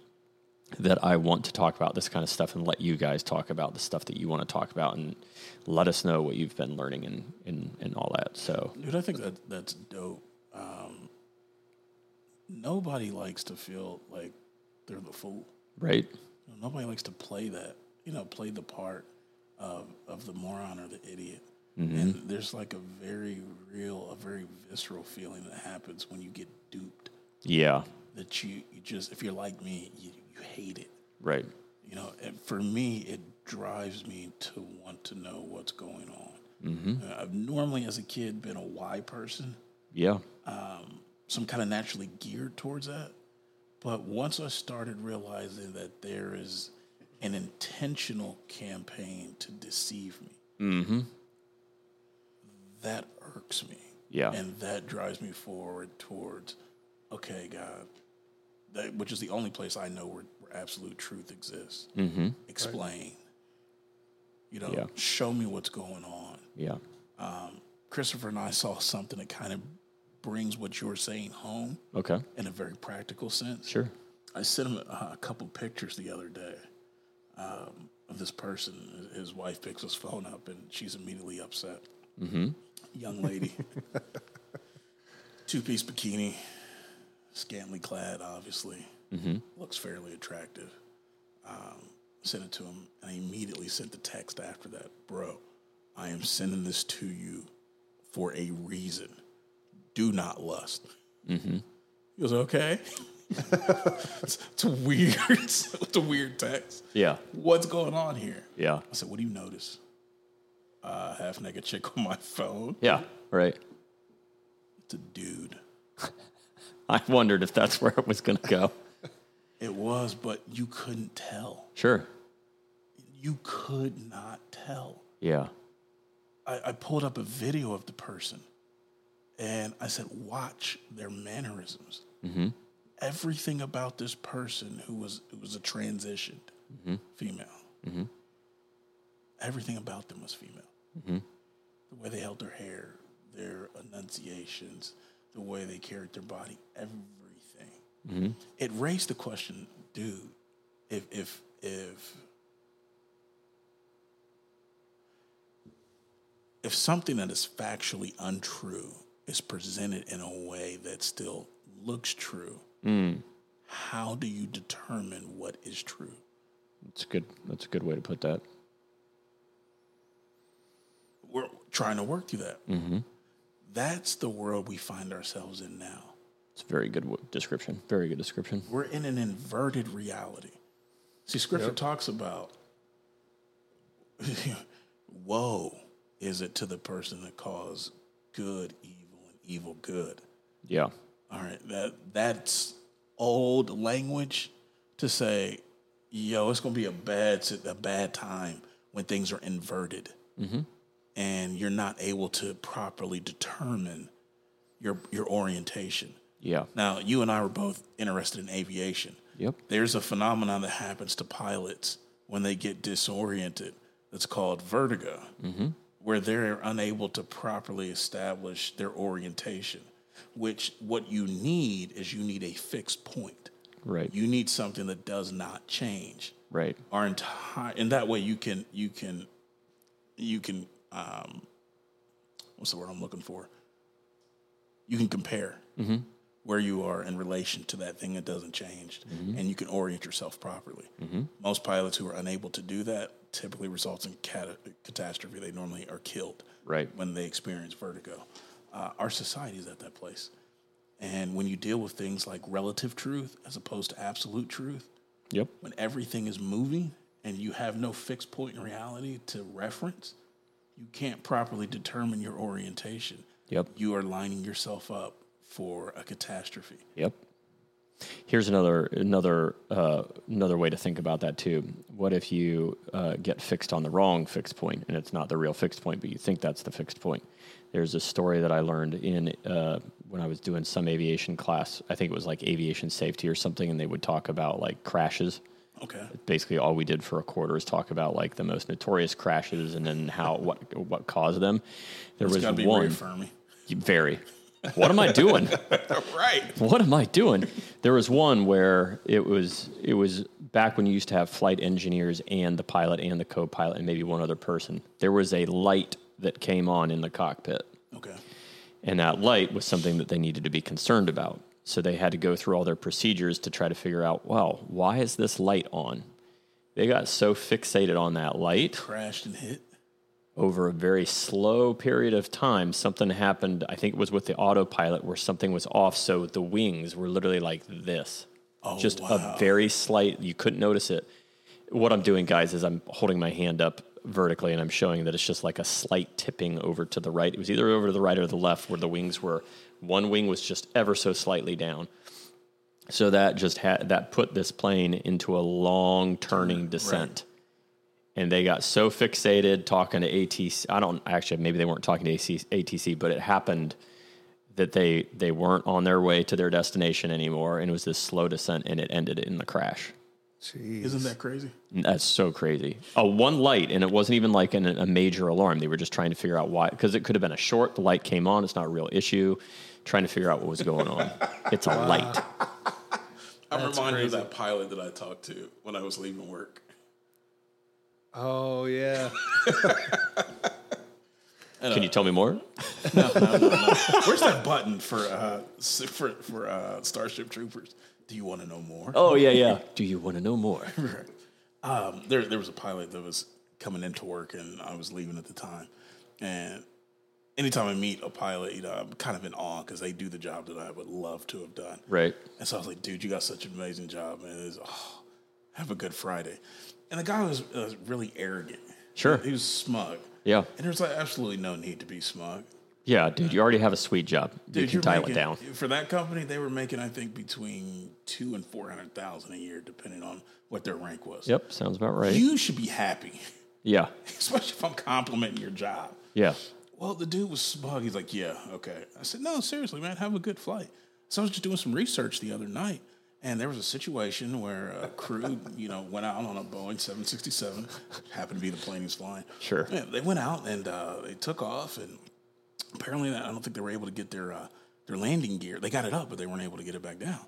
[SPEAKER 1] that I want to talk about this kind of stuff and let you guys talk about the stuff that you want to talk about and let us know what you've been learning and, and, and all that. So
[SPEAKER 2] Dude, I think that that's dope. Um, nobody likes to feel like they're the fool.
[SPEAKER 1] right,
[SPEAKER 2] You know, Nobody likes to play that, you know, play the part of of the moron or the idiot. And there's like a very real, a very visceral feeling that happens when you get duped.
[SPEAKER 1] yeah,
[SPEAKER 2] that you, you just, if you're like me, you, you hate it.
[SPEAKER 1] Right.
[SPEAKER 2] You know, and for me, it drives me to want to know what's going on. Uh, I've normally, as a kid, been a why person,
[SPEAKER 1] Yeah.
[SPEAKER 2] so I'm kind of naturally geared towards that. But once I started realizing that there is an intentional campaign to deceive me,
[SPEAKER 1] Mm-hmm.
[SPEAKER 2] that irks me.
[SPEAKER 1] Yeah.
[SPEAKER 2] And that drives me forward towards, okay, God, that, which is the only place I know where, where absolute truth exists. Mm-hmm. Explain. You know,
[SPEAKER 1] Yeah.
[SPEAKER 2] show me what's going on.
[SPEAKER 1] Yeah.
[SPEAKER 2] Christopher and I saw something that kind of brings what you're saying home
[SPEAKER 1] Okay.
[SPEAKER 2] in a very practical sense.
[SPEAKER 1] Sure.
[SPEAKER 2] I sent him a, a couple pictures the other day um, of this person. His wife picks his phone up and she's immediately upset. Mm-hmm. Young lady, two piece bikini, scantily clad, obviously, looks fairly attractive. Um, sent it to him and I immediately sent the text after that Bro, I am sending this to you for a reason. Do not lust. He goes, okay. it's, it's weird. It's, it's a weird text.
[SPEAKER 1] Yeah.
[SPEAKER 2] What's going on here?
[SPEAKER 1] Yeah.
[SPEAKER 2] I said, what do you notice? Uh, half naked chick on my phone.
[SPEAKER 1] Yeah. Right.
[SPEAKER 2] It's a dude.
[SPEAKER 1] I wondered if that's where it was going to go.
[SPEAKER 2] It was, but you couldn't tell.
[SPEAKER 1] Sure.
[SPEAKER 2] You could not tell.
[SPEAKER 1] Yeah.
[SPEAKER 2] I, I pulled up a video of the person and I said, watch their mannerisms. Everything about this person who was, who was a transitioned female, everything about them was female. The way they held their hair, their enunciations, the way they carried their body, everything. It raised the question, dude, if, if, if, if something that is factually untrue is presented in a way that still looks true, how do you determine what is true?
[SPEAKER 1] That's a good. That's a good way to put that.
[SPEAKER 2] We're trying to work through that. That's the world we find ourselves in now.
[SPEAKER 1] It's a very good w- description. Very good description.
[SPEAKER 2] We're in an inverted reality. See, scripture talks about woe is it to the person that calls good evil and evil good.
[SPEAKER 1] Yeah.
[SPEAKER 2] All right, that that's old language to say, yo, it's gonna be a bad si- a bad time when things are inverted, and you're not able to properly determine your your orientation.
[SPEAKER 1] Yeah.
[SPEAKER 2] Now, you and I were both interested in aviation.
[SPEAKER 1] Yep.
[SPEAKER 2] There's a phenomenon that happens to pilots when they get disoriented that's called vertigo,
[SPEAKER 1] Mm-hmm.
[SPEAKER 2] where they're unable to properly establish their orientation, which what you need is you need a fixed point.
[SPEAKER 1] Right.
[SPEAKER 2] You need something that does not change
[SPEAKER 1] Right.
[SPEAKER 2] our entire and that way you can you can you can um what's the word i'm looking for you can compare where you are in relation to that thing that doesn't change and you can orient yourself properly most pilots who are unable to do that typically results in cat- catastrophe they normally are killed
[SPEAKER 1] Right.
[SPEAKER 2] when they experience vertigo uh, our society is at that place and when you deal with things like relative truth as opposed to absolute truth
[SPEAKER 1] Yep.
[SPEAKER 2] when everything is moving and you have no fixed point in reality to reference, you can't properly determine your orientation.
[SPEAKER 1] Yep.
[SPEAKER 2] You are lining yourself up for a catastrophe.
[SPEAKER 1] Yep. Here's another another uh, another way to think about that too. What if you uh, get fixed on the wrong fixed point, and it's not the real fixed point, but you think that's the fixed point? There's a story that I learned in uh, when I was doing some aviation class. I think it was like aviation safety or something, and they would talk about like crashes.
[SPEAKER 2] Okay.
[SPEAKER 1] Basically, all we did for a quarter is talk about like the most notorious crashes and then how what what caused them. There
[SPEAKER 2] It's
[SPEAKER 1] was
[SPEAKER 2] got to be
[SPEAKER 1] one
[SPEAKER 2] reaffirming.
[SPEAKER 1] very. What am I doing?
[SPEAKER 2] Right.
[SPEAKER 1] what am I doing? There was one where it was it was back when you used to have flight engineers and the pilot and the co-pilot and maybe one other person. There was a light that came on in the cockpit,
[SPEAKER 2] Okay.
[SPEAKER 1] and that light was something that they needed to be concerned about. So they had to go through all their procedures to try to figure out, well, why is this light on? They got so fixated on that light
[SPEAKER 2] Crashed and hit.
[SPEAKER 1] over a very slow period of time, something happened. I think it was with the autopilot where something was off. So the wings were literally like this. Oh, Just
[SPEAKER 2] wow.
[SPEAKER 1] a very slight, you couldn't notice it. What I'm doing, guys, is I'm holding my hand up vertically and I'm showing that it's just like a slight tipping over to the right. It was either over to the right or the left where the wings were. One wing was just ever so slightly down. So that just had that put this plane into a long turning descent. And they got so fixated talking to ATC. I don't actually maybe they weren't talking to AC, ATC, but it happened that they they weren't on their way to their destination anymore, and it was this slow descent, and it ended in the crash.
[SPEAKER 3] Jeez.
[SPEAKER 2] Isn't that crazy?
[SPEAKER 1] And That's so crazy. A one light, and it wasn't even like an, a major alarm. They were just trying to figure out why, because it could have been a short. The light came on. It's not a real issue. Trying to figure out what was going on. It's a light.
[SPEAKER 2] I'm reminded of that pilot that I talked to when I was leaving work.
[SPEAKER 3] Oh yeah.
[SPEAKER 1] Can you tell me more?
[SPEAKER 2] Where's that button for uh, s- for, for uh, Starship Troopers? Do you want to know more?
[SPEAKER 1] Oh yeah, yeah. Do you want to know more?
[SPEAKER 2] Um, there, there was a pilot that was coming into work, and I was leaving at the time. And anytime I meet a pilot, you know, I'm kind of in awe because they do the job that I would love to have done.
[SPEAKER 1] Right.
[SPEAKER 2] And so I was like, dude, you got such an amazing job, man. It was, oh, have a good Friday. And the guy was uh, really arrogant.
[SPEAKER 1] Sure.
[SPEAKER 2] He, he was smug.
[SPEAKER 1] Yeah.
[SPEAKER 2] And there's like absolutely no need to be smug.
[SPEAKER 1] Yeah, dude. You already have a sweet job. you
[SPEAKER 2] Dude,
[SPEAKER 1] can
[SPEAKER 2] you're
[SPEAKER 1] dial
[SPEAKER 2] making-
[SPEAKER 1] it down.
[SPEAKER 2] For that company, they were making, I think, between two and four hundred thousand a year, depending on what their rank was.
[SPEAKER 1] Yep. Sounds about right.
[SPEAKER 2] You should be happy,
[SPEAKER 1] yeah.
[SPEAKER 2] especially if I'm complimenting your job.
[SPEAKER 1] Yeah.
[SPEAKER 2] Well, the dude was smug. He's like, "Yeah, okay." I said, "No, seriously, man, have a good flight." So I was just doing some research the other night, and there was a situation where a crew, you know, went out on a Boeing 767. Happened to be the plane he's flying.
[SPEAKER 1] Sure.
[SPEAKER 2] Yeah, they went out and uh, they took off, and apparently, I don't think they were able to get their uh, their landing gear. They got it up, but they weren't able to get it back down.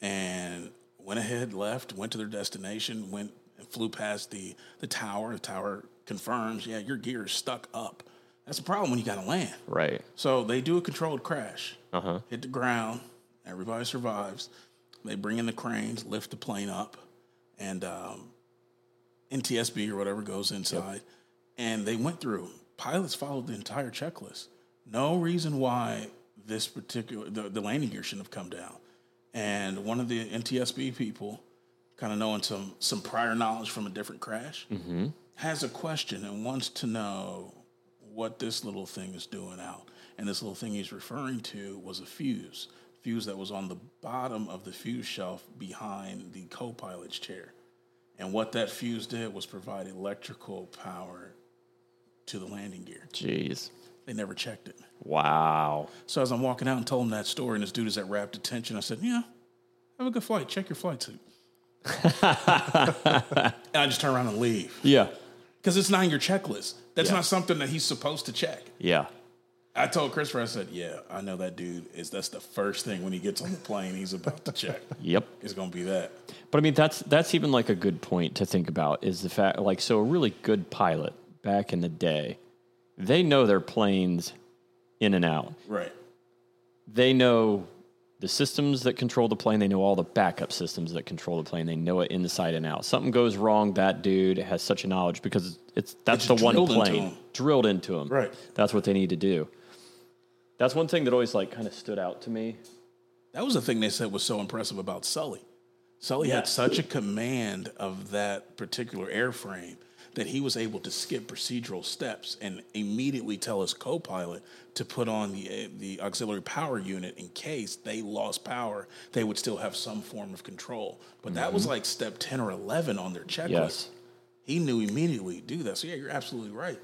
[SPEAKER 2] And went ahead, left, went to their destination, went and flew past the the tower. The tower confirms, yeah, your gear is stuck up. That's the problem when you got to land.
[SPEAKER 1] Right.
[SPEAKER 2] So they do a controlled crash, hit the ground. Everybody survives. They bring in the cranes, lift the plane up, and um, NTSB or whatever goes inside. And they went through. Pilots followed the entire checklist. No reason why this particular the, the landing gear shouldn't have come down. And one of the NTSB people, kind of knowing some some prior knowledge from a different crash, has a question and wants to know what this little thing is doing out. And this little thing he's referring to was a fuse, fuse that was on the bottom of the fuse shelf behind the co pilot's chair. And what that fuse did was provide electrical power to the landing gear.
[SPEAKER 1] Jeez.
[SPEAKER 2] They never checked it.
[SPEAKER 1] Wow.
[SPEAKER 2] So as I'm walking out and told him that story, and this dude is at rapt attention, I said, "Yeah, have a good flight. Check your flight suit." and I just turn around and leave
[SPEAKER 1] Yeah.
[SPEAKER 2] because it's not in your checklist. That's
[SPEAKER 1] Yeah.
[SPEAKER 2] not something that he's supposed to check.
[SPEAKER 1] Yeah.
[SPEAKER 2] I told Christopher, I said, "Yeah, I know that dude is. That's the first thing when he gets on the plane, he's about to check.
[SPEAKER 1] Yep.
[SPEAKER 2] It's gonna be that."
[SPEAKER 1] But I mean, that's that's even like a good point to think about is the fact like so a really good pilot back in the day, they know their planes in and out.
[SPEAKER 2] Right.
[SPEAKER 1] they know the systems that control the plane. They know all the backup systems that control the plane. They know it inside and out. Something goes wrong, that dude has such a knowledge because it's that's
[SPEAKER 2] It's
[SPEAKER 1] the one
[SPEAKER 2] drilled into
[SPEAKER 1] plane
[SPEAKER 2] him.
[SPEAKER 1] drilled into him.
[SPEAKER 2] Right.
[SPEAKER 1] That's what they need to do. That's one thing that always like kind of stood out to me.
[SPEAKER 2] That was the thing they said was so impressive about Sully. Sully had such a command of that particular airframe that he was able to skip procedural steps and immediately tell his co-pilot to put on the eh, the auxiliary power unit in case they lost power, they would still have some form of control. But that was like step 10 or 11 on their checklist.
[SPEAKER 1] Yes.
[SPEAKER 2] He knew immediately do that. So yeah, you're absolutely right.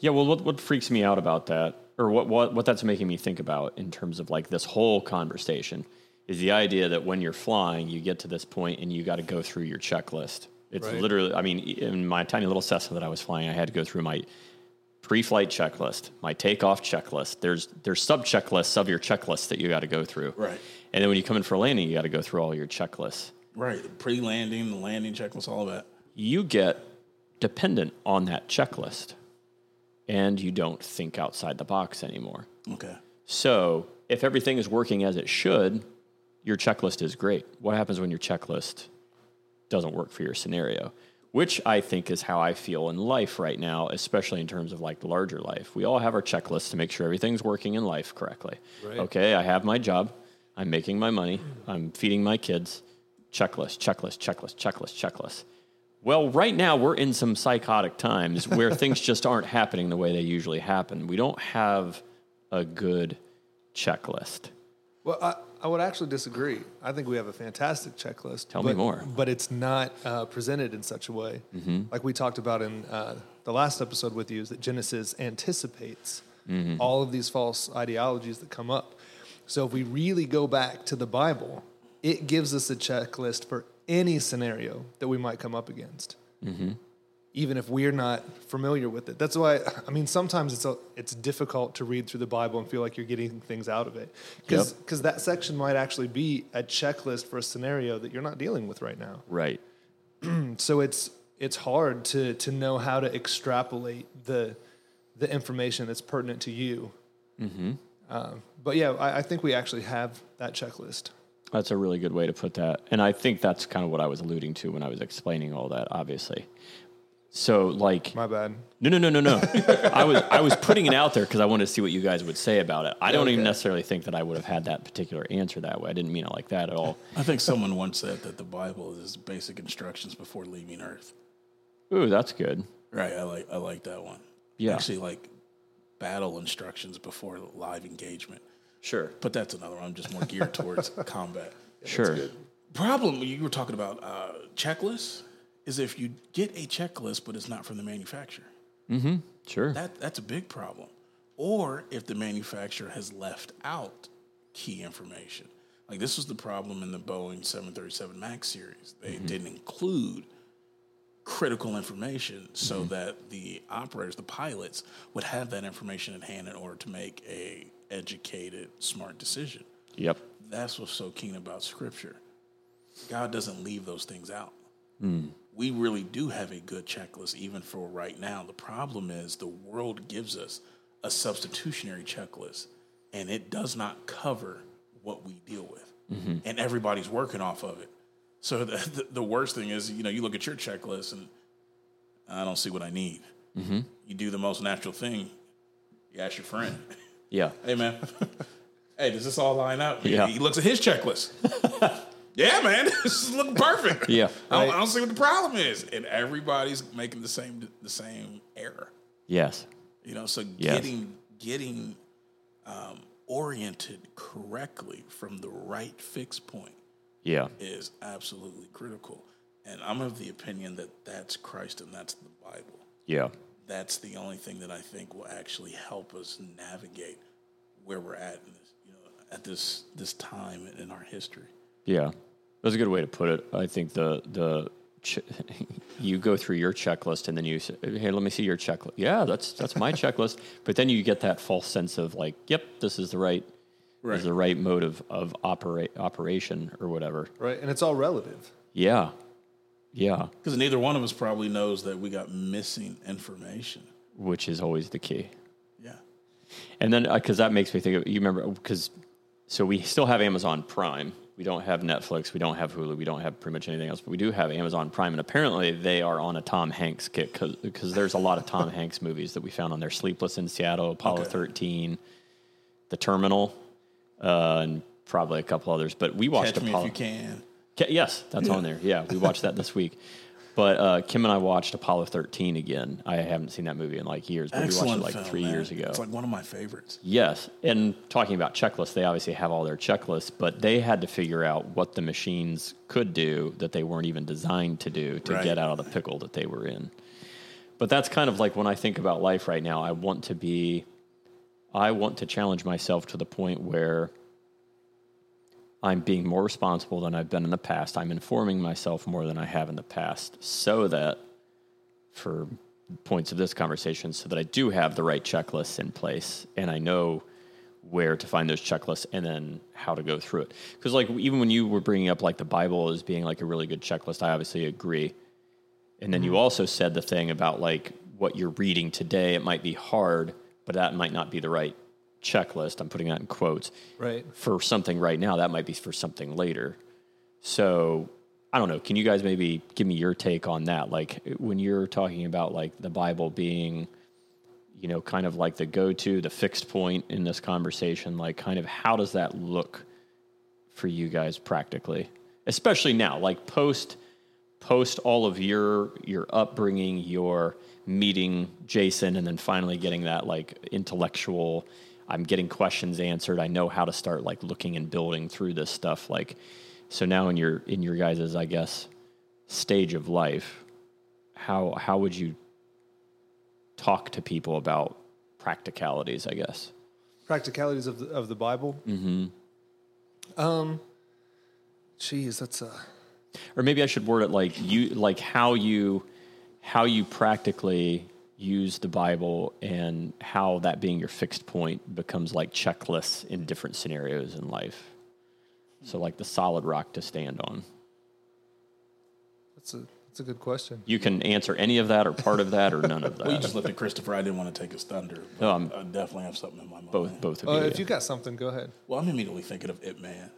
[SPEAKER 1] Yeah, well, what, what freaks me out about that, or what, what, what that's making me think about in terms of like this whole conversation, is the idea that when you're flying, you get to this point and you got to go through your checklist. It's
[SPEAKER 3] Right.
[SPEAKER 1] literally, I mean, e, in my tiny little Cessna that I was flying, I had to go through my pre-flight checklist, my takeoff checklist. There's there's sub checklists of your checklist that you got to go through.
[SPEAKER 2] Right.
[SPEAKER 1] And then when you come in for landing, you got to go through all your checklists.
[SPEAKER 2] Right. The pre-landing, the landing checklist, all of that.
[SPEAKER 1] you get dependent on that checklist and you don't think outside the box anymore.
[SPEAKER 2] Okay.
[SPEAKER 1] So, if everything is working as it should, your checklist is great. What happens when your checklist doesn't work for your scenario? which I think is how I feel in life right now, especially in terms of like larger life. We all have our checklists to make sure everything's working in life correctly. Okay, I have my job, I'm making my money, I'm feeding my kids. Checklist, checklist, checklist, checklist, checklist. Well, right now we're in some psychotic times where things just aren't happening the way they usually happen. We don't have a good checklist.
[SPEAKER 3] Well, I, I would actually disagree. I think we have a fantastic checklist.
[SPEAKER 1] Tell me
[SPEAKER 3] but,
[SPEAKER 1] more. Mm-hmm.
[SPEAKER 3] But it's not uh, presented in such a way. Like we talked about in uh, the last episode with you, is that Genesis anticipates
[SPEAKER 1] Mm-hmm.
[SPEAKER 3] all of these false ideologies that come up. So if we really go back to the Bible, it gives us a checklist for any scenario that we might come up against. Even if we're not familiar with it, that's why I mean sometimes it's a, it's difficult to read through the Bible and feel like you're getting things out of it because
[SPEAKER 1] Yep.
[SPEAKER 3] because that section might actually be a checklist for a scenario that you're not dealing with right now.
[SPEAKER 1] Right.
[SPEAKER 3] So it's it's hard to to know how to extrapolate the the information that's pertinent to you. Um,
[SPEAKER 1] Mm-hmm.
[SPEAKER 3] but yeah, I, I think we actually have that checklist.
[SPEAKER 1] That's a really good way to put that. And I think that's kind of what I was alluding to when I was explaining all that, obviously. So like
[SPEAKER 3] My bad.
[SPEAKER 1] no no no no no. I was I was putting it out there because I wanted to see what you guys would say about it. I don't even
[SPEAKER 3] Okay.
[SPEAKER 1] necessarily think that I would have had that particular answer that way. I didn't mean it like that at all.
[SPEAKER 2] I think someone once said that the Bible is basic instructions before leaving Earth.
[SPEAKER 1] Ooh, that's good.
[SPEAKER 2] Right. I like I like that one.
[SPEAKER 1] Yeah.
[SPEAKER 2] Actually, like battle instructions before live engagement.
[SPEAKER 1] Sure.
[SPEAKER 2] But that's another one. I'm just more geared towards combat.
[SPEAKER 1] Sure.
[SPEAKER 2] Problem you were talking about uh, checklists is if you get a checklist but it's not from the manufacturer.
[SPEAKER 1] Mm-hmm. Sure.
[SPEAKER 2] That that's a big problem. Or if the manufacturer has left out key information. Like this was the problem in the Boeing 737 MAX series. They
[SPEAKER 1] Mm-hmm.
[SPEAKER 2] didn't include critical information so that the operators, the pilots, would have that information at hand in order to make a educated, smart decision.
[SPEAKER 1] Yep.
[SPEAKER 2] That's what's so keen about scripture. God doesn't leave those things out. We really do have a good checklist, even for right now. The problem is the world gives us a substitutionary checklist, and it does not cover what we deal with. And everybody's working off of it. So the, the, the worst thing is, you know, you look at your checklist and I don't see what I need. You do the most natural thing. You ask your friend,
[SPEAKER 1] Yeah.
[SPEAKER 2] hey, man, hey, does this all line up? He-
[SPEAKER 1] Yeah.
[SPEAKER 2] He, looks at his checklist. yeah, man, this is looking perfect.
[SPEAKER 1] Yeah.
[SPEAKER 2] I, don't, I don't see what the problem is. And everybody's making the same the same error.
[SPEAKER 1] Yes.
[SPEAKER 2] You know, so
[SPEAKER 1] Yes.
[SPEAKER 2] getting getting um, oriented correctly from the right fix point
[SPEAKER 1] Yeah.
[SPEAKER 2] is absolutely critical. And I'm of the opinion that that's Christ and that's the Bible.
[SPEAKER 1] Yeah.
[SPEAKER 2] That's the only thing that I think will actually help us navigate where we're at in this, you know, at this this time in our history.
[SPEAKER 1] Yeah, that's a good way to put it. I think the the ch- you go through your checklist and then you say, "Hey, let me see your checklist." Yeah, that's that's my checklist. But then you get that false sense of like, "Yep, this is the right, this
[SPEAKER 2] Right.
[SPEAKER 1] is the right mode of of operate operation or whatever."
[SPEAKER 3] Right, and it's all relative.
[SPEAKER 1] Yeah, yeah,
[SPEAKER 2] Because neither one of us probably knows that we got missing information.
[SPEAKER 1] which is always the key.
[SPEAKER 2] Yeah.
[SPEAKER 1] And then, because that makes me think of you remember, because so we still have Amazon Prime. We don't have Netflix. We don't have Hulu. We don't have pretty much anything else, but we do have Amazon Prime. And apparently, they are on a Tom Hanks kick because there's a lot of Tom Hanks movies that we found on there Sleepless in Seattle, Apollo
[SPEAKER 2] Okay.
[SPEAKER 1] 13, The Terminal, uh, and probably a couple others. But we watched
[SPEAKER 2] Catch me
[SPEAKER 1] Apollo.
[SPEAKER 2] if you can.
[SPEAKER 1] Ca- Yes, that's on there. Yeah, we watched that this week. But uh, Kim and I watched Apollo 13 again. I haven't seen that movie in like years, but
[SPEAKER 2] Excellent
[SPEAKER 1] we watched it like
[SPEAKER 2] film,
[SPEAKER 1] three
[SPEAKER 2] man.
[SPEAKER 1] years ago.
[SPEAKER 2] It's like one of my favorites.
[SPEAKER 1] Yes. And talking about checklists, they obviously have all their checklists, but they had to figure out what the machines could do that they weren't even designed to do to
[SPEAKER 2] Right.
[SPEAKER 1] get out of the pickle that they were in. But that's kind of like when I think about life right now, I want to be, I want to challenge myself to the point where I'm being more responsible than I've been in the past. I'm informing myself more than I have in the past so that for points of this conversation so that I do have the right checklists in place and I know where to find those checklists and then how to go through it. Because, like, even when you were bringing up, like, the Bible as being, like, a really good checklist, I obviously agree. And then you also said the thing about, like, what you're reading today, it might be hard, but that might not be the right checklist. I'm putting that in quotes
[SPEAKER 3] Right.
[SPEAKER 1] for something right now. That might be for something later. So I don't know. Can you guys maybe give me your take on that? Like when you're talking about like the Bible being, you know, kind of like the go-to, the fixed point in this conversation, like kind of how does that look for you guys practically? Especially now, like post post all of your your upbringing, your meeting Jason and then finally getting that like intellectual I'm getting questions answered. I know how to start like looking and building through this stuff like so now in your in your guys's I guess stage of life, how how would you talk to people about practicalities, I guess?
[SPEAKER 3] practicalities of the, of the Bible. Mm-hmm. Um, geez, that's a
[SPEAKER 1] or maybe I should word it like you like how you how you practically use the Bible and how that being your fixed point becomes like checklists in different scenarios in life. So like the solid rock to stand on.
[SPEAKER 3] that's a that's a good question.
[SPEAKER 1] You can answer any of that or part of that or none of
[SPEAKER 2] Well, you
[SPEAKER 1] that.
[SPEAKER 2] just looked at Christopher. I didn't want to take his thunder. But
[SPEAKER 1] No, I'm-
[SPEAKER 2] I definitely have something in my mind.
[SPEAKER 1] Both both of
[SPEAKER 3] Uh,
[SPEAKER 1] you.
[SPEAKER 3] If you got something, go ahead.
[SPEAKER 2] Well, I'm immediately thinking of Ip Man.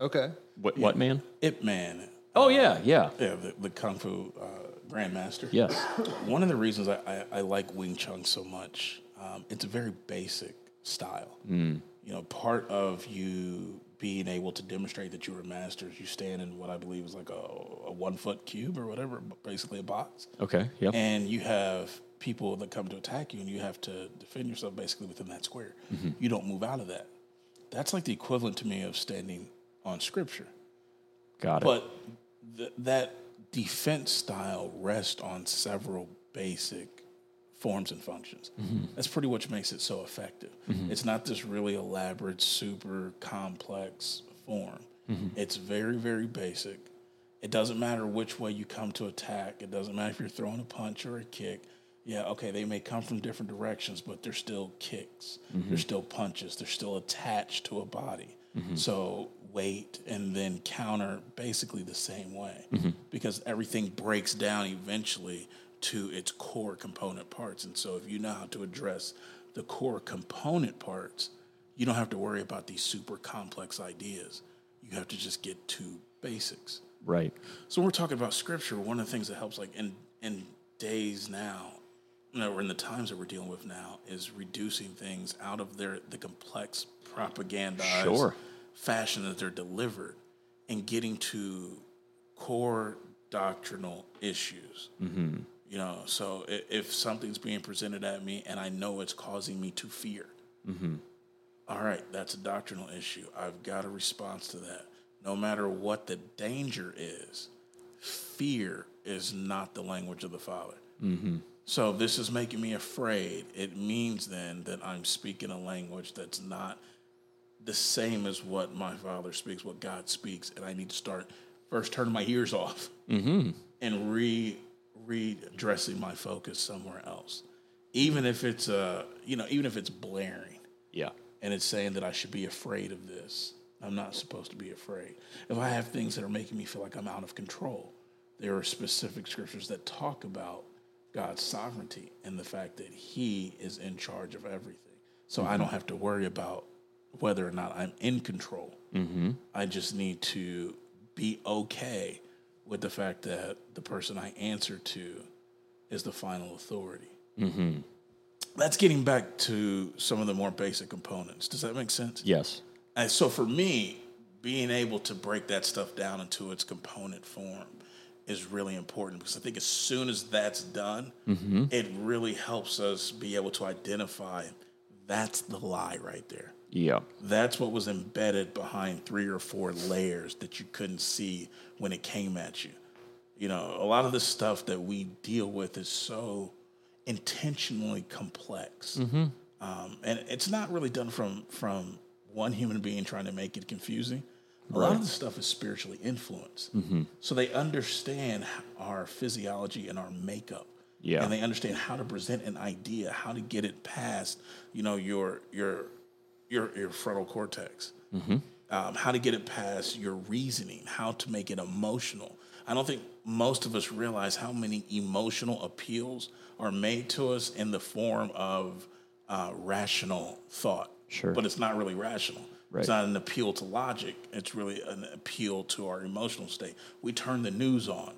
[SPEAKER 3] Okay,
[SPEAKER 1] what what man?
[SPEAKER 2] Ip Man.
[SPEAKER 1] Oh yeah, yeah.
[SPEAKER 2] Yeah, the, the Kung Fu uh, Grandmaster.
[SPEAKER 1] Yes.
[SPEAKER 2] One of the reasons I, I, I like Wing Chun so much, um, it's a very basic style.
[SPEAKER 1] Mm.
[SPEAKER 2] You know, part of you being able to demonstrate that you were a master is you stand in what I believe is like a, a one foot cube or whatever, basically a box.
[SPEAKER 1] Okay. Yep.
[SPEAKER 2] And you have people that come to attack you and you have to defend yourself basically within that square.
[SPEAKER 1] Mm-hmm.
[SPEAKER 2] You don't move out of that. That's like the equivalent to me of standing on scripture.
[SPEAKER 1] got it.
[SPEAKER 2] But th- that defense style rests on several basic forms and functions. That's pretty much makes it so effective. It's not this really elaborate, super complex form. It's very, very basic. It doesn't matter which way you come to attack. It doesn't matter if you're throwing a punch or a kick. Yeah, okay, they may come from different directions, but they're still kicks. They're still punches. They're still attached to a body. So wait and then counter basically the same way because everything breaks down eventually to its core component parts. And so if you know how to address the core component parts, you don't have to worry about these super complex ideas. You have to just get to basics.
[SPEAKER 1] right.
[SPEAKER 2] So when we're talking about scripture. One of the things that helps, like in in days now, you know, or in the times that we're dealing with now, is reducing things out of their the complex propagandized
[SPEAKER 1] Sure.
[SPEAKER 2] fashion that they're delivered, and getting to core doctrinal issues. You know, so i- if something's being presented at me and I know it's causing me to fear, all right, that's a doctrinal issue. I've got a response to that. No matter what the danger is, fear is not the language of the Father. Mm-hmm. So this is making me afraid. It means then that I'm speaking a language that's not the same as what my Father speaks, what God speaks, and I need to start first turning my ears off and re redressing my focus somewhere else. Even if it's uh, you know, even if it's blaring
[SPEAKER 1] Yeah.
[SPEAKER 2] and it's saying that I should be afraid of this. I'm not supposed to be afraid. If I have things that are making me feel like I'm out of control, there are specific scriptures that talk about God's sovereignty and the fact that He is in charge of everything. So I don't have to worry about whether or not I'm in control. I just need to be okay with the fact that the person I answer to is the final authority that's getting back to some of the more basic components. Does that make sense?
[SPEAKER 1] Yes.
[SPEAKER 2] And so for me, being able to break that stuff down into its component form is really important because I think as soon as that's done, it really helps us be able to identify that's the lie right there.
[SPEAKER 1] Yeah.
[SPEAKER 2] That's what was embedded behind three or four layers that you couldn't see when it came at you. You know, a lot of the stuff that we deal with is so intentionally complex, um, and it's not really done from from one human being trying to make it confusing. A lot of the stuff is spiritually influenced, so they understand our physiology and our makeup.
[SPEAKER 1] Yeah.
[SPEAKER 2] and they understand how to present an idea, how to get it past, you know, your your your your frontal cortex. Um, how to get it past your reasoning, how to make it emotional. I don't think most of us realize how many emotional appeals are made to us in the form of uh, rational thought.
[SPEAKER 1] Sure.
[SPEAKER 2] But it's not really rational. It's not an appeal to logic. It's really an appeal to our emotional state. We turn the news on.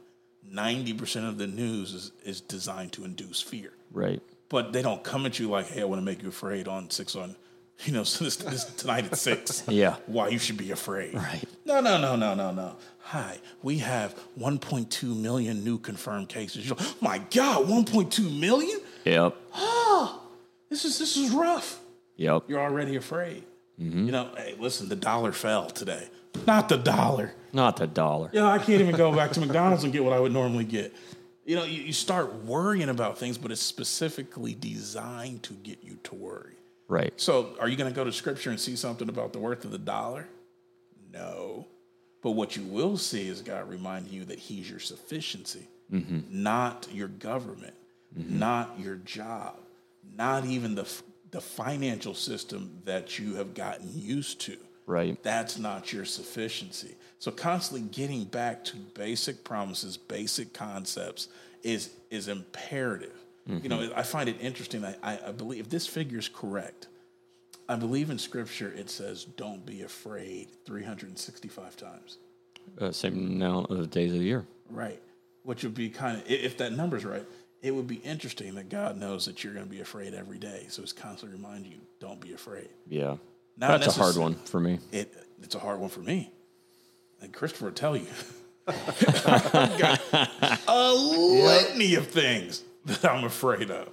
[SPEAKER 2] 90% of the news is, is designed to induce fear.
[SPEAKER 1] Right.
[SPEAKER 2] But they don't come at you like, hey, I want to make you afraid on six on, you know, so this, this tonight at six.
[SPEAKER 1] Yeah.
[SPEAKER 2] Why you should be afraid.
[SPEAKER 1] Right.
[SPEAKER 2] No, no, no, no, no, no. Hi, we have 1.2 million new confirmed cases. You're like, my God, 1.2 million?
[SPEAKER 1] Yep.
[SPEAKER 2] This is this is rough.
[SPEAKER 1] Yep.
[SPEAKER 2] You're already afraid.
[SPEAKER 1] Mm-hmm.
[SPEAKER 2] You know, hey, listen, the dollar fell today. Not the dollar.
[SPEAKER 1] Not the dollar.
[SPEAKER 2] You know, I can't even go back to McDonald's and get what I would normally get. You know, you, you start worrying about things, but it's specifically designed to get you to worry.
[SPEAKER 1] Right.
[SPEAKER 2] So, are you going to go to scripture and see something about the worth of the dollar? No. But what you will see is God reminding you that He's your sufficiency, not your government, not your job, not even the, f- the financial system that you have gotten used to.
[SPEAKER 1] Right.
[SPEAKER 2] That's not your sufficiency. So constantly getting back to basic promises, basic concepts is is imperative. You know, I find it interesting. I, I, I believe if this figure is correct, I believe in scripture it says, "Don't be afraid." Three hundred and sixty-five times.
[SPEAKER 1] Uh, same amount of days of the year.
[SPEAKER 2] Right. Which would be kind of, if that number's right, it would be interesting that God knows that you're going to be afraid every day. So it's constantly reminding you, "Don't be afraid."
[SPEAKER 1] Yeah.
[SPEAKER 2] Not
[SPEAKER 1] That's a hard
[SPEAKER 2] necessar-
[SPEAKER 1] one for me.
[SPEAKER 2] it it's a hard one for me. And Christopher will tell you. I've got a litany of things that I'm afraid of.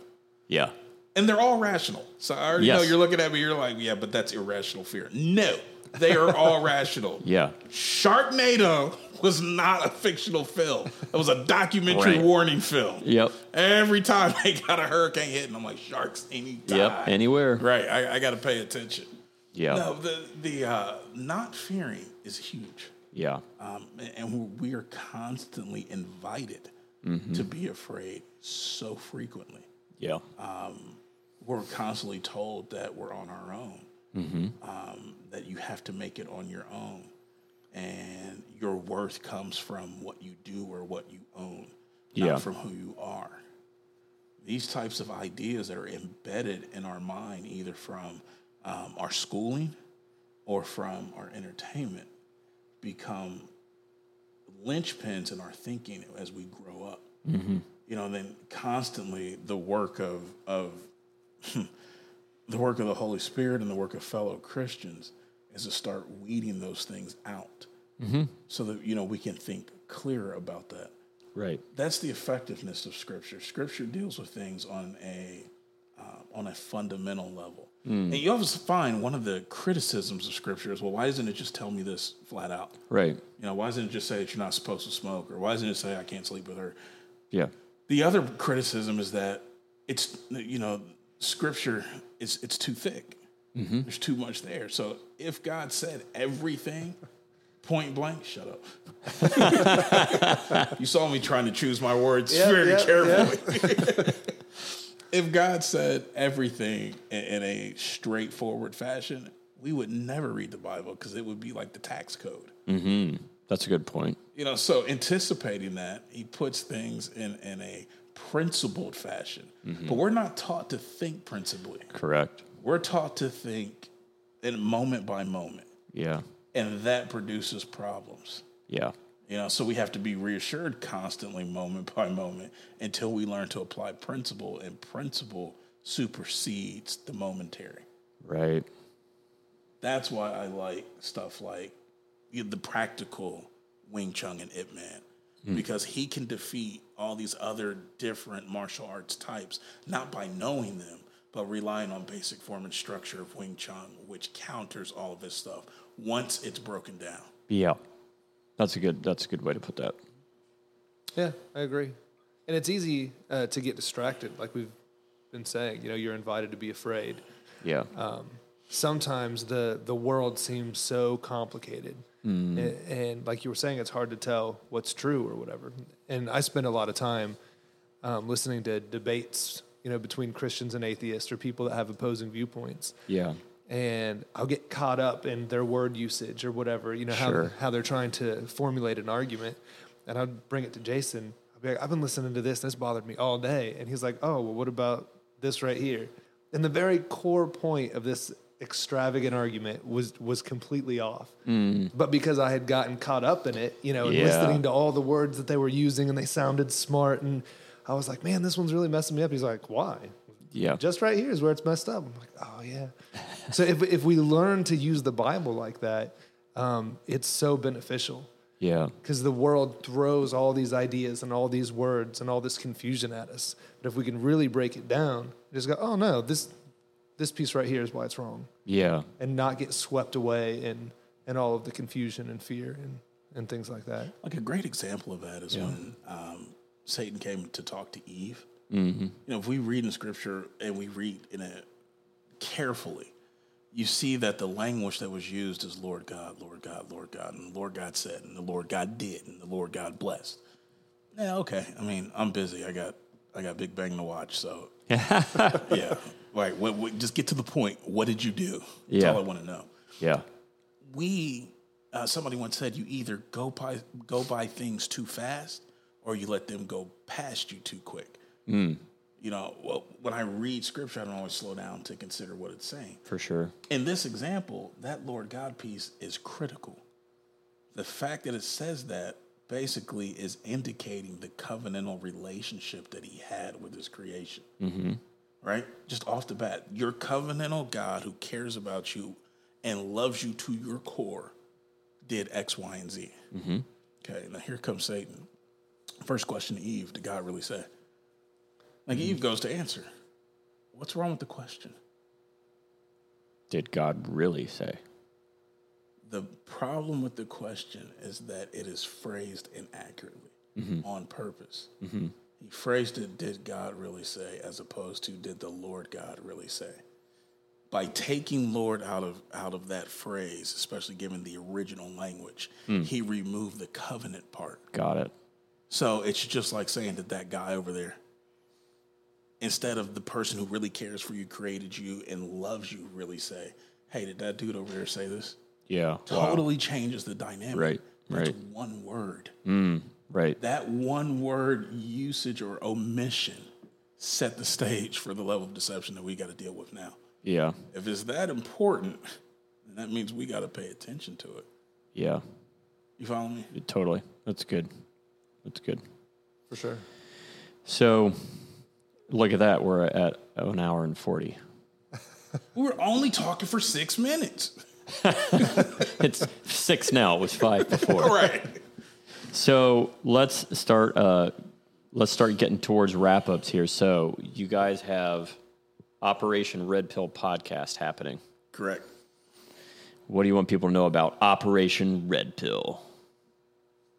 [SPEAKER 1] Yeah.
[SPEAKER 2] And they're all rational. So I already
[SPEAKER 1] Yes.
[SPEAKER 2] know you're looking at me, you're like, yeah, but that's irrational fear. No, they are all rational.
[SPEAKER 1] Yeah.
[SPEAKER 2] Sharknado was not a fictional film. It was a documentary
[SPEAKER 1] Right.
[SPEAKER 2] warning film.
[SPEAKER 1] Yep.
[SPEAKER 2] Every time they got a hurricane hit, and I'm like, sharks anytime.
[SPEAKER 1] Yep. Anywhere.
[SPEAKER 2] Right. I, I got to pay attention.
[SPEAKER 1] Yeah.
[SPEAKER 2] No, the the uh, not fearing is huge,
[SPEAKER 1] Yeah.
[SPEAKER 2] um, and- and we are constantly invited to be afraid so frequently.
[SPEAKER 1] Yeah.
[SPEAKER 2] Uh, We're constantly told that we're on our own, um, that you have to make it on your own, and your worth comes from what you do or what you own, not
[SPEAKER 1] Yeah.
[SPEAKER 2] from who you are. These types of ideas are embedded in our mind, either from um, our schooling or from our entertainment become linchpins in our thinking as we grow up. You know, then constantly the work of of the work of the Holy Spirit and the work of fellow Christians is to start weeding those things out, so that you know we can think clearer about that.
[SPEAKER 1] Right.
[SPEAKER 2] That's the effectiveness of Scripture. Scripture deals with things on a uh, on a fundamental level, and you always find one of the criticisms of Scripture is, well, why doesn't it just tell me this flat out?
[SPEAKER 1] Right.
[SPEAKER 2] You know, why doesn't it just say that you're not supposed to smoke, or why doesn't it say I can't sleep with her?
[SPEAKER 1] Yeah.
[SPEAKER 2] The other criticism is that it's you know scripture is it's too thick. There's too much there. So if God said everything, point blank, shut up. you saw me trying to choose my words very
[SPEAKER 3] yeah,
[SPEAKER 2] carefully. if God said everything in, in a straightforward fashion, we would never read the Bible because it would be like the tax code
[SPEAKER 1] That's a good point.
[SPEAKER 2] you know so anticipating that he puts things in in a principled fashion but we're not taught to think principally
[SPEAKER 1] Correct.
[SPEAKER 2] we're taught to think in moment by moment
[SPEAKER 1] Yeah.
[SPEAKER 2] and that produces problems
[SPEAKER 1] Yeah.
[SPEAKER 2] you know so we have to be reassured constantly moment by moment until we learn to apply principle and principle supersedes the momentary
[SPEAKER 1] Right.
[SPEAKER 2] that's why I like stuff like you know, the practical Wing Chun and Ip Man because he can defeat all these other different martial arts types not by knowing them but relying on basic form and structure of Wing Chun which counters all of this stuff once it's broken down.
[SPEAKER 1] Yeah. That's a good that's a good way to put that.
[SPEAKER 3] Yeah, I agree. And it's easy uh, to get distracted, like we've been saying. You know, you're invited to be afraid.
[SPEAKER 1] Yeah.
[SPEAKER 2] Uh,
[SPEAKER 3] Sometimes the the world seems so complicated, and, and like you were saying, it's hard to tell what's true or whatever. And I spend a lot of time um, listening to debates, you know, between Christians and atheists or people that have opposing viewpoints.
[SPEAKER 1] yeah.
[SPEAKER 3] and I'll get caught up in their word usage or whatever, you know, how,
[SPEAKER 1] Sure.
[SPEAKER 3] how they're trying to formulate an argument. And I'd bring it to Jason. I'd be like, I've been listening to this. This bothered me all day. And he's like, oh, well, what about this right here? And the very core point of this extravagant argument was was completely off. But because I had gotten caught up in it, you know, and
[SPEAKER 1] Mm. Yeah.
[SPEAKER 3] listening to all the words that they were using and they sounded smart and I was like, man, this one's really messing me up. He's like, why?
[SPEAKER 1] Yeah.
[SPEAKER 3] Just right here is where it's messed up. I'm like, oh yeah. so if if we learn to use the Bible like that, um, it's so beneficial
[SPEAKER 1] yeah.
[SPEAKER 3] because the world throws all these ideas and all these words and all this confusion at us. But if we can really break it down, just go, oh no, this this piece right here is why it's wrong,
[SPEAKER 1] Yeah.
[SPEAKER 3] and not get swept away in in all of the confusion and fear and and things like that.
[SPEAKER 2] Like a great example of that is when um, Satan came to talk to Eve. You know, if we read in scripture and we read in it carefully, you see that the language that was used is Lord God, Lord God, Lord God, and the Lord God said, and the Lord God did, and the Lord God blessed. Yeah, okay. I mean, I'm busy. I got I got Big Bang to watch, so yeah. Like, what, what, just get to the point. What did you do? That's
[SPEAKER 1] Yeah.
[SPEAKER 2] all I want to know
[SPEAKER 1] Yeah.
[SPEAKER 2] we uh, somebody once said you either go by go by things too fast or you let them go past you too quick. You know, well, when I read scripture, I don't always slow down to consider what it's saying.
[SPEAKER 1] For sure.
[SPEAKER 2] In this example, that Lord God piece is critical. The fact that it says that basically is indicating the covenantal relationship that he had with his creation. Right? Just off the bat, your covenantal God who cares about you and loves you to your core did X, Y, and Z. Okay, now here comes Satan. First question to Eve did God really say? Like Eve goes to answer. What's wrong with the question?
[SPEAKER 1] Did God really say?
[SPEAKER 2] The problem with the question is that it is phrased inaccurately on purpose. He phrased it, did God really say, as opposed to did the Lord God really say? By taking Lord out of out of that phrase, especially given the original language, he removed the covenant part.
[SPEAKER 1] Got it.
[SPEAKER 2] So it's just like saying that that guy over there, instead of the person who really cares for you, created you, and loves you, really say, "Hey, did that dude over there say this?"
[SPEAKER 1] Yeah.
[SPEAKER 2] totally changes the dynamic.
[SPEAKER 1] Right,
[SPEAKER 2] That's
[SPEAKER 1] right.
[SPEAKER 2] one word.
[SPEAKER 1] Right.
[SPEAKER 2] That one word usage or omission set the stage for the level of deception that we got to deal with now.
[SPEAKER 1] Yeah.
[SPEAKER 2] If it's that important, then that means we got to pay attention to it.
[SPEAKER 1] Yeah.
[SPEAKER 2] You follow me?
[SPEAKER 1] Totally. That's good. That's good.
[SPEAKER 3] For sure.
[SPEAKER 1] So look at that. We're at an hour and 40.
[SPEAKER 2] We were only talking for six minutes.
[SPEAKER 1] It's six now. It was five before.
[SPEAKER 2] Right.
[SPEAKER 1] So let's start. Uh, let's start getting towards wrap ups here. So you guys have Operation Red Pill podcast happening.
[SPEAKER 2] Correct.
[SPEAKER 1] What do you want people to know about Operation Red Pill?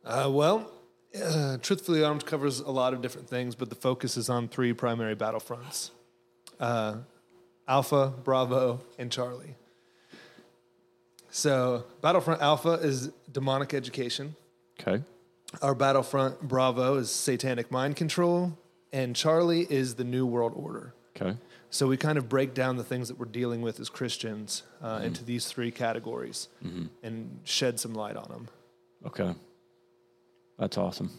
[SPEAKER 3] Uh, well, uh, truthfully, armed covers a lot of different things, but the focus is on three primary battlefronts: uh, Alpha, Bravo, and Charlie. So, Battlefront Alpha is demonic education.
[SPEAKER 1] Okay.
[SPEAKER 3] Our Battlefront Bravo is satanic mind control, and Charlie is the New World Order.
[SPEAKER 1] Okay.
[SPEAKER 3] So we kind of break down the things that we're dealing with as Christians uh, into these three categories and shed some light on them.
[SPEAKER 1] Okay. That's awesome.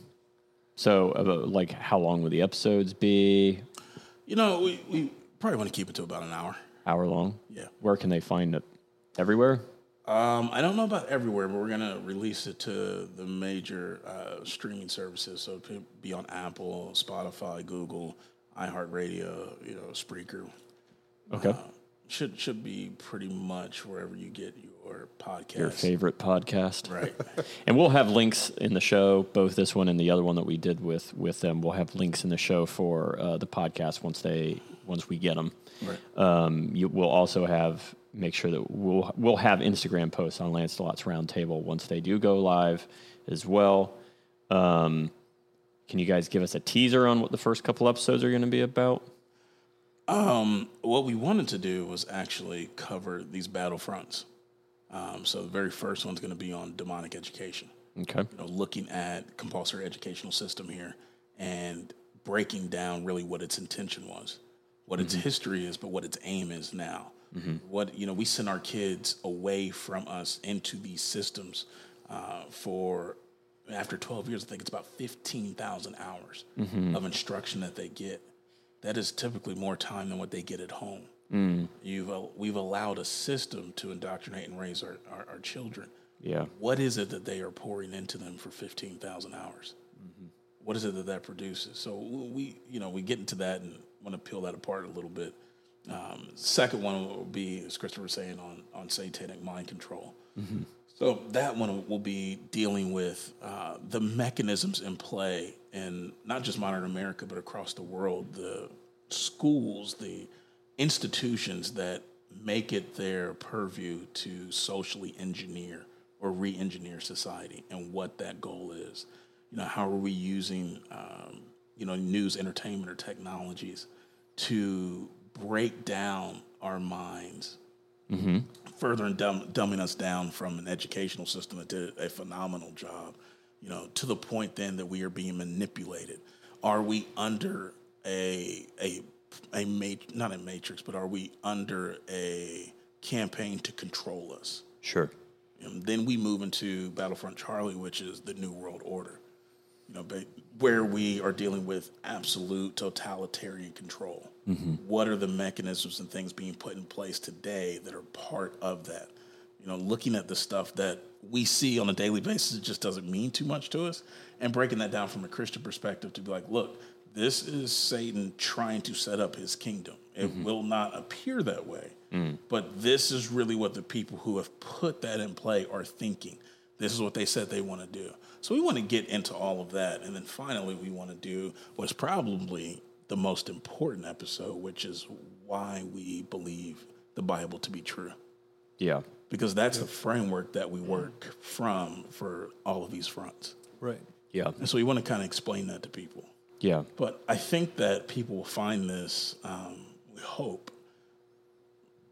[SPEAKER 1] So, about, like, how long will the episodes be?
[SPEAKER 2] You know, we, we probably want to keep it to about an hour.
[SPEAKER 1] Hour long?
[SPEAKER 2] Yeah.
[SPEAKER 1] Where can they find it? Everywhere?
[SPEAKER 2] Um, I don't know about everywhere, but we're gonna release it to the major uh, streaming services. So it'll be on Apple, Spotify, Google, iHeartRadio, you know, Spreaker.
[SPEAKER 1] Okay.
[SPEAKER 2] Should should be pretty much wherever you get your podcast.
[SPEAKER 1] Your favorite podcast.
[SPEAKER 2] Right.
[SPEAKER 1] And we'll have links in the show, both this one and the other one that we did with with them. We'll have links in the show for uh, the podcast once they once we get them.
[SPEAKER 2] right.
[SPEAKER 1] Um, you, we'll also have make sure that we'll we'll have Instagram posts on Lancelot's Roundtable once they do go live as well. Um, can you guys give us a teaser on what the first couple episodes are going to be about?
[SPEAKER 2] What we wanted to do was actually cover these battle fronts. Um, so the very first one's gonna be on demonic education.
[SPEAKER 1] Okay,
[SPEAKER 2] you know, looking at compulsory educational system here and breaking down really what its intention was, what its history is, but what its aim is now. What you know, we send our kids away from us into these systems uh, for after 12 years. I think it's about 15,000 hours of instruction that they get. That is typically more time than what they get at home. You've al- we've allowed a system to indoctrinate and raise our, our, our children.
[SPEAKER 5] Yeah.
[SPEAKER 2] What is it that they are pouring into them for fifteen thousand hours? What is it that that produces? So we you know we get into that and want to peel that apart a little bit. Um, second one will be as Christopher was saying on on satanic mind control. So that one will be dealing with uh, the mechanisms in play in not just modern America, but across the world, the schools, the institutions that make it their purview to socially engineer or re-engineer society and what that goal is. You know, how are we using, um, you know, news, entertainment, or technologies to break down our minds further and dumb, dumbing us down from an educational system that did a phenomenal job, you know, to the point then that we are being manipulated. Are we under a a a mat- not a matrix, but are we under a campaign to control us?
[SPEAKER 1] Sure.
[SPEAKER 2] And then we move into Battlefront Charlie, which is the New World Order, you know, ba- where we are dealing with absolute totalitarian control. What are the mechanisms and things being put in place today that are part of that? You know, looking at the stuff that we see on a daily basis, it just doesn't mean too much to us, and breaking that down from a Christian perspective to be like, look, this is Satan trying to set up his kingdom. It will not appear that way. But this is really what the people who have put that in play are thinking. This is what they said they want to do. So we want to get into all of that. And then finally, we want to do what's probably the most important episode, which is why we believe the Bible to be true.
[SPEAKER 5] Yeah.
[SPEAKER 2] Because that's the framework that we work from for all of these fronts.
[SPEAKER 3] Right.
[SPEAKER 5] Yeah.
[SPEAKER 2] And so we want to kind of explain that to people.
[SPEAKER 5] Yeah.
[SPEAKER 2] But I think that people will find this, um, we hope,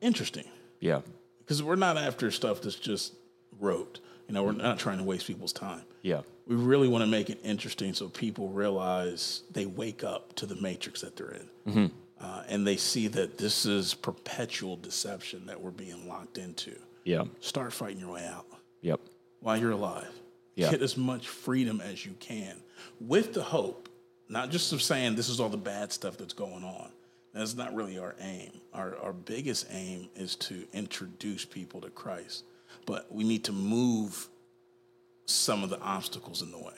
[SPEAKER 2] interesting
[SPEAKER 5] Yeah.
[SPEAKER 2] because we're not after stuff that's just rote. You know, we're not trying to waste people's time.
[SPEAKER 5] Yeah.
[SPEAKER 2] We really want to make it interesting so people realize they wake up to the matrix that they're in. Uh, and they see that this is perpetual deception that we're being locked into.
[SPEAKER 5] Yeah.
[SPEAKER 2] Start fighting your way out
[SPEAKER 5] Yep.
[SPEAKER 2] while you're alive.
[SPEAKER 5] Yeah.
[SPEAKER 2] Get as much freedom as you can with the hope, not just of saying this is all the bad stuff that's going on. That's not really our aim. Our, our biggest aim is to introduce people to Christ, but we need to move some of the obstacles in the way.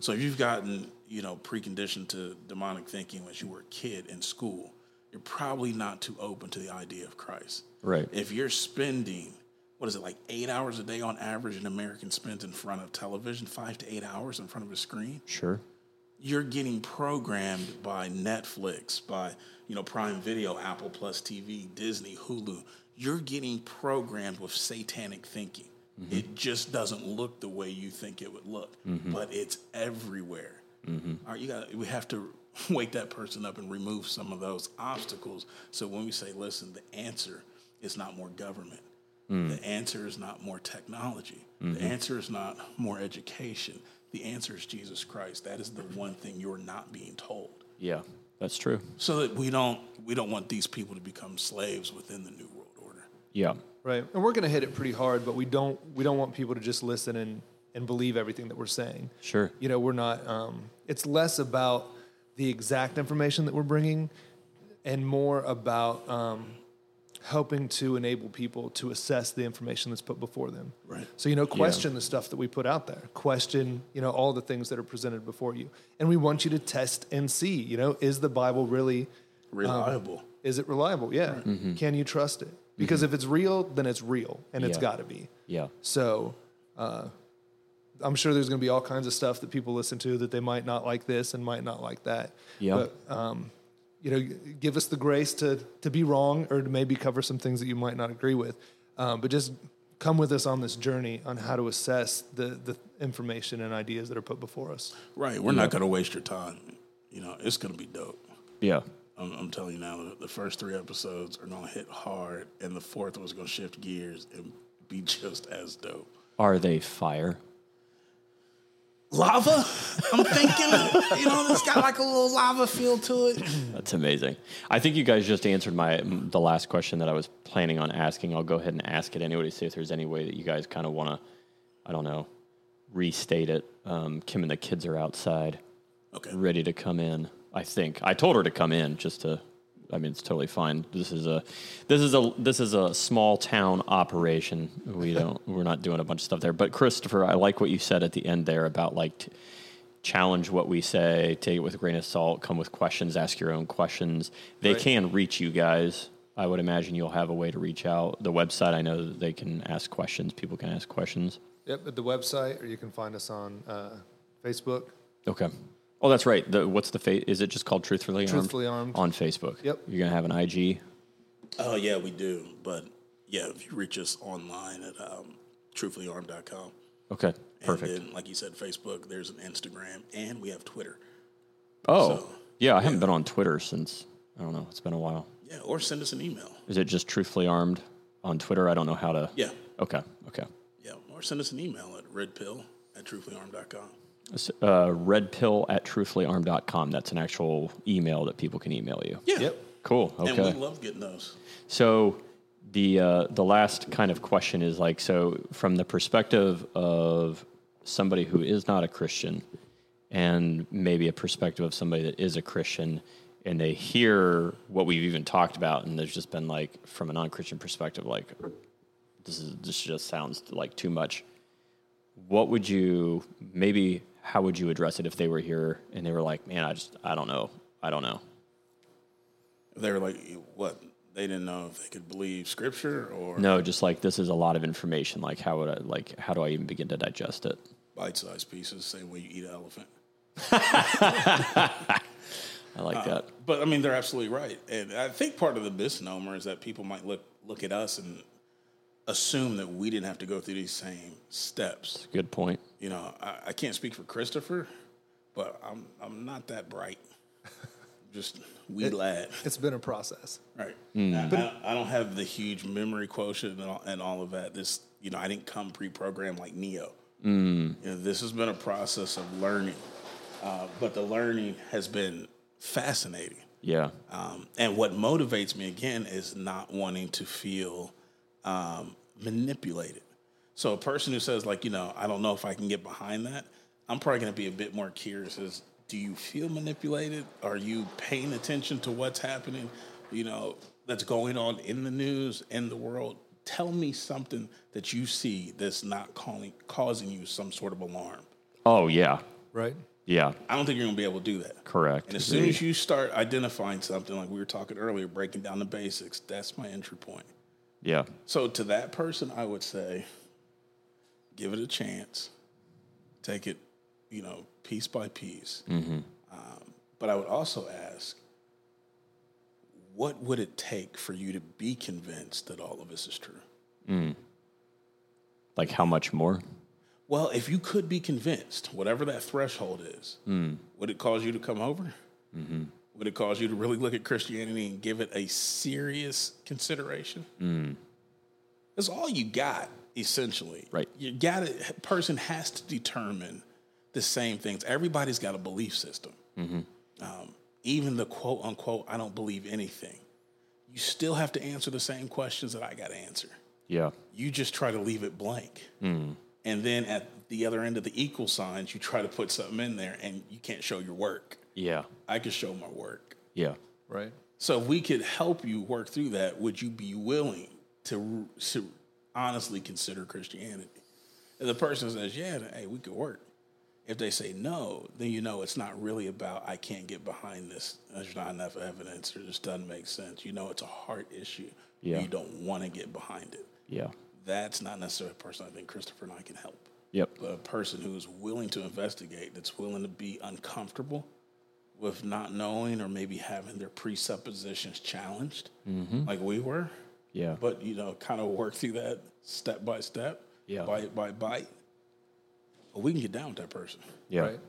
[SPEAKER 2] So if you've gotten, you know, preconditioned to demonic thinking when you were a kid in school, you're probably not too open to the idea of Christ.
[SPEAKER 5] Right.
[SPEAKER 2] If you're spending, what is it, like eight hours a day on average an American spends in front of television, five to eight hours in front of a screen,
[SPEAKER 5] Sure.
[SPEAKER 2] you're getting programmed by Netflix, by you know Prime Video, Apple Plus TV, Disney, Hulu. You're getting programmed with satanic thinking. It just doesn't look the way you think it would look, but it's everywhere. All right, you got. We have to wake that person up and remove some of those obstacles. So when we say, "Listen, the answer is not more government." The answer is not more technology. The answer is not more education. The answer is Jesus Christ. That is the one thing you're not being told.
[SPEAKER 5] Yeah. That's true.
[SPEAKER 2] So that we don't we don't want these people to become slaves within the new world order.
[SPEAKER 5] Yeah.
[SPEAKER 3] Right. And we're going to hit it pretty hard, but we don't we don't want people to just listen and and believe everything that we're saying.
[SPEAKER 5] Sure.
[SPEAKER 3] You know, we're not um it's less about the exact information that we're bringing and more about um helping to enable people to assess the information that's put before them.
[SPEAKER 2] Right.
[SPEAKER 3] So you know, question the stuff that we put out there. Question, you know, all the things that are presented before you. And we want you to test and see, you know, is the Bible really
[SPEAKER 2] Reliable.
[SPEAKER 3] is it reliable? Yeah.
[SPEAKER 5] Mm-hmm.
[SPEAKER 3] Can you trust it? Because if it's real, then it's real and it's
[SPEAKER 5] Yeah.
[SPEAKER 3] got to be.
[SPEAKER 5] Yeah.
[SPEAKER 3] So uh, I'm sure there's going to be all kinds of stuff that people listen to that they might not like this and might not like that.
[SPEAKER 5] Yeah.
[SPEAKER 3] But, um, you know, give us the grace to, to be wrong or to maybe cover some things that you might not agree with. Um, but just come with us on this journey on how to assess the, the information and ideas that are put before us.
[SPEAKER 2] right. We're not going to waste your time. You know, it's going to be dope.
[SPEAKER 5] Yeah.
[SPEAKER 2] I'm, I'm telling you now, the- the first three episodes are going to hit hard, and the fourth one's going to shift gears and be just as dope.
[SPEAKER 5] Are they fire?
[SPEAKER 2] Lava? I'm thinking, you know, it's got like a little lava feel to it.
[SPEAKER 5] That's amazing. I think you guys just answered my the last question that I was planning on asking. I'll go ahead and ask it anyway to see if there's any way that you guys kind of want to, I don't know, restate it. Um, Kim and the kids are outside,
[SPEAKER 2] Okay.
[SPEAKER 5] ready to come in. I think I told her to come in just to
[SPEAKER 1] I mean, it's totally fine. This is a, this is a, this is a small town operation. We don't, we're not doing a bunch of stuff there. But Christopher, I like what you said at the end there about like t- challenge what we say, take it with a grain of salt, come with questions, ask your own questions. They
[SPEAKER 3] Right.
[SPEAKER 1] can reach you guys. I would imagine you'll have a way to reach out. The website, I know that they can ask questions. People can ask questions.
[SPEAKER 3] Yep, at the website, or you can find us on uh, Facebook.
[SPEAKER 1] Okay. Oh, that's right. The, what's the fa- is it just called Truthfully Armed?
[SPEAKER 3] Truthfully Armed.
[SPEAKER 1] on Facebook.
[SPEAKER 3] Yep.
[SPEAKER 1] You're gonna have an IG.
[SPEAKER 2] Oh yeah, we do. But yeah, if you reach us online at um, truthfullyarmed.com.
[SPEAKER 1] Okay. Perfect.
[SPEAKER 2] And then, like you said, Facebook. There's an Instagram, and we have Twitter.
[SPEAKER 1] oh,
[SPEAKER 2] so-
[SPEAKER 1] yeah. I haven't been on Twitter since I don't know. It's been a while.
[SPEAKER 2] Yeah, or send us an email.
[SPEAKER 1] Is it just Truthfully Armed on Twitter? I don't know how to.
[SPEAKER 2] Yeah,
[SPEAKER 1] Okay. Okay.
[SPEAKER 2] yeah, or send us an email at redpill at truthfullyarmed.com.
[SPEAKER 1] S- Uh, redpill at truthfullyarmed.com. That's an actual email that people can email you.
[SPEAKER 2] Yeah,
[SPEAKER 1] Cool. Okay.
[SPEAKER 2] and we love getting those.
[SPEAKER 1] So the uh, the last kind of question is like so from the perspective of somebody who is not a Christian and maybe a perspective of somebody that is a Christian and they hear what we've even talked about and there's just been like from a non-Christian perspective like this is this just sounds like too much what would you maybe how would you address it if they were here and they were like man I just I don't know I don't know
[SPEAKER 2] They were like, what? They didn't know if they could believe scripture or
[SPEAKER 1] No, just like this is a lot of information. Like how would I like how do I even begin to digest it?
[SPEAKER 2] bite-sized pieces, same way you eat an elephant.
[SPEAKER 1] I like that.
[SPEAKER 2] But I mean, they're absolutely right, and I think part of the misnomer is that people might look look at us and assume that we didn't have to go through these same steps.
[SPEAKER 1] Good point.
[SPEAKER 2] You know, I, I can't speak for Christopher, but I'm I'm not that bright. Just we lad,
[SPEAKER 3] It's been a process.
[SPEAKER 2] right? I, I, I don't have the huge memory quotient and all, and all of that. This, you know, I didn't come pre-programmed like Neo. You know, this has been a process of learning, uh, but the learning has been fascinating.
[SPEAKER 1] Yeah.
[SPEAKER 2] Um, and what motivates me again is not wanting to feel um, manipulated. So a person who says like, you know, I don't know if I can get behind that, I'm probably going to be a bit more curious. Is do you feel manipulated? Are you paying attention to what's happening? You know, that's going on in the news in the world. Tell me something that you see that's not calling, causing you some sort of alarm.
[SPEAKER 1] Oh yeah.
[SPEAKER 3] Right.
[SPEAKER 1] Yeah.
[SPEAKER 2] I don't think you're going to be able to do that.
[SPEAKER 1] Correct.
[SPEAKER 2] And as soon as you start identifying something, like we were talking earlier, breaking down the basics, that's my entry point.
[SPEAKER 1] Yeah.
[SPEAKER 2] So to that person, I would say, give it a chance, take it, you know, piece by piece. Um,
[SPEAKER 1] Mm-hmm.
[SPEAKER 2] but I would also ask, what would it take for you to be convinced that all of this is true?
[SPEAKER 1] Like how much more?
[SPEAKER 2] Well, if you could be convinced, whatever that threshold is, would it cause you to come over? Would it cause you to really look at Christianity and give it a serious consideration? That's all you got, essentially.
[SPEAKER 1] Right.
[SPEAKER 2] You got to person has to determine the same things. Everybody's got a belief system. Um, even the quote unquote, I don't believe anything. You still have to answer the same questions that I got to answer
[SPEAKER 1] Yeah.
[SPEAKER 2] you just try to leave it blank. And then at the other end of the equal signs, you try to put something in there and you can't show your work.
[SPEAKER 1] Yeah.
[SPEAKER 2] I can show my work.
[SPEAKER 1] Yeah.
[SPEAKER 3] Right.
[SPEAKER 2] So if we could help you work through that, would you be willing to, to honestly consider Christianity? If the person says, yeah, then, hey, we could work. If they say no, then you know it's not really about I can't get behind this. There's not enough evidence, or this doesn't make sense. You know it's a heart issue.
[SPEAKER 1] Yeah.
[SPEAKER 2] You don't want to get behind it
[SPEAKER 1] Yeah.
[SPEAKER 2] that's not necessarily a person I think Christopher and I can help.
[SPEAKER 1] Yep.
[SPEAKER 2] But a person who is willing to investigate, that's willing to be uncomfortable with not knowing or maybe having their presuppositions challenged, like we were.
[SPEAKER 1] Mm-hmm. Yeah.
[SPEAKER 2] But you know, kind of work through that step by step,
[SPEAKER 1] Yeah.
[SPEAKER 2] bite by bite. We can get down with that person.
[SPEAKER 1] Yeah.
[SPEAKER 3] Right.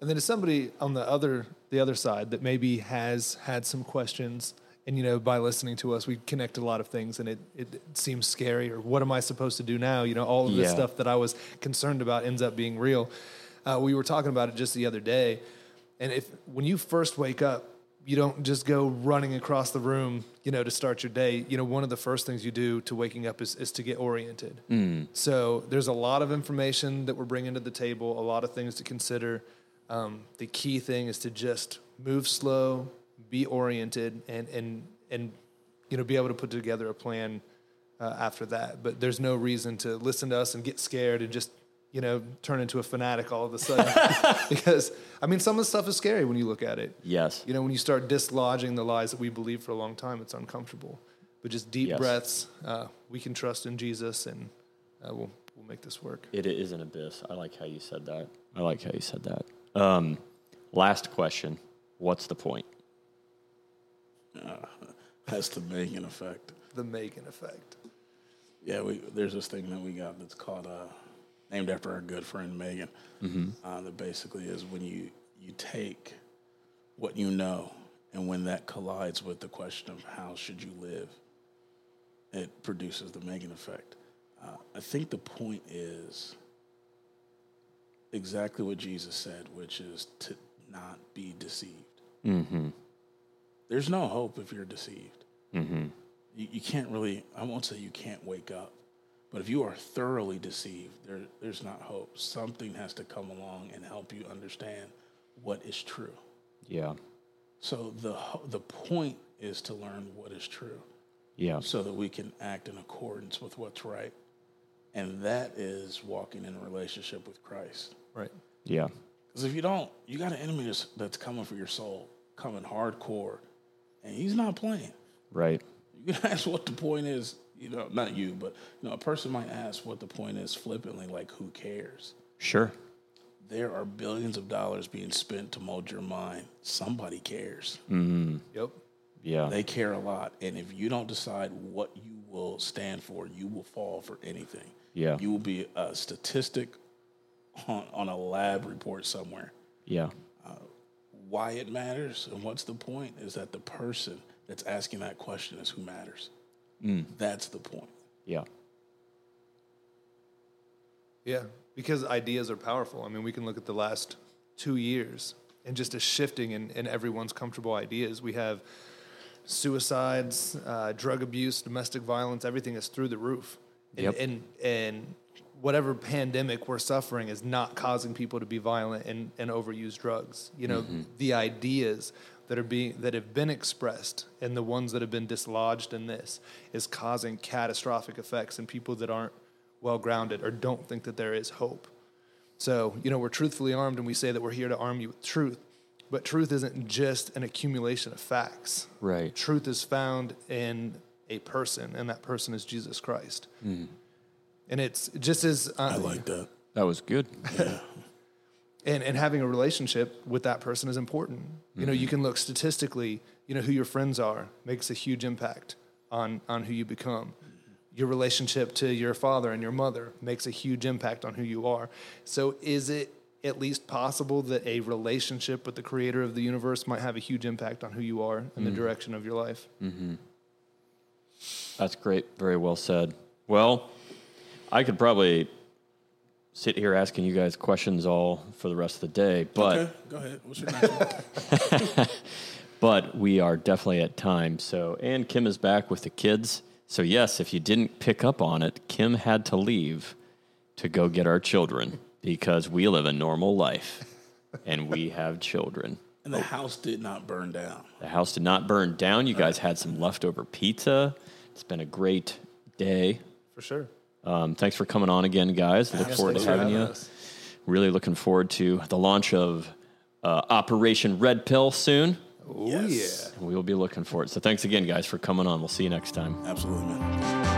[SPEAKER 3] And then to somebody on the other the other side that maybe has had some questions and you know by listening to us we connect a lot of things and it, it seems scary or what am I supposed to do now? You know, all of this
[SPEAKER 1] Yeah.
[SPEAKER 3] stuff that I was concerned about ends up being real. Uh, we were talking about it just the other day. And if when you first wake up, you don't just go running across the room, you know, to start your day. You know, one of the first things you do to waking up is, is to get oriented. So there's a lot of information that we're bringing to the table, a lot of things to consider. Um, the key thing is to just move slow, be oriented, and and and you know be able to put together a plan uh, after that. But there's no reason to listen to us and get scared and just you know turn into a fanatic all of a sudden because I mean some of the stuff is scary when you look at it.
[SPEAKER 1] Yes.
[SPEAKER 3] You know when you start dislodging the lies that we believe for a long time, it's uncomfortable. But just deep
[SPEAKER 1] Yes.
[SPEAKER 3] breaths. Uh, we can trust in Jesus, and uh, we'll we'll make this work.
[SPEAKER 1] It is an abyss. I like how you said that. I like how you said that. Um, last question. What's the point?
[SPEAKER 2] Has the Megan effect.
[SPEAKER 3] The Megan effect.
[SPEAKER 2] Yeah, we, there's this thing that we got that's called uh, named after our good friend Megan. Uh, that basically is when you you take what you know, and when that collides with the question of how should you live, it produces the Megan effect. Uh, I think the point is exactly what Jesus said, which is to not be deceived. There's no hope if you're deceived you, you can't really i won't say you can't wake up but if you are thoroughly deceived there, there's not hope something has to come along and help you understand what is true
[SPEAKER 1] Yeah.
[SPEAKER 2] so the ho- the point is to learn what is true
[SPEAKER 1] Yeah.
[SPEAKER 2] so that we can act in accordance with what's right and that is walking in a relationship with christ
[SPEAKER 3] Right.
[SPEAKER 1] Yeah.
[SPEAKER 2] because if you don't you got an enemy that's, that's coming for your soul coming hardcore and he's not playing
[SPEAKER 1] Right.
[SPEAKER 2] You can ask what the point is, you know, not you, but you know, a person might ask what the point is flippantly, like who cares?
[SPEAKER 1] Sure.
[SPEAKER 2] There are billions of dollars being spent to mold your mind. Somebody cares.
[SPEAKER 3] Yep.
[SPEAKER 1] Yeah.
[SPEAKER 2] They care a lot. And if you don't decide what you will stand for, you will fall for anything.
[SPEAKER 1] Yeah.
[SPEAKER 2] You will be a statistic on, on a lab report somewhere.
[SPEAKER 1] yeah.
[SPEAKER 2] Why it matters and what's the point is that the person that's asking that question is who matters. That's the point.
[SPEAKER 1] Yeah.
[SPEAKER 3] Yeah, because ideas are powerful. I mean, we can look at the last two years and just a shifting in, in everyone's comfortable ideas. We have suicides, uh, drug abuse, domestic violence, everything is through the roof. And,
[SPEAKER 1] Yep.
[SPEAKER 3] and, and whatever pandemic we're suffering is not causing people to be violent and, and overuse drugs. You know, the ideas that are being that have been expressed and the ones that have been dislodged in this is causing catastrophic effects in people that aren't well grounded or don't think that there is hope. So, you know, we're truthfully armed and we say that we're here to arm you with truth. But truth isn't just an accumulation of facts.
[SPEAKER 1] Right.
[SPEAKER 3] Truth is found in a person, and that person is Jesus Christ. And it's just as uh,
[SPEAKER 2] I like that.
[SPEAKER 1] That was good.
[SPEAKER 3] and, and having a relationship with that person is important. You know, you can look statistically, you know, who your friends are makes a huge impact on, on who you become. Your relationship to your father and your mother makes a huge impact on who you are. So, is it at least possible that a relationship with the creator of the universe might have a huge impact on who you are and the direction of your life?
[SPEAKER 1] That's great. Very well said. Well, I could probably sit here asking you guys questions all for the rest of the day, but
[SPEAKER 2] Okay, go ahead. What's your next one?
[SPEAKER 1] but we are definitely at time. So, and Kim is back with the kids. So, yes, if you didn't pick up on it, Kim had to leave to go get our children because we live a normal life and we have children.
[SPEAKER 2] And the house did not burn down.
[SPEAKER 1] The house did not burn down. You guys had some leftover pizza. It's been a great day.
[SPEAKER 3] For sure.
[SPEAKER 1] Um, thanks for coming on again, guys. Look forward to
[SPEAKER 3] Thanks for
[SPEAKER 1] having
[SPEAKER 3] having
[SPEAKER 1] you.
[SPEAKER 3] us.
[SPEAKER 1] Really looking forward to the launch of uh, Operation Red Pill soon.
[SPEAKER 3] Oh, yeah.
[SPEAKER 1] We will be looking for it. So, thanks again, guys, for coming on. We'll see you next time.
[SPEAKER 2] Absolutely, man.